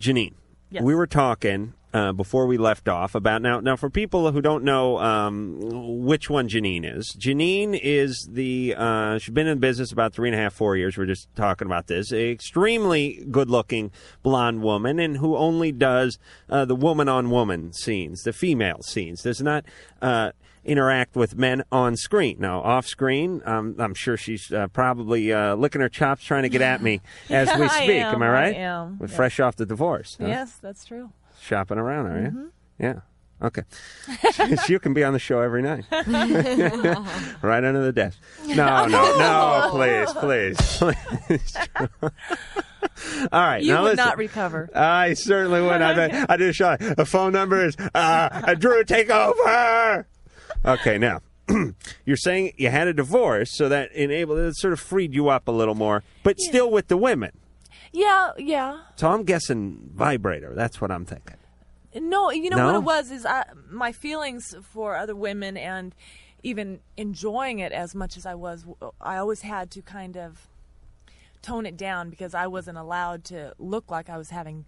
S5: Janine,
S2: Yes.
S5: we were talking. Uh, before we left off, about now, now for people who don't know um, which one Janine is, Janine is the uh, she's been in business about three and a half, four years. We're just talking about this A extremely good-looking blonde woman, and who only does uh, the woman-on-woman scenes, the female scenes. Does not uh, interact with men on screen. Now, off screen, um, I'm sure she's uh, probably uh, licking her chops trying to get at me as we
S22: I
S5: speak.
S22: am,
S5: I
S22: I
S5: right?
S22: am.
S5: We're
S22: Yeah.
S5: fresh off the divorce. huh?
S22: Yes, that's true.
S5: Shopping around, are you?
S22: Mhm.
S5: Yeah. Okay. you can be on the show every night. right under the desk. No, no, no, please, please, please. All right.
S22: you
S5: now
S22: would
S5: listen.
S22: not recover.
S5: I certainly would. I, I did a shot. The phone number is uh, Drew, take over. Okay, now you're saying you had a divorce, so that enabled it sort of freed you up a little more, but still with the women.
S22: Yeah, yeah.
S5: So I'm guessing vibrator. That's what I'm thinking.
S22: No, you know
S5: No?
S22: what it was is I, my feelings for other women and even enjoying it as much as I was. I always had to kind of tone it down because I wasn't allowed to look like I was having,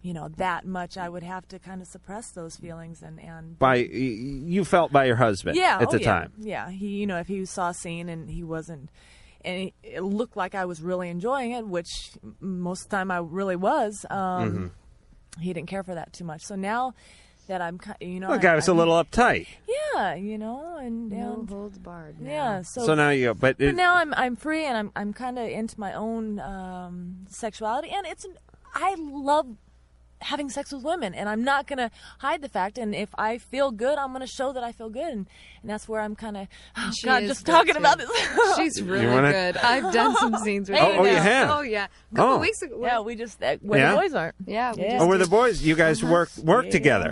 S22: you know, that much. I would have to kind of suppress those feelings and and
S5: By y- you felt by your husband
S22: yeah,
S5: at
S22: oh,
S5: the
S22: yeah.
S5: time.
S22: Yeah, he you know if he saw a scene and he wasn't, and he- it looked like I was really enjoying it, which m- most of the time I really was. Um,
S5: Mm-hmm.
S22: He didn't care for that too much. So now that I'm, ki- you know,
S5: Look,
S22: I,
S5: I was a
S22: I-
S5: little uptight.
S22: Yeah, you know, and,
S4: No
S22: and
S4: holds barred.
S22: Yeah, so
S5: So now you- but it-
S22: now I'm I'm free and I'm I'm kind of into my own um, sexuality and it's an- I love having sex with women and I'm not gonna hide the fact and if I feel good I'm gonna show that I feel good and, and that's where I'm kind of oh
S4: She
S22: god
S4: is
S22: just
S4: good,
S22: talking
S4: too.
S22: about this
S4: She's really
S5: wanna-
S4: good. I've done some scenes with
S5: Oh,
S4: her.
S5: oh, you have?
S4: Oh, yeah. A couple
S5: Oh.
S4: weeks ago.
S22: Yeah, we just, uh,
S5: where the Yeah? boys
S22: aren't.
S4: Yeah. we
S22: Yeah. Uh-huh.
S4: just
S5: Oh, were the
S4: did-
S5: boys? You guys worked worked together.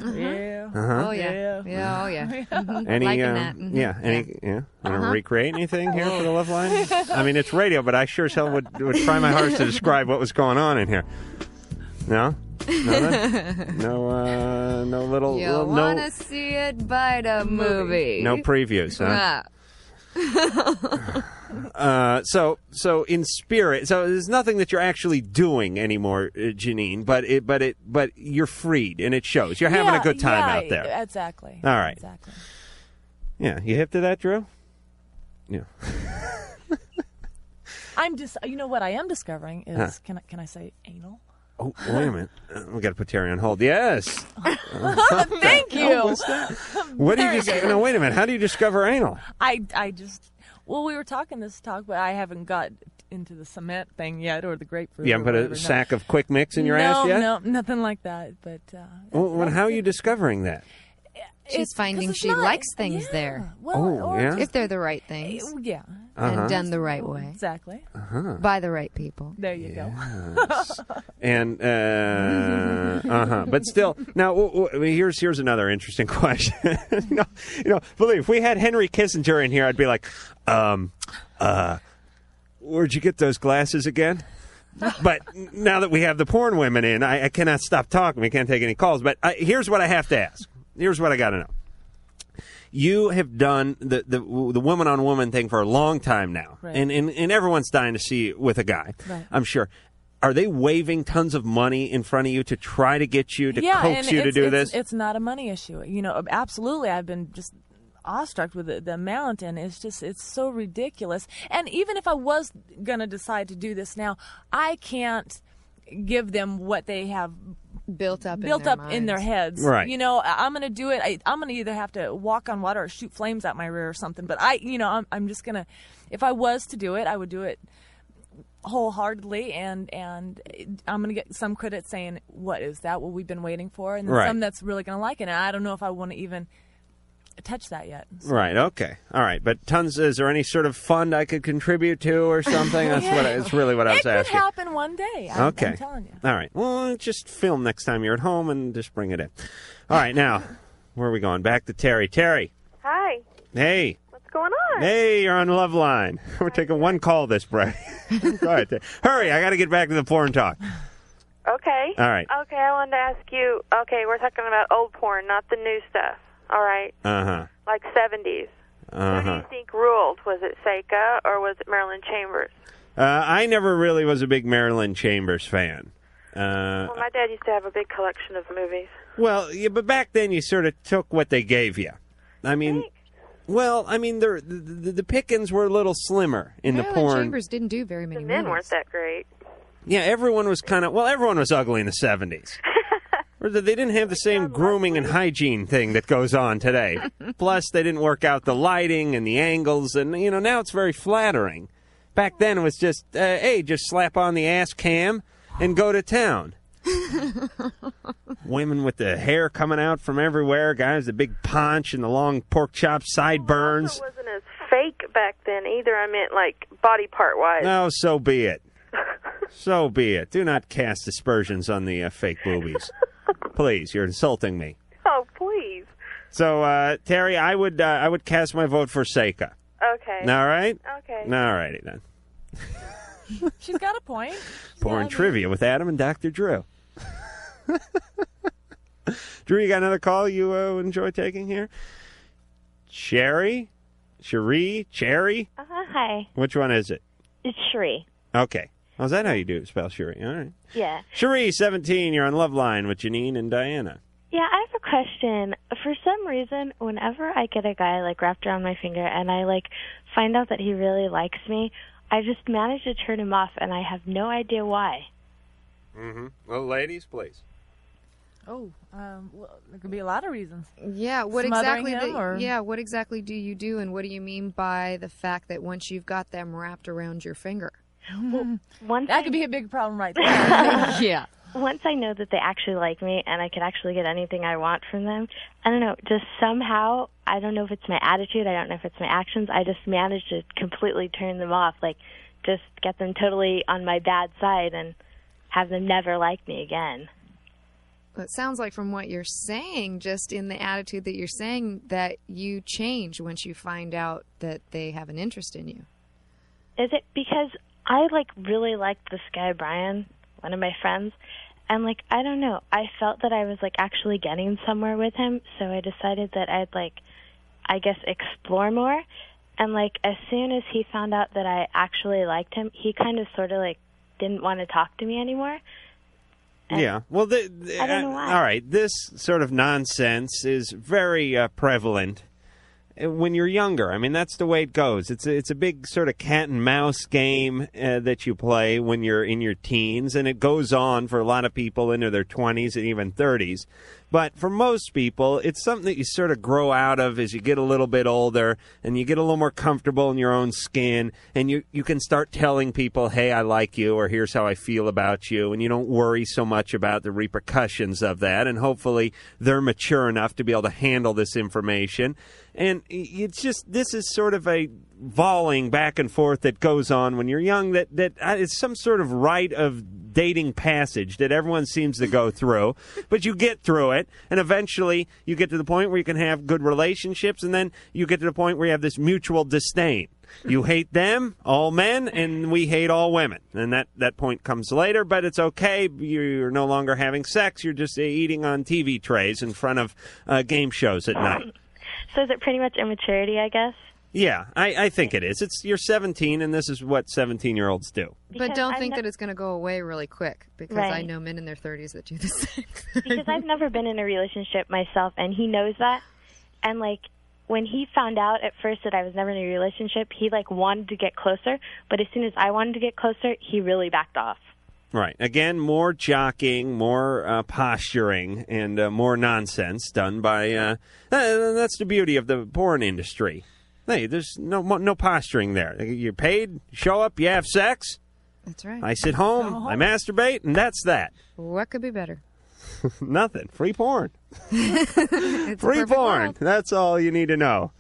S22: Yeah.
S5: Uh-huh.
S4: Oh, yeah. Yeah, oh, yeah. Mhm.
S5: Any,
S4: Liking
S5: uh,
S4: that. mhm.
S5: yeah, any, yeah. Want to
S4: Uh-huh.
S5: recreate anything here for the love line? I mean, it's radio, but I sure as hell would, would try my hardest to describe what was going on in here. No, None? no, uh, no little,
S4: You
S5: little-
S4: want
S5: no,
S4: to see it by the movie.
S5: no previews. Huh?
S4: Yeah.
S5: Uh, so, so in spirit, so there's nothing that you're actually doing anymore, uh, Janine. But it, but it, but you're freed, and it shows. You're having
S22: Yeah,
S5: a good time
S22: yeah,
S5: out there.
S22: exactly
S5: All right.
S22: exactly
S5: Yeah, you hip to that, Drew? Yeah.
S22: I'm just you know what I am discovering is
S5: Huh.
S22: can I can I say anal
S5: Oh, wait a minute. Uh, We got to put Terry on hold. Yes.
S22: thank you
S5: What do you
S22: Very
S5: just?
S22: good.
S5: No, wait a minute. How do you discover anal?
S22: I, I just, well, we were talking this talk, but I haven't got into the cement thing yet or the grapefruit.
S5: you
S22: or
S5: haven't put
S22: whatever,
S5: a
S22: no.
S5: sack of quick mix in your
S22: no,
S5: ass yet?
S22: No, nothing like that. But uh,
S5: Well, well, how are you discovering that?
S4: She's finding she likes things there.
S5: Oh, or yeah? just-
S4: If they're the right things.
S22: Eh, yeah. Mm-hmm.
S5: Uh-huh.
S4: And done the right way.
S22: Exactly.
S5: Uh-huh.
S4: By the right people.
S22: There you
S5: Yes. And uh huh, but still. Now w- w- here's here's another interesting question. you, know, you know, believe if we had Henry Kissinger in here, I'd be like, um, uh, where'd you get those glasses again? But now that we have the porn women in, I, I cannot stop talking. We can't take any calls. But I, here's what I have to ask. Here's what I got to know. you have done the the the woman on woman thing for a long time now,
S12: Right.
S5: and, and and everyone's dying to see you with a guy.
S22: Right.
S5: I'm sure. Are they waving tons of money in front of you to try to get you to
S22: yeah,
S5: coax
S22: and
S5: you to
S22: it's-
S5: do
S22: it's-
S5: this?
S22: It's not a money issue. You know, absolutely. I've been just awestruck with the, the amount, and it's just it's so ridiculous. And even if I was gonna decide to do this now, I can't give them what they have
S4: built up
S22: built
S4: their
S22: up in their
S4: minds.
S22: heads
S4: Right.
S22: you know I- i'm gonna do it I, i'm gonna either have to walk on water or shoot flames out my rear or something but i you know i'm, I'm just gonna if i was to do it i would do it wholeheartedly and and i'm gonna get some credit saying what is that what we've been waiting for and then
S5: Right.
S22: some that's really gonna like it and i don't know if i want to even touch that yet
S5: Right. Okay. All right. But tons. Is there any sort of fund I could contribute to or something? That's what. I, that's really what I was
S22: it could
S5: asking.
S22: happen one day I'm,
S5: okay.
S22: I'm telling you
S5: All right. Well, just film next time you're at home and just bring it in. All right. Now, where are we going? Back to Terry. Terry. Hey.
S25: What's going on?
S5: Hey, you're on Love Line. We're taking one call this break. Go ahead. Hurry, I got to get back to the porn talk.
S25: Okay.
S5: All right.
S25: Okay, I wanted to ask you. Okay, we're talking about old porn, not the new stuff. All right,
S5: Uh huh.
S25: like 70s.
S5: Uh huh.
S25: I think ruled. Was it Seika or was it Marilyn Chambers?
S5: Uh, I never really was a big Marilyn Chambers fan. Uh,
S25: Well, my dad used to have a big collection of movies.
S5: well, yeah, but back then you sort of took what they gave you. I mean, well, I mean, the the, the pickings were a little slimmer in
S4: Marilyn
S5: the porn.
S4: Chambers didn't do very many.
S25: The men
S4: movies.
S25: weren't that great.
S5: Yeah, everyone was kind of well. Everyone was ugly in the seventies. Or that they didn't have the same grooming and hygiene thing that goes on today. Plus, they didn't work out the lighting and the angles, and you know now it's very flattering. Back then, it was just uh, hey, just slap on the ass cam and go to town. Women with the hair coming out from everywhere, guys the big paunch and the long pork chop sideburns.
S25: It wasn't as fake back then either. I meant like body part wise.
S5: No, so be it. so be it. Do not cast aspersions on the uh, fake boobies. Please, you're insulting me.
S25: Oh, please.
S5: So, uh, Terry, I would uh, I would cast my vote for Seika.
S25: Okay.
S5: All right.
S25: Okay.
S5: All righty then.
S22: She's got a point.
S5: Porn trivia with Adam and Dr. Drew. Drew, you got another call you uh, would enjoy taking here? Sherry, Cherie, Cherry.
S26: Uh, hi,
S5: Which one is it?
S26: it's Sheree.
S5: Okay. Oh, is that how you do it? Spell Cherie. All right.
S26: Yeah.
S5: Cherie, seventeen. You're on Love Line with Janine and Diana.
S26: Yeah, I have a question. For some reason, whenever I get a guy like wrapped around my finger and I like find out that he really likes me, I just manage to turn him off and I have no idea why.
S5: Mm-hmm. Well, ladies, please.
S22: Oh, um, well, there could be a lot of reasons.
S4: Yeah, Uh, what
S22: Smothering
S4: exactly?
S22: him,
S4: do-
S22: or-
S4: Yeah, what exactly do you do, and what do you mean by the fact that once you've got them wrapped around your finger?
S26: Once
S4: that
S26: could
S22: be a big problem, right
S26: there.
S4: yeah.
S26: Once I know that they actually like me and I could actually get anything I want from them, I don't know, just somehow, I don't know if it's my attitude, I don't know if it's my actions, I just manage to completely turn them off, like just get them totally on my bad side and have them never like me again.
S4: Well, it sounds like from what you're saying, just in the attitude that you're saying, that you change once you find out that they have an interest in you.
S26: Is it because I like really liked this guy Brian, one of my friends, and like I don't know, I felt that I was like actually getting somewhere with him, so I decided that I'd like I guess explore more. And like as soon as he found out that I actually liked him, he kind of sort of like didn't want to talk to me anymore.
S5: Yeah. Well, the, the-
S26: I don't know
S5: uh,
S26: why.
S5: all right. This sort of nonsense is very uh, prevalent uh, when you're younger. I mean, that's the way it goes. It's a, it's a big sort of cat and mouse game uh, that you play when you're in your teens, and it goes on for a lot of people into their 20s and even 30s. But for most people, it's something that you sort of grow out of as you get a little bit older and you get a little more comfortable in your own skin and you, you can start telling people, hey, I like you or here's how I feel about you. And you don't worry so much about the repercussions of that. And hopefully they're mature enough to be able to handle this information. And i- it's just, this is sort of a volleying back and forth that goes on when you're young that, that uh, it's some sort of rite of dating passage that everyone seems to go through but you get through it and eventually you get to the point where you can have good relationships and then you get to the point where you have this mutual disdain you hate them all men and we hate all women and that that point comes later but it's okay you're no longer having sex you're just uh, eating on tv trays in front of uh, game shows at night
S26: So is it pretty much immaturity, I guess?
S5: yeah, I, I think it is. It's you're 17, and this is what 17 year olds do.
S4: but don't think that it's going to go away really quick because I
S26: Right.
S4: know men in their 30s that do the same.
S26: because I've never been in a relationship myself, and he knows that. And like when he found out at first that I was never in a relationship, he like wanted to get closer, but as soon as I wanted to get closer, he really backed off.
S5: Right. Again, more jockeying, more uh, posturing, and uh, more nonsense done by. Uh, uh, that's the beauty of the porn industry. Hey, there's no mo- no posturing there. You're paid, show up, you have sex.
S4: That's right.
S5: I sit home, I masturbate, and that's that.
S4: What could be better?
S5: Nothing. Free porn.
S4: It's a
S5: Free
S4: perfect
S5: porn.
S4: world.
S5: That's all you need to know.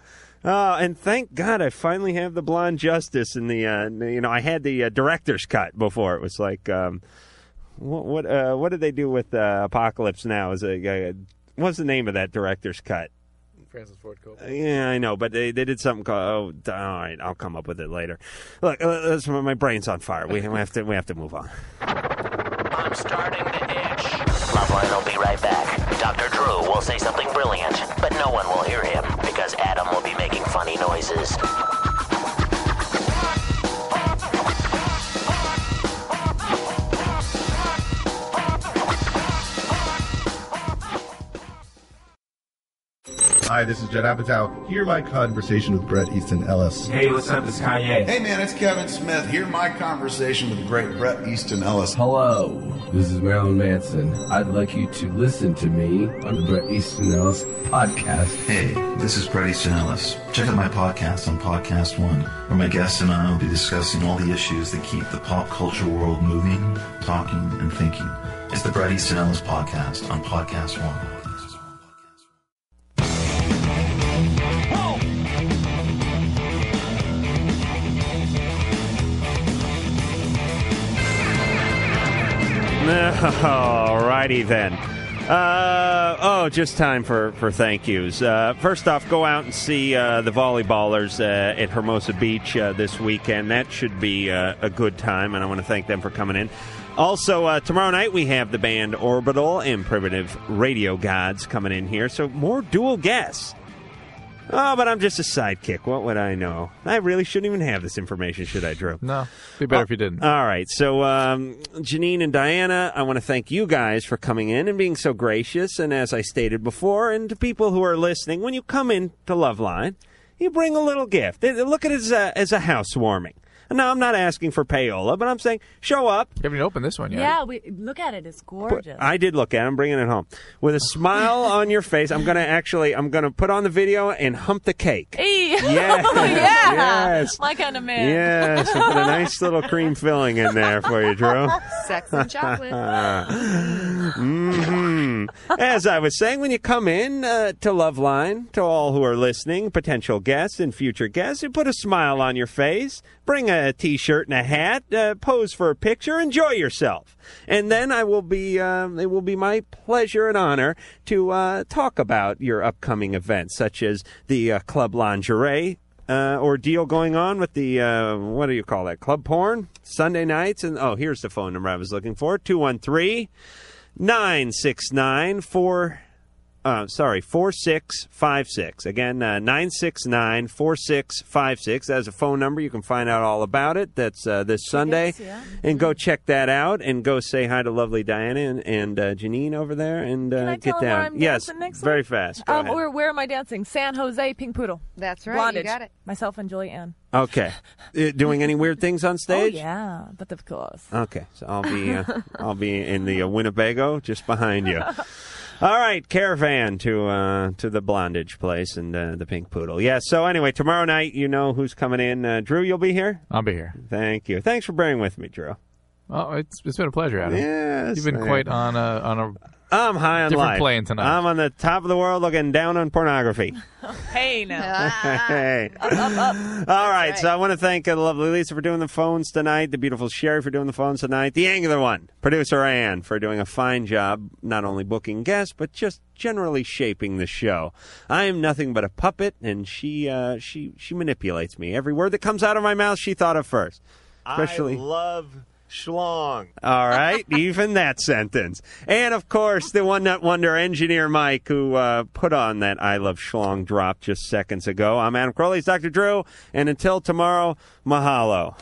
S5: Uh, and thank God I finally have the blonde justice in the uh, you know I had the uh, director's cut before it was like um, what what uh, what did they do with uh, Apocalypse Now is a, uh what's the name of that director's cut
S6: Francis Ford Coppola.
S5: Yeah, I know, but they, they did something called. Oh, d- all right, I'll come up with it later. Look, uh, that's- my brain's on fire. We, we have to we have to move on.
S3: I'm starting to itch. Loveline will be right back. Dr. Drew will say something brilliant, but no one will hear him because Adam will be making funny noises.
S12: Hi, this is Jed Apatow. Hear my conversation with Brett Easton Ellis.
S13: Hey, what's up? This is Kanye.
S12: Hey, man, it's Kevin Smith. Hear my conversation with the great Brett Easton Ellis.
S13: Hello, this is Marilyn Manson. I'd like you to listen to me on the Brett Easton Ellis podcast.
S14: Hey, this is Brett Easton Ellis. Check out my podcast on Podcast One, where my guest and I will be discussing all the issues that keep the pop culture world moving, talking, and thinking. It's the Brett Easton Ellis podcast on Podcast One.
S5: All righty then. Uh, oh, just time for, for thank yous. Uh, first off, go out and see uh, the volleyballers uh, at Hermosa Beach uh, this weekend. That should be uh, a good time, and I want to thank them for coming in. Also, uh, tomorrow night we have the band Orbital and Primitive Radio Gods coming in here, so more dual guests. Oh, but I'm just a sidekick. What would I know? I really shouldn't even have this information, should I, Drew? Uh,
S6: No, be better if you didn't.
S5: All right. So, um, Janine and Diana, I want to thank you guys for coming in and being so gracious. And as I stated before, and to people who are listening, when you come in to Loveline, you bring a little gift. They- they Look at it as a, as a housewarming. Now, I'm not asking for payola, but I'm saying show up. You
S6: haven't opened this one
S22: Yeah, we look at it. It's gorgeous.
S5: I did look at it. I'm bringing it home. With a smile on your face, I'm going to actually, I'm going to put on the video and hump the cake.
S22: Hey.
S5: Yes,
S22: yeah.
S5: yes.
S22: My kind of man.
S5: Yes, and put a nice little cream filling in there for you, Drew.
S22: Sex and chocolate.
S5: hmm As I was saying, when you come in uh, to Loveline, to all who are listening, potential guests and future guests, you put a smile on your face, bring a t-shirt and a hat, uh, pose for a picture, enjoy yourself, and then I will be. Um, it will be my pleasure and honor to uh, talk about your upcoming events, such as the uh, Club Lingerie uh, ordeal going on with the uh, what do you call that club porn Sunday nights and oh here's the phone number I was looking for 213 969 4 uh, sorry 4656 again uh, 969 4656 that's a phone number you can find out all about it that's uh, this Sunday and
S22: Mm-hmm.
S5: go check that out and go say hi to lovely Diana and, and uh, Janine over there and uh,
S22: I
S5: get
S22: tell 'em where
S5: down
S22: I'm
S5: yes
S22: dancing next
S5: very fast Go
S22: Um,
S5: ahead.
S22: or where am I dancing? San Jose Pink Poodle.
S4: That's
S22: right.
S4: you got
S22: it. Myself and Julie Ann.
S5: okay Uh, doing any weird things on stage
S22: Oh yeah, but of course.
S5: Okay, so I'll be uh, I'll be in the uh, Winnebago just behind you. All right, caravan to uh, to the Blondage place and uh, the Pink Poodle. Yeah. So anyway, tomorrow night, you know who's coming in. Uh, Drew, you'll be here.
S6: I'll be here.
S5: Thank you. Thanks for bearing with me, Drew.
S6: Oh, it's it's been a pleasure, Adam.
S5: Yes,
S6: you've been
S5: man.
S6: quite on a on a
S5: I'm high on
S6: Different
S5: life.
S6: plane tonight.
S5: I'm on the top of the world, looking down on pornography.
S22: Hey now.
S5: Hey.
S22: up, up, up.
S5: All right, so I want to thank uh, the lovely Lisa for doing the phones tonight, the beautiful Sherry for doing the phones tonight, the angular one, producer Ann for doing a fine job, not only booking guests but just generally shaping the show. I am nothing but a puppet, and she uh, she she manipulates me. Every word that comes out of my mouth, she thought of first. Especially,
S21: love schlong.
S5: all right, even that sentence, and of course the one nut wonder engineer Mike, who uh, put on that "I Love Schlong" drop just seconds ago. I'm Adam Crowley, it's Dr. Drew, and until tomorrow, mahalo.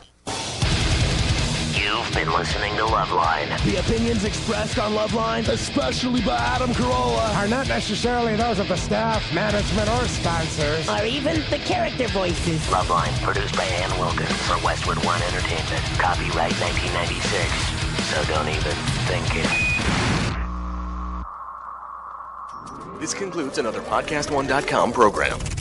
S3: You've been listening to Loveline.
S21: The opinions expressed on Loveline, especially by Adam Carolla, are not necessarily those of the staff, management, or sponsors.
S15: Or even the character voices.
S3: Loveline, produced by Ann Wilkins for Westwood One Entertainment. Copyright 1996. So don't even think it.
S11: This concludes another PodcastOne.com program.